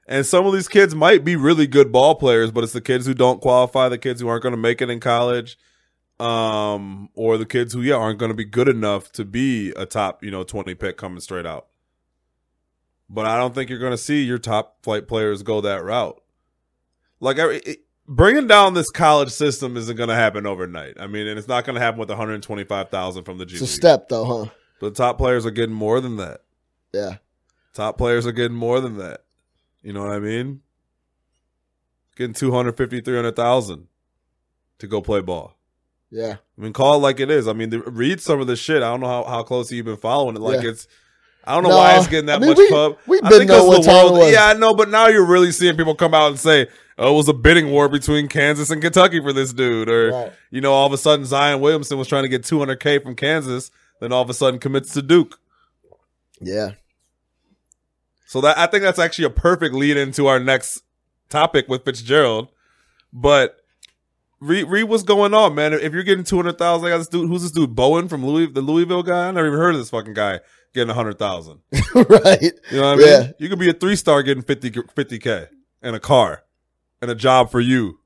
[SPEAKER 3] and some of these kids might be really good ball players, but it's the kids who don't qualify, the kids who aren't going to make it in college, um, or the kids who yeah aren't going to be good enough to be a top you know twenty pick coming straight out. But I don't think you're going to see your top flight players go that route. Like I. It, Bringing down this college system isn't going to happen overnight. I mean, and it's not going to happen with 125,000 from the G
[SPEAKER 2] It's a
[SPEAKER 3] League.
[SPEAKER 2] step though, huh?
[SPEAKER 3] The top players are getting more than that.
[SPEAKER 2] Yeah.
[SPEAKER 3] Top players are getting more than that. You know what I mean? Getting 250, 300,000 to go play ball.
[SPEAKER 2] Yeah.
[SPEAKER 3] I mean, call it like it is. I mean, the, read some of this shit. I don't know how, how close you've been following it. Like
[SPEAKER 2] Yeah.
[SPEAKER 3] it's, I don't know
[SPEAKER 2] No,
[SPEAKER 3] why it's getting that
[SPEAKER 2] I mean,
[SPEAKER 3] much
[SPEAKER 2] we-
[SPEAKER 3] pub.
[SPEAKER 2] we've
[SPEAKER 3] I
[SPEAKER 2] been
[SPEAKER 3] think
[SPEAKER 2] knowing
[SPEAKER 3] that's
[SPEAKER 2] what time it was.
[SPEAKER 3] Yeah, I know, but now you're really seeing people come out and say, "Oh, it was a bidding war between Kansas and Kentucky for this dude," or
[SPEAKER 2] Right.
[SPEAKER 3] you know, all of a sudden Zion Williamson was trying to get 200k from Kansas, then all of a sudden commits to Duke.
[SPEAKER 2] Yeah.
[SPEAKER 3] So that I think that's actually a perfect lead into our next topic with Fitzgerald. But read read what's going on, man. If you're getting two hundred thousand, I got this dude. Who's this dude? Bowen from Louis, the Louisville guy. I never even heard of this fucking guy getting a hundred thousand.
[SPEAKER 2] right.
[SPEAKER 3] You know what I
[SPEAKER 2] Yeah.
[SPEAKER 3] mean? You could be a three star getting 50 k and a car and a job for you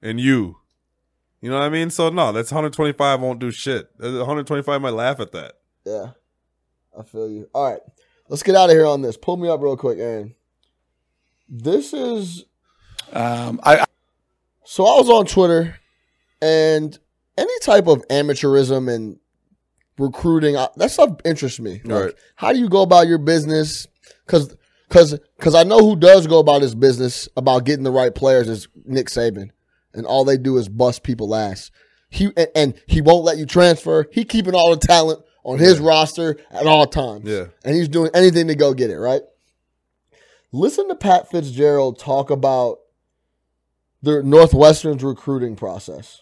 [SPEAKER 3] and you. You know what I mean? So no, that's one hundred twenty five won't do shit. One hundred twenty five might laugh at that.
[SPEAKER 2] Yeah. I feel you. All right. Let's get out of here on this. Pull me up real quick, Aaron. This is
[SPEAKER 4] Um, I,
[SPEAKER 2] so I was on Twitter and any type of amateurism and recruiting I, that stuff interests me. Like,
[SPEAKER 3] Right.
[SPEAKER 2] how do you go about your business? Cuz cuz cuz I know who does go about his business about getting the right players is Nick Saban. and all they do is bust people ass. He and, and he won't let you transfer. He keeping all the talent on his roster at all times.
[SPEAKER 3] Yeah.
[SPEAKER 2] and he's doing anything to go get it right. Listen to Pat Fitzgerald talk about the Northwestern's recruiting process.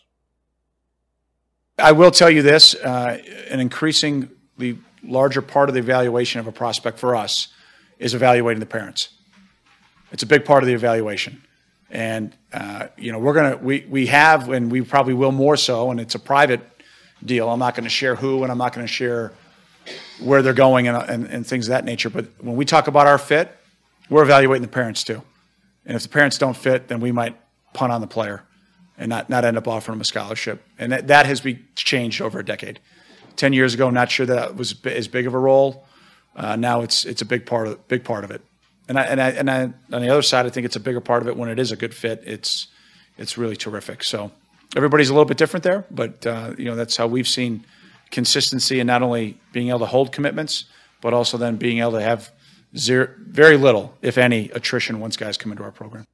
[SPEAKER 4] I will tell you this uh, an increasingly larger part of the evaluation of a prospect for us is evaluating the parents. It's a big part of the evaluation. And, uh, you know, we're going to, we, we have, and we probably will more so, and it's a private deal. I'm not going to share who and I'm not going to share where they're going and, and, and things of that nature. But when we talk about our fit, we're evaluating the parents too. And if the parents don't fit, then we might punt on the player and not, not end up offering them a scholarship. And that, that has be changed over a decade. 10 years ago, not sure that was b- as big of a role. Uh, now it's, it's a big part of, big part of it. And I, and I, and I, on the other side, I think it's a bigger part of it when it is a good fit. It's, it's really terrific. So everybody's a little bit different there, but uh, you know, that's how we've seen consistency and not only being able to hold commitments, but also then being able to have zero, very little, if any, attrition once guys come into our program.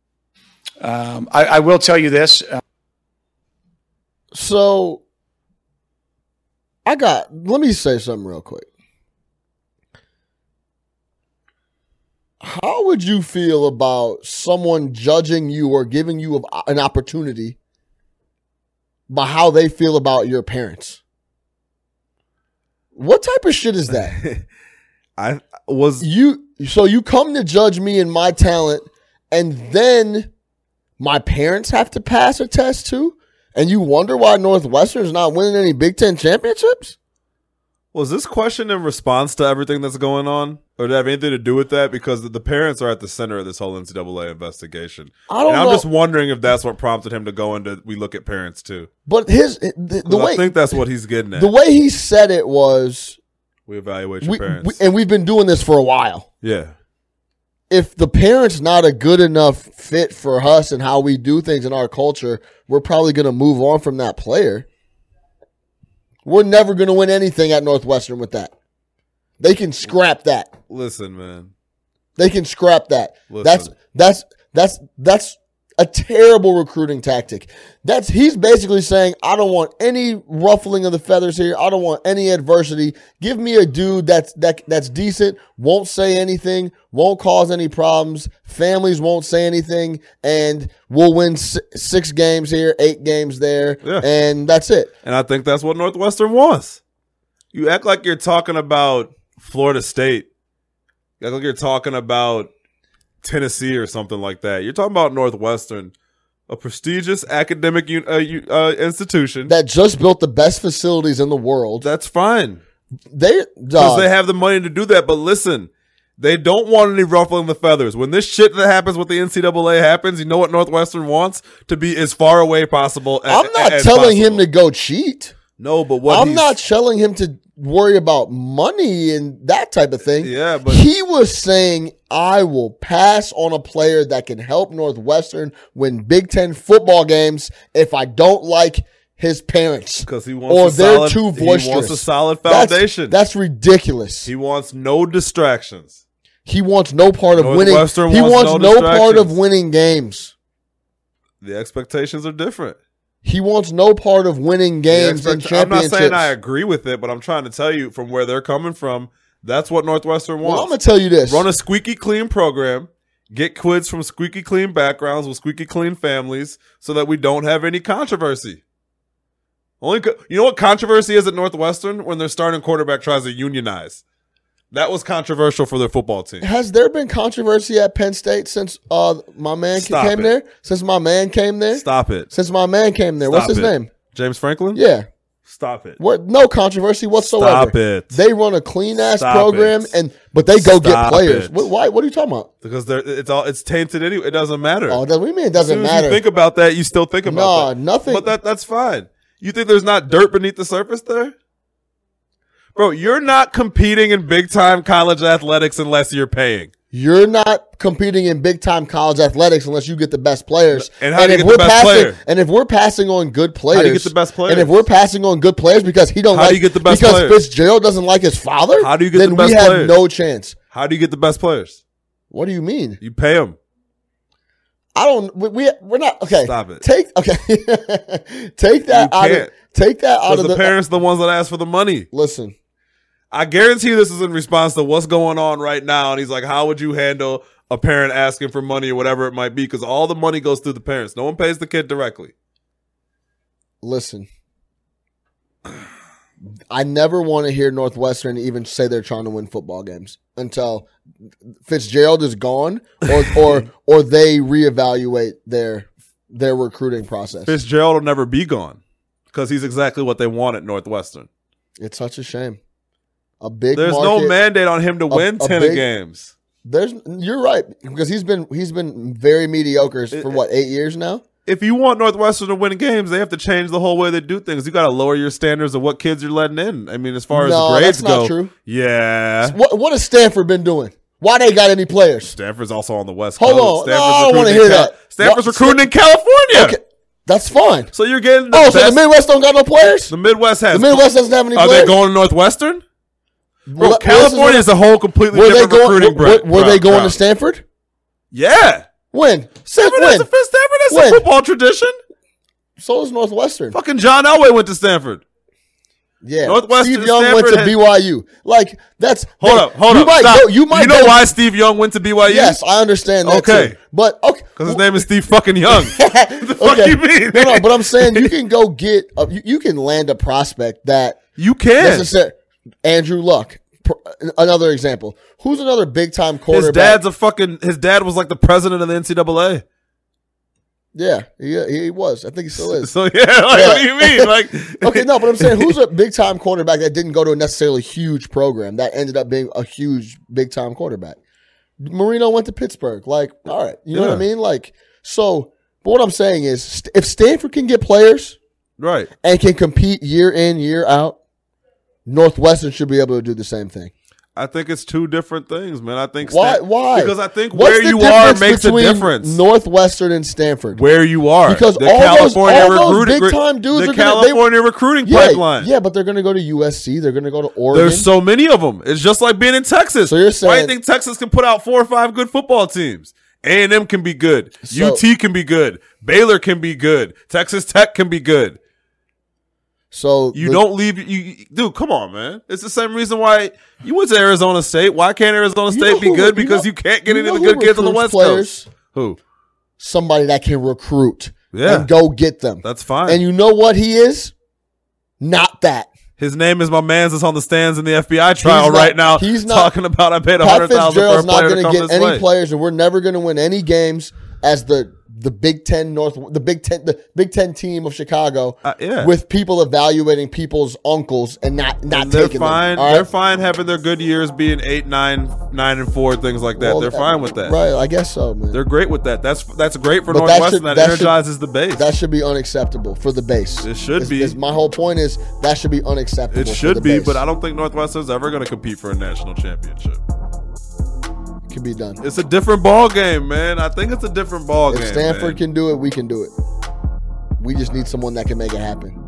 [SPEAKER 4] Um, I, I will tell you this. uh,
[SPEAKER 2] So I got let me say something real quick. How would you feel about someone judging you or giving you a- an opportunity by how they feel about your parents? What type of shit is that?
[SPEAKER 3] I was
[SPEAKER 2] you so you come to judge me and my talent and then my parents have to pass a test too and you wonder why northwestern's not winning any big ten championships
[SPEAKER 3] was this question in response to everything that's going on, or did it have anything to do with that? Because the- the parents are at the center of this whole NCAA investigation.
[SPEAKER 2] I don't
[SPEAKER 3] and I'm
[SPEAKER 2] know.
[SPEAKER 3] just wondering if that's what prompted him to go into we look at parents too.
[SPEAKER 2] but his the, the
[SPEAKER 3] 'Cause
[SPEAKER 2] way
[SPEAKER 3] I think that's what he's getting at.
[SPEAKER 2] the way he said it was
[SPEAKER 3] we evaluate your
[SPEAKER 2] we,
[SPEAKER 3] parents.
[SPEAKER 2] we- and we've been doing this for a while
[SPEAKER 3] yeah,
[SPEAKER 2] if the parents not a good enough fit for us and how we do things in our culture we're probably going to move on from that player we're never going to win anything at northwestern with that they can scrap that
[SPEAKER 3] listen, man.
[SPEAKER 2] They can scrap that.
[SPEAKER 3] Listen.
[SPEAKER 2] That's that's that's that's a terrible recruiting tactic. That's he's basically saying, I don't want any ruffling of the feathers here. I don't want any adversity. Give me a dude that's that that's decent, won't say anything, won't cause any problems. Families won't say anything, and we'll win si- six games here, eight games there,
[SPEAKER 3] Yeah.
[SPEAKER 2] and that's it.
[SPEAKER 3] And I think that's what Northwestern wants. You act like you're talking about Florida State. You act like you're talking about Tennessee or something like that. You're talking about Northwestern, a prestigious academic un- uh, u- uh, institution.
[SPEAKER 2] That just built the best facilities in the world.
[SPEAKER 3] that's fine
[SPEAKER 2] They
[SPEAKER 3] because
[SPEAKER 2] dog,
[SPEAKER 3] they have the money to do that. But listen, they don't want any ruffling the feathers. When this shit that happens with the NCAA happens, you know what Northwestern wants to be as far away possible. a-
[SPEAKER 2] I'm not
[SPEAKER 3] as
[SPEAKER 2] telling him
[SPEAKER 3] possible.
[SPEAKER 2] to go cheat.
[SPEAKER 3] No, but what
[SPEAKER 2] I'm
[SPEAKER 3] he's-
[SPEAKER 2] not telling him to worry about money and that type of thing.
[SPEAKER 3] Yeah, but-
[SPEAKER 2] he was saying, I will pass on a player that can help Northwestern win Big Ten football games if I don't like his parents.
[SPEAKER 3] because he wants
[SPEAKER 2] or
[SPEAKER 3] a
[SPEAKER 2] they're
[SPEAKER 3] solid,
[SPEAKER 2] too
[SPEAKER 3] He wants a
[SPEAKER 2] boisterous.
[SPEAKER 3] solid
[SPEAKER 2] That's-
[SPEAKER 3] foundation.
[SPEAKER 2] That's, ridiculous. He,
[SPEAKER 3] he wants no distractions.
[SPEAKER 2] wants no part of winning. He wants,
[SPEAKER 3] Northwestern wants
[SPEAKER 2] no,
[SPEAKER 3] no
[SPEAKER 2] part of
[SPEAKER 3] distractions.
[SPEAKER 2] winning games.
[SPEAKER 3] The expectations are different.
[SPEAKER 2] He wants no part of winning
[SPEAKER 3] The
[SPEAKER 2] games and
[SPEAKER 3] expect- I'm not
[SPEAKER 2] championships.
[SPEAKER 3] saying I agree with it, but I'm trying to tell you from where they're coming from. That's what Northwestern
[SPEAKER 2] well, I'm
[SPEAKER 3] wants.
[SPEAKER 2] gonna tell you this.
[SPEAKER 3] Run a squeaky clean program. Get kids from squeaky clean backgrounds with squeaky clean families, so that we don't have any controversy. Only co- you know what controversy is at Northwestern when their starting quarterback tries to unionize. That was controversial for their football team.
[SPEAKER 2] Has there been controversy at Penn State since uh my man
[SPEAKER 3] Stop
[SPEAKER 2] came
[SPEAKER 3] it.
[SPEAKER 2] there? Since my man came there?
[SPEAKER 3] Stop it.
[SPEAKER 2] Since my man came there. What's
[SPEAKER 3] Stop
[SPEAKER 2] his
[SPEAKER 3] it.
[SPEAKER 2] name?
[SPEAKER 3] James Franklin?
[SPEAKER 2] Yeah.
[SPEAKER 3] Stop it.
[SPEAKER 2] What no controversy whatsoever.
[SPEAKER 3] Stop it.
[SPEAKER 2] They run a clean ass
[SPEAKER 3] Stop
[SPEAKER 2] program
[SPEAKER 3] it.
[SPEAKER 2] and but they go get
[SPEAKER 3] Stop
[SPEAKER 2] players.
[SPEAKER 3] it.
[SPEAKER 2] What why what are you talking about?
[SPEAKER 3] because they're, it's all it's tainted anyway. It doesn't matter.
[SPEAKER 2] Oh, that, what do you mean it
[SPEAKER 3] as
[SPEAKER 2] doesn't
[SPEAKER 3] soon as
[SPEAKER 2] matter?
[SPEAKER 3] you think about that, you still think about
[SPEAKER 2] Nah,
[SPEAKER 3] that.
[SPEAKER 2] nothing-
[SPEAKER 3] But that that's fine. You think there's not dirt beneath the surface there? Bro, you're not competing in big time college athletics unless you're paying.
[SPEAKER 2] You're not competing in big time college athletics unless you get the best players.
[SPEAKER 3] And how do you get the best
[SPEAKER 2] passing,
[SPEAKER 3] player?
[SPEAKER 2] And if we're passing on good players,
[SPEAKER 3] do you get the best players?
[SPEAKER 2] And if we're passing on good players because he don't
[SPEAKER 3] How do
[SPEAKER 2] like
[SPEAKER 3] you get the best
[SPEAKER 2] because
[SPEAKER 3] players?
[SPEAKER 2] Fitzgerald doesn't like his father,
[SPEAKER 3] How do you get
[SPEAKER 2] then
[SPEAKER 3] the best
[SPEAKER 2] we have
[SPEAKER 3] players?
[SPEAKER 2] no chance.
[SPEAKER 3] How do you get the best players?
[SPEAKER 2] What do you mean?
[SPEAKER 3] You pay them.
[SPEAKER 2] I don't. We, we we're not okay.
[SPEAKER 3] Stop it.
[SPEAKER 2] Take okay. take that
[SPEAKER 3] You
[SPEAKER 2] out. Of,
[SPEAKER 3] can't.
[SPEAKER 2] take that out
[SPEAKER 3] Because
[SPEAKER 2] of
[SPEAKER 3] the
[SPEAKER 2] the.
[SPEAKER 3] parents are the ones that ask for the money.
[SPEAKER 2] listen,
[SPEAKER 3] I guarantee you this is in response to what's going on right now. And he's like, how would you handle a parent asking for money or whatever it might be? Because all the money goes through the parents. No one pays the kid directly.
[SPEAKER 2] listen. I never want to hear Northwestern even say they're trying to win football games until Fitzgerald is gone, or or or they reevaluate their their recruiting process.
[SPEAKER 3] Fitzgerald will never be gone because he's exactly what they want at Northwestern.
[SPEAKER 2] It's such a shame. A big
[SPEAKER 3] There's
[SPEAKER 2] market-
[SPEAKER 3] no mandate on him to win
[SPEAKER 2] a
[SPEAKER 3] 10
[SPEAKER 2] big-
[SPEAKER 3] games.
[SPEAKER 2] There's you're right because he's been he's been very mediocre for what eight years now.
[SPEAKER 3] If you want Northwestern to win games, they have to change the whole way they do things. You got to lower your standards of what kids you're letting in. I mean, as far as
[SPEAKER 2] No,
[SPEAKER 3] grades
[SPEAKER 2] that's not
[SPEAKER 3] go.
[SPEAKER 2] true.
[SPEAKER 3] Yeah.
[SPEAKER 2] What what has Stanford been doing? Why they got any players?
[SPEAKER 3] Stanford's also on the West
[SPEAKER 2] Hold
[SPEAKER 3] Coast.
[SPEAKER 2] on. No, I don't wanna
[SPEAKER 3] recruiting
[SPEAKER 2] hear
[SPEAKER 3] in Cal-
[SPEAKER 2] that.
[SPEAKER 3] Stanford's
[SPEAKER 2] What-
[SPEAKER 3] recruiting in California.
[SPEAKER 2] Okay, that's fine.
[SPEAKER 3] So you're getting the
[SPEAKER 2] Oh, so
[SPEAKER 3] best-
[SPEAKER 2] the Midwest don't got no players.
[SPEAKER 3] the Midwest has.
[SPEAKER 2] The Midwest doesn't have any
[SPEAKER 3] are
[SPEAKER 2] players.
[SPEAKER 3] they going to Northwestern? Bro,
[SPEAKER 2] Well, this is
[SPEAKER 3] California is a whole completely
[SPEAKER 2] what- Were they
[SPEAKER 3] different
[SPEAKER 2] going?
[SPEAKER 3] recruiting
[SPEAKER 2] Were,
[SPEAKER 3] brand.
[SPEAKER 2] were they
[SPEAKER 3] crowd-
[SPEAKER 2] going
[SPEAKER 3] crowd.
[SPEAKER 2] to Stanford?
[SPEAKER 3] Yeah.
[SPEAKER 2] When? Since
[SPEAKER 3] Stanford, that's
[SPEAKER 2] when?
[SPEAKER 3] a, Stanford, that's
[SPEAKER 2] When?
[SPEAKER 3] a football tradition.
[SPEAKER 2] So is Northwestern.
[SPEAKER 3] Fucking John Elway went to Stanford.
[SPEAKER 2] Yeah,
[SPEAKER 3] Northwestern,
[SPEAKER 2] Steve Young went
[SPEAKER 3] Stanford
[SPEAKER 2] to
[SPEAKER 3] had-
[SPEAKER 2] BYU. Like that's
[SPEAKER 3] Hold
[SPEAKER 2] hey,
[SPEAKER 3] up, hold
[SPEAKER 2] you
[SPEAKER 3] up.
[SPEAKER 2] Might
[SPEAKER 3] stop.
[SPEAKER 2] go- you might
[SPEAKER 3] know
[SPEAKER 2] go-
[SPEAKER 3] why Steve Young went to BYU?
[SPEAKER 2] Yes, I understand that.
[SPEAKER 3] Okay.
[SPEAKER 2] too. but okay,
[SPEAKER 3] Because his name is Steve fucking Young. the fuck
[SPEAKER 2] Okay.
[SPEAKER 3] you mean?
[SPEAKER 2] No, no, but I'm saying you can go get a, you, you can land a prospect that
[SPEAKER 3] you can.
[SPEAKER 2] necessary. Andrew Luck, pr- another example. Who's another big time quarterback?
[SPEAKER 3] His dad's a fucking. His dad was like the president of the NCAA.
[SPEAKER 2] yeah, yeah, he was. I think he still is.
[SPEAKER 3] So yeah, like
[SPEAKER 2] Yeah.
[SPEAKER 3] what do you mean? Like
[SPEAKER 2] Okay, no, but I'm saying who's a big time quarterback that didn't go to a necessarily huge program that ended up being a huge big time quarterback. Marino went to Pittsburgh. Like, all right, you know what I
[SPEAKER 3] Yeah.
[SPEAKER 2] mean? Like, so. But what I'm saying is, st- if Stanford can get players
[SPEAKER 3] right.
[SPEAKER 2] and can compete year in year out, Northwestern should be able to do the same thing.
[SPEAKER 3] I think it's two different things, man. I think
[SPEAKER 2] Why?
[SPEAKER 3] Stan-
[SPEAKER 2] why?
[SPEAKER 3] because I think
[SPEAKER 2] What's
[SPEAKER 3] where
[SPEAKER 2] the
[SPEAKER 3] you are
[SPEAKER 2] difference
[SPEAKER 3] makes a
[SPEAKER 2] between
[SPEAKER 3] difference.
[SPEAKER 2] Northwestern and Stanford.
[SPEAKER 3] where you are
[SPEAKER 2] Because
[SPEAKER 3] the
[SPEAKER 2] all those-
[SPEAKER 3] California
[SPEAKER 2] all those
[SPEAKER 3] recruiting
[SPEAKER 2] big-time dudes
[SPEAKER 3] the
[SPEAKER 2] are gonna- they-
[SPEAKER 3] California recruiting
[SPEAKER 2] yeah,
[SPEAKER 3] pipeline.
[SPEAKER 2] yeah, but they're going to go to USC. They're going to go to Oregon.
[SPEAKER 3] There's so many of them. It's just like being in Texas.
[SPEAKER 2] So you're
[SPEAKER 3] Why do you
[SPEAKER 2] saying-
[SPEAKER 3] think Texas can put out four or five good football teams? A and M can be good.
[SPEAKER 2] So-
[SPEAKER 3] UT can be good. Baylor can be good. Texas Tech can be good.
[SPEAKER 2] so
[SPEAKER 3] You
[SPEAKER 2] the-
[SPEAKER 3] don't leave. You, you dude, come on, man. It's the same reason why you went to Arizona State. Why can't Arizona
[SPEAKER 2] You know
[SPEAKER 3] State be
[SPEAKER 2] who-
[SPEAKER 3] good?
[SPEAKER 2] you
[SPEAKER 3] Because
[SPEAKER 2] know-
[SPEAKER 3] you can't get
[SPEAKER 2] you
[SPEAKER 3] any of
[SPEAKER 2] know
[SPEAKER 3] the
[SPEAKER 2] who
[SPEAKER 3] good kids on the West
[SPEAKER 2] recruits
[SPEAKER 3] Coast. Who?
[SPEAKER 2] Somebody that can recruit
[SPEAKER 3] Yeah.
[SPEAKER 2] and go get them.
[SPEAKER 3] That's fine.
[SPEAKER 2] and you know what he is? Not that.
[SPEAKER 3] His name is my man's that's on the stands in the FBI trial
[SPEAKER 2] not-
[SPEAKER 3] right now.
[SPEAKER 2] he's
[SPEAKER 3] He's
[SPEAKER 2] not-
[SPEAKER 3] talking about I paid a
[SPEAKER 2] Pat
[SPEAKER 3] hundred thousand for a
[SPEAKER 2] Fitzgerald's not
[SPEAKER 3] player to
[SPEAKER 2] going to
[SPEAKER 3] come
[SPEAKER 2] get
[SPEAKER 3] this
[SPEAKER 2] any
[SPEAKER 3] way.
[SPEAKER 2] players, and we're never going to win any games as the the Big Ten North, the Big Ten, the Big Ten team of Chicago,
[SPEAKER 3] Uh, yeah.
[SPEAKER 2] with people evaluating people's uncles and not not
[SPEAKER 3] they're
[SPEAKER 2] taking
[SPEAKER 3] fine.
[SPEAKER 2] them. all
[SPEAKER 3] They're
[SPEAKER 2] right?
[SPEAKER 3] fine having their good years being eight, nine, nine and four, things like that.
[SPEAKER 2] Well,
[SPEAKER 3] they're fine with that.
[SPEAKER 2] right? I guess so, man.
[SPEAKER 3] They're great with that. That's that's great for
[SPEAKER 2] But that
[SPEAKER 3] Northwestern.
[SPEAKER 2] should-
[SPEAKER 3] That,
[SPEAKER 2] that should-
[SPEAKER 3] energizes the base.
[SPEAKER 2] that should be unacceptable for the base.
[SPEAKER 3] It should
[SPEAKER 2] Is-
[SPEAKER 3] be.
[SPEAKER 2] is my whole point is that should be unacceptable.
[SPEAKER 3] it
[SPEAKER 2] for the
[SPEAKER 3] should be,
[SPEAKER 2] base.
[SPEAKER 3] but I don't think Northwestern's ever going to compete for a national championship.
[SPEAKER 2] It can be done.
[SPEAKER 3] It's a different ball game, man. I think it's a different ball
[SPEAKER 2] If
[SPEAKER 3] game.
[SPEAKER 2] Stanford
[SPEAKER 3] man.
[SPEAKER 2] can do it, we can do it. We just need someone that can make it happen.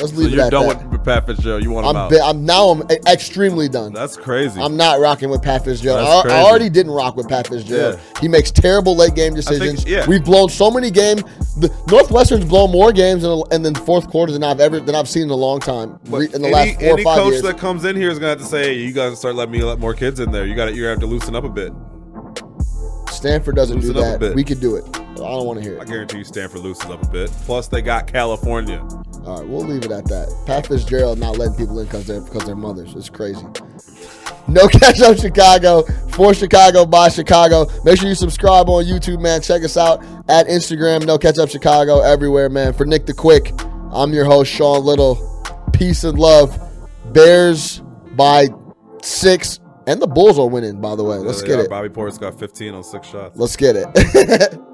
[SPEAKER 2] Let's
[SPEAKER 3] so
[SPEAKER 2] leave it
[SPEAKER 3] you're
[SPEAKER 2] at
[SPEAKER 3] done
[SPEAKER 2] that.
[SPEAKER 3] with Pat Fitzgerald. You want him
[SPEAKER 2] I'm,
[SPEAKER 3] out?
[SPEAKER 2] be- I'm now I'm e- extremely done.
[SPEAKER 3] That's crazy.
[SPEAKER 2] I'm not rocking with Pat Fitzgerald.
[SPEAKER 3] That's
[SPEAKER 2] I, I
[SPEAKER 3] crazy.
[SPEAKER 2] already didn't rock with Pat Fitzgerald.
[SPEAKER 3] Yeah.
[SPEAKER 2] He makes terrible late game decisions.
[SPEAKER 3] yeah.
[SPEAKER 2] We've blown so many games. The Northwestern's blown more games in, a, in the fourth quarter than I've ever than I've seen in a long time.
[SPEAKER 3] But
[SPEAKER 2] re- in the
[SPEAKER 3] any,
[SPEAKER 2] last four or
[SPEAKER 3] any
[SPEAKER 2] five
[SPEAKER 3] coach
[SPEAKER 2] years.
[SPEAKER 3] that comes in here is gonna have to say, "You guys start letting me let more kids in there. You got to you are gonna have to loosen up a bit."
[SPEAKER 2] Stanford doesn't do
[SPEAKER 3] loosen up a
[SPEAKER 2] that.
[SPEAKER 3] bit.
[SPEAKER 2] We could do it. I don't want to hear
[SPEAKER 3] I
[SPEAKER 2] it.
[SPEAKER 3] guarantee you, Stanford loosens up a bit. Plus, they got California.
[SPEAKER 2] All right, we'll leave it at that. Pat Fitzgerald not letting people in because they're because they're mothers. It's crazy. No catch up Chicago for Chicago by Chicago. Make sure you subscribe on YouTube, man. Check us out at Instagram. No catch up Chicago everywhere, man. For Nick the Quick, I'm your host Sean Little. Peace and love. Bears by six, and the Bulls are winning. By the way, let's
[SPEAKER 3] They
[SPEAKER 2] get
[SPEAKER 3] are.
[SPEAKER 2] it.
[SPEAKER 3] Bobby Portis got 15 on six shots.
[SPEAKER 2] Let's get it.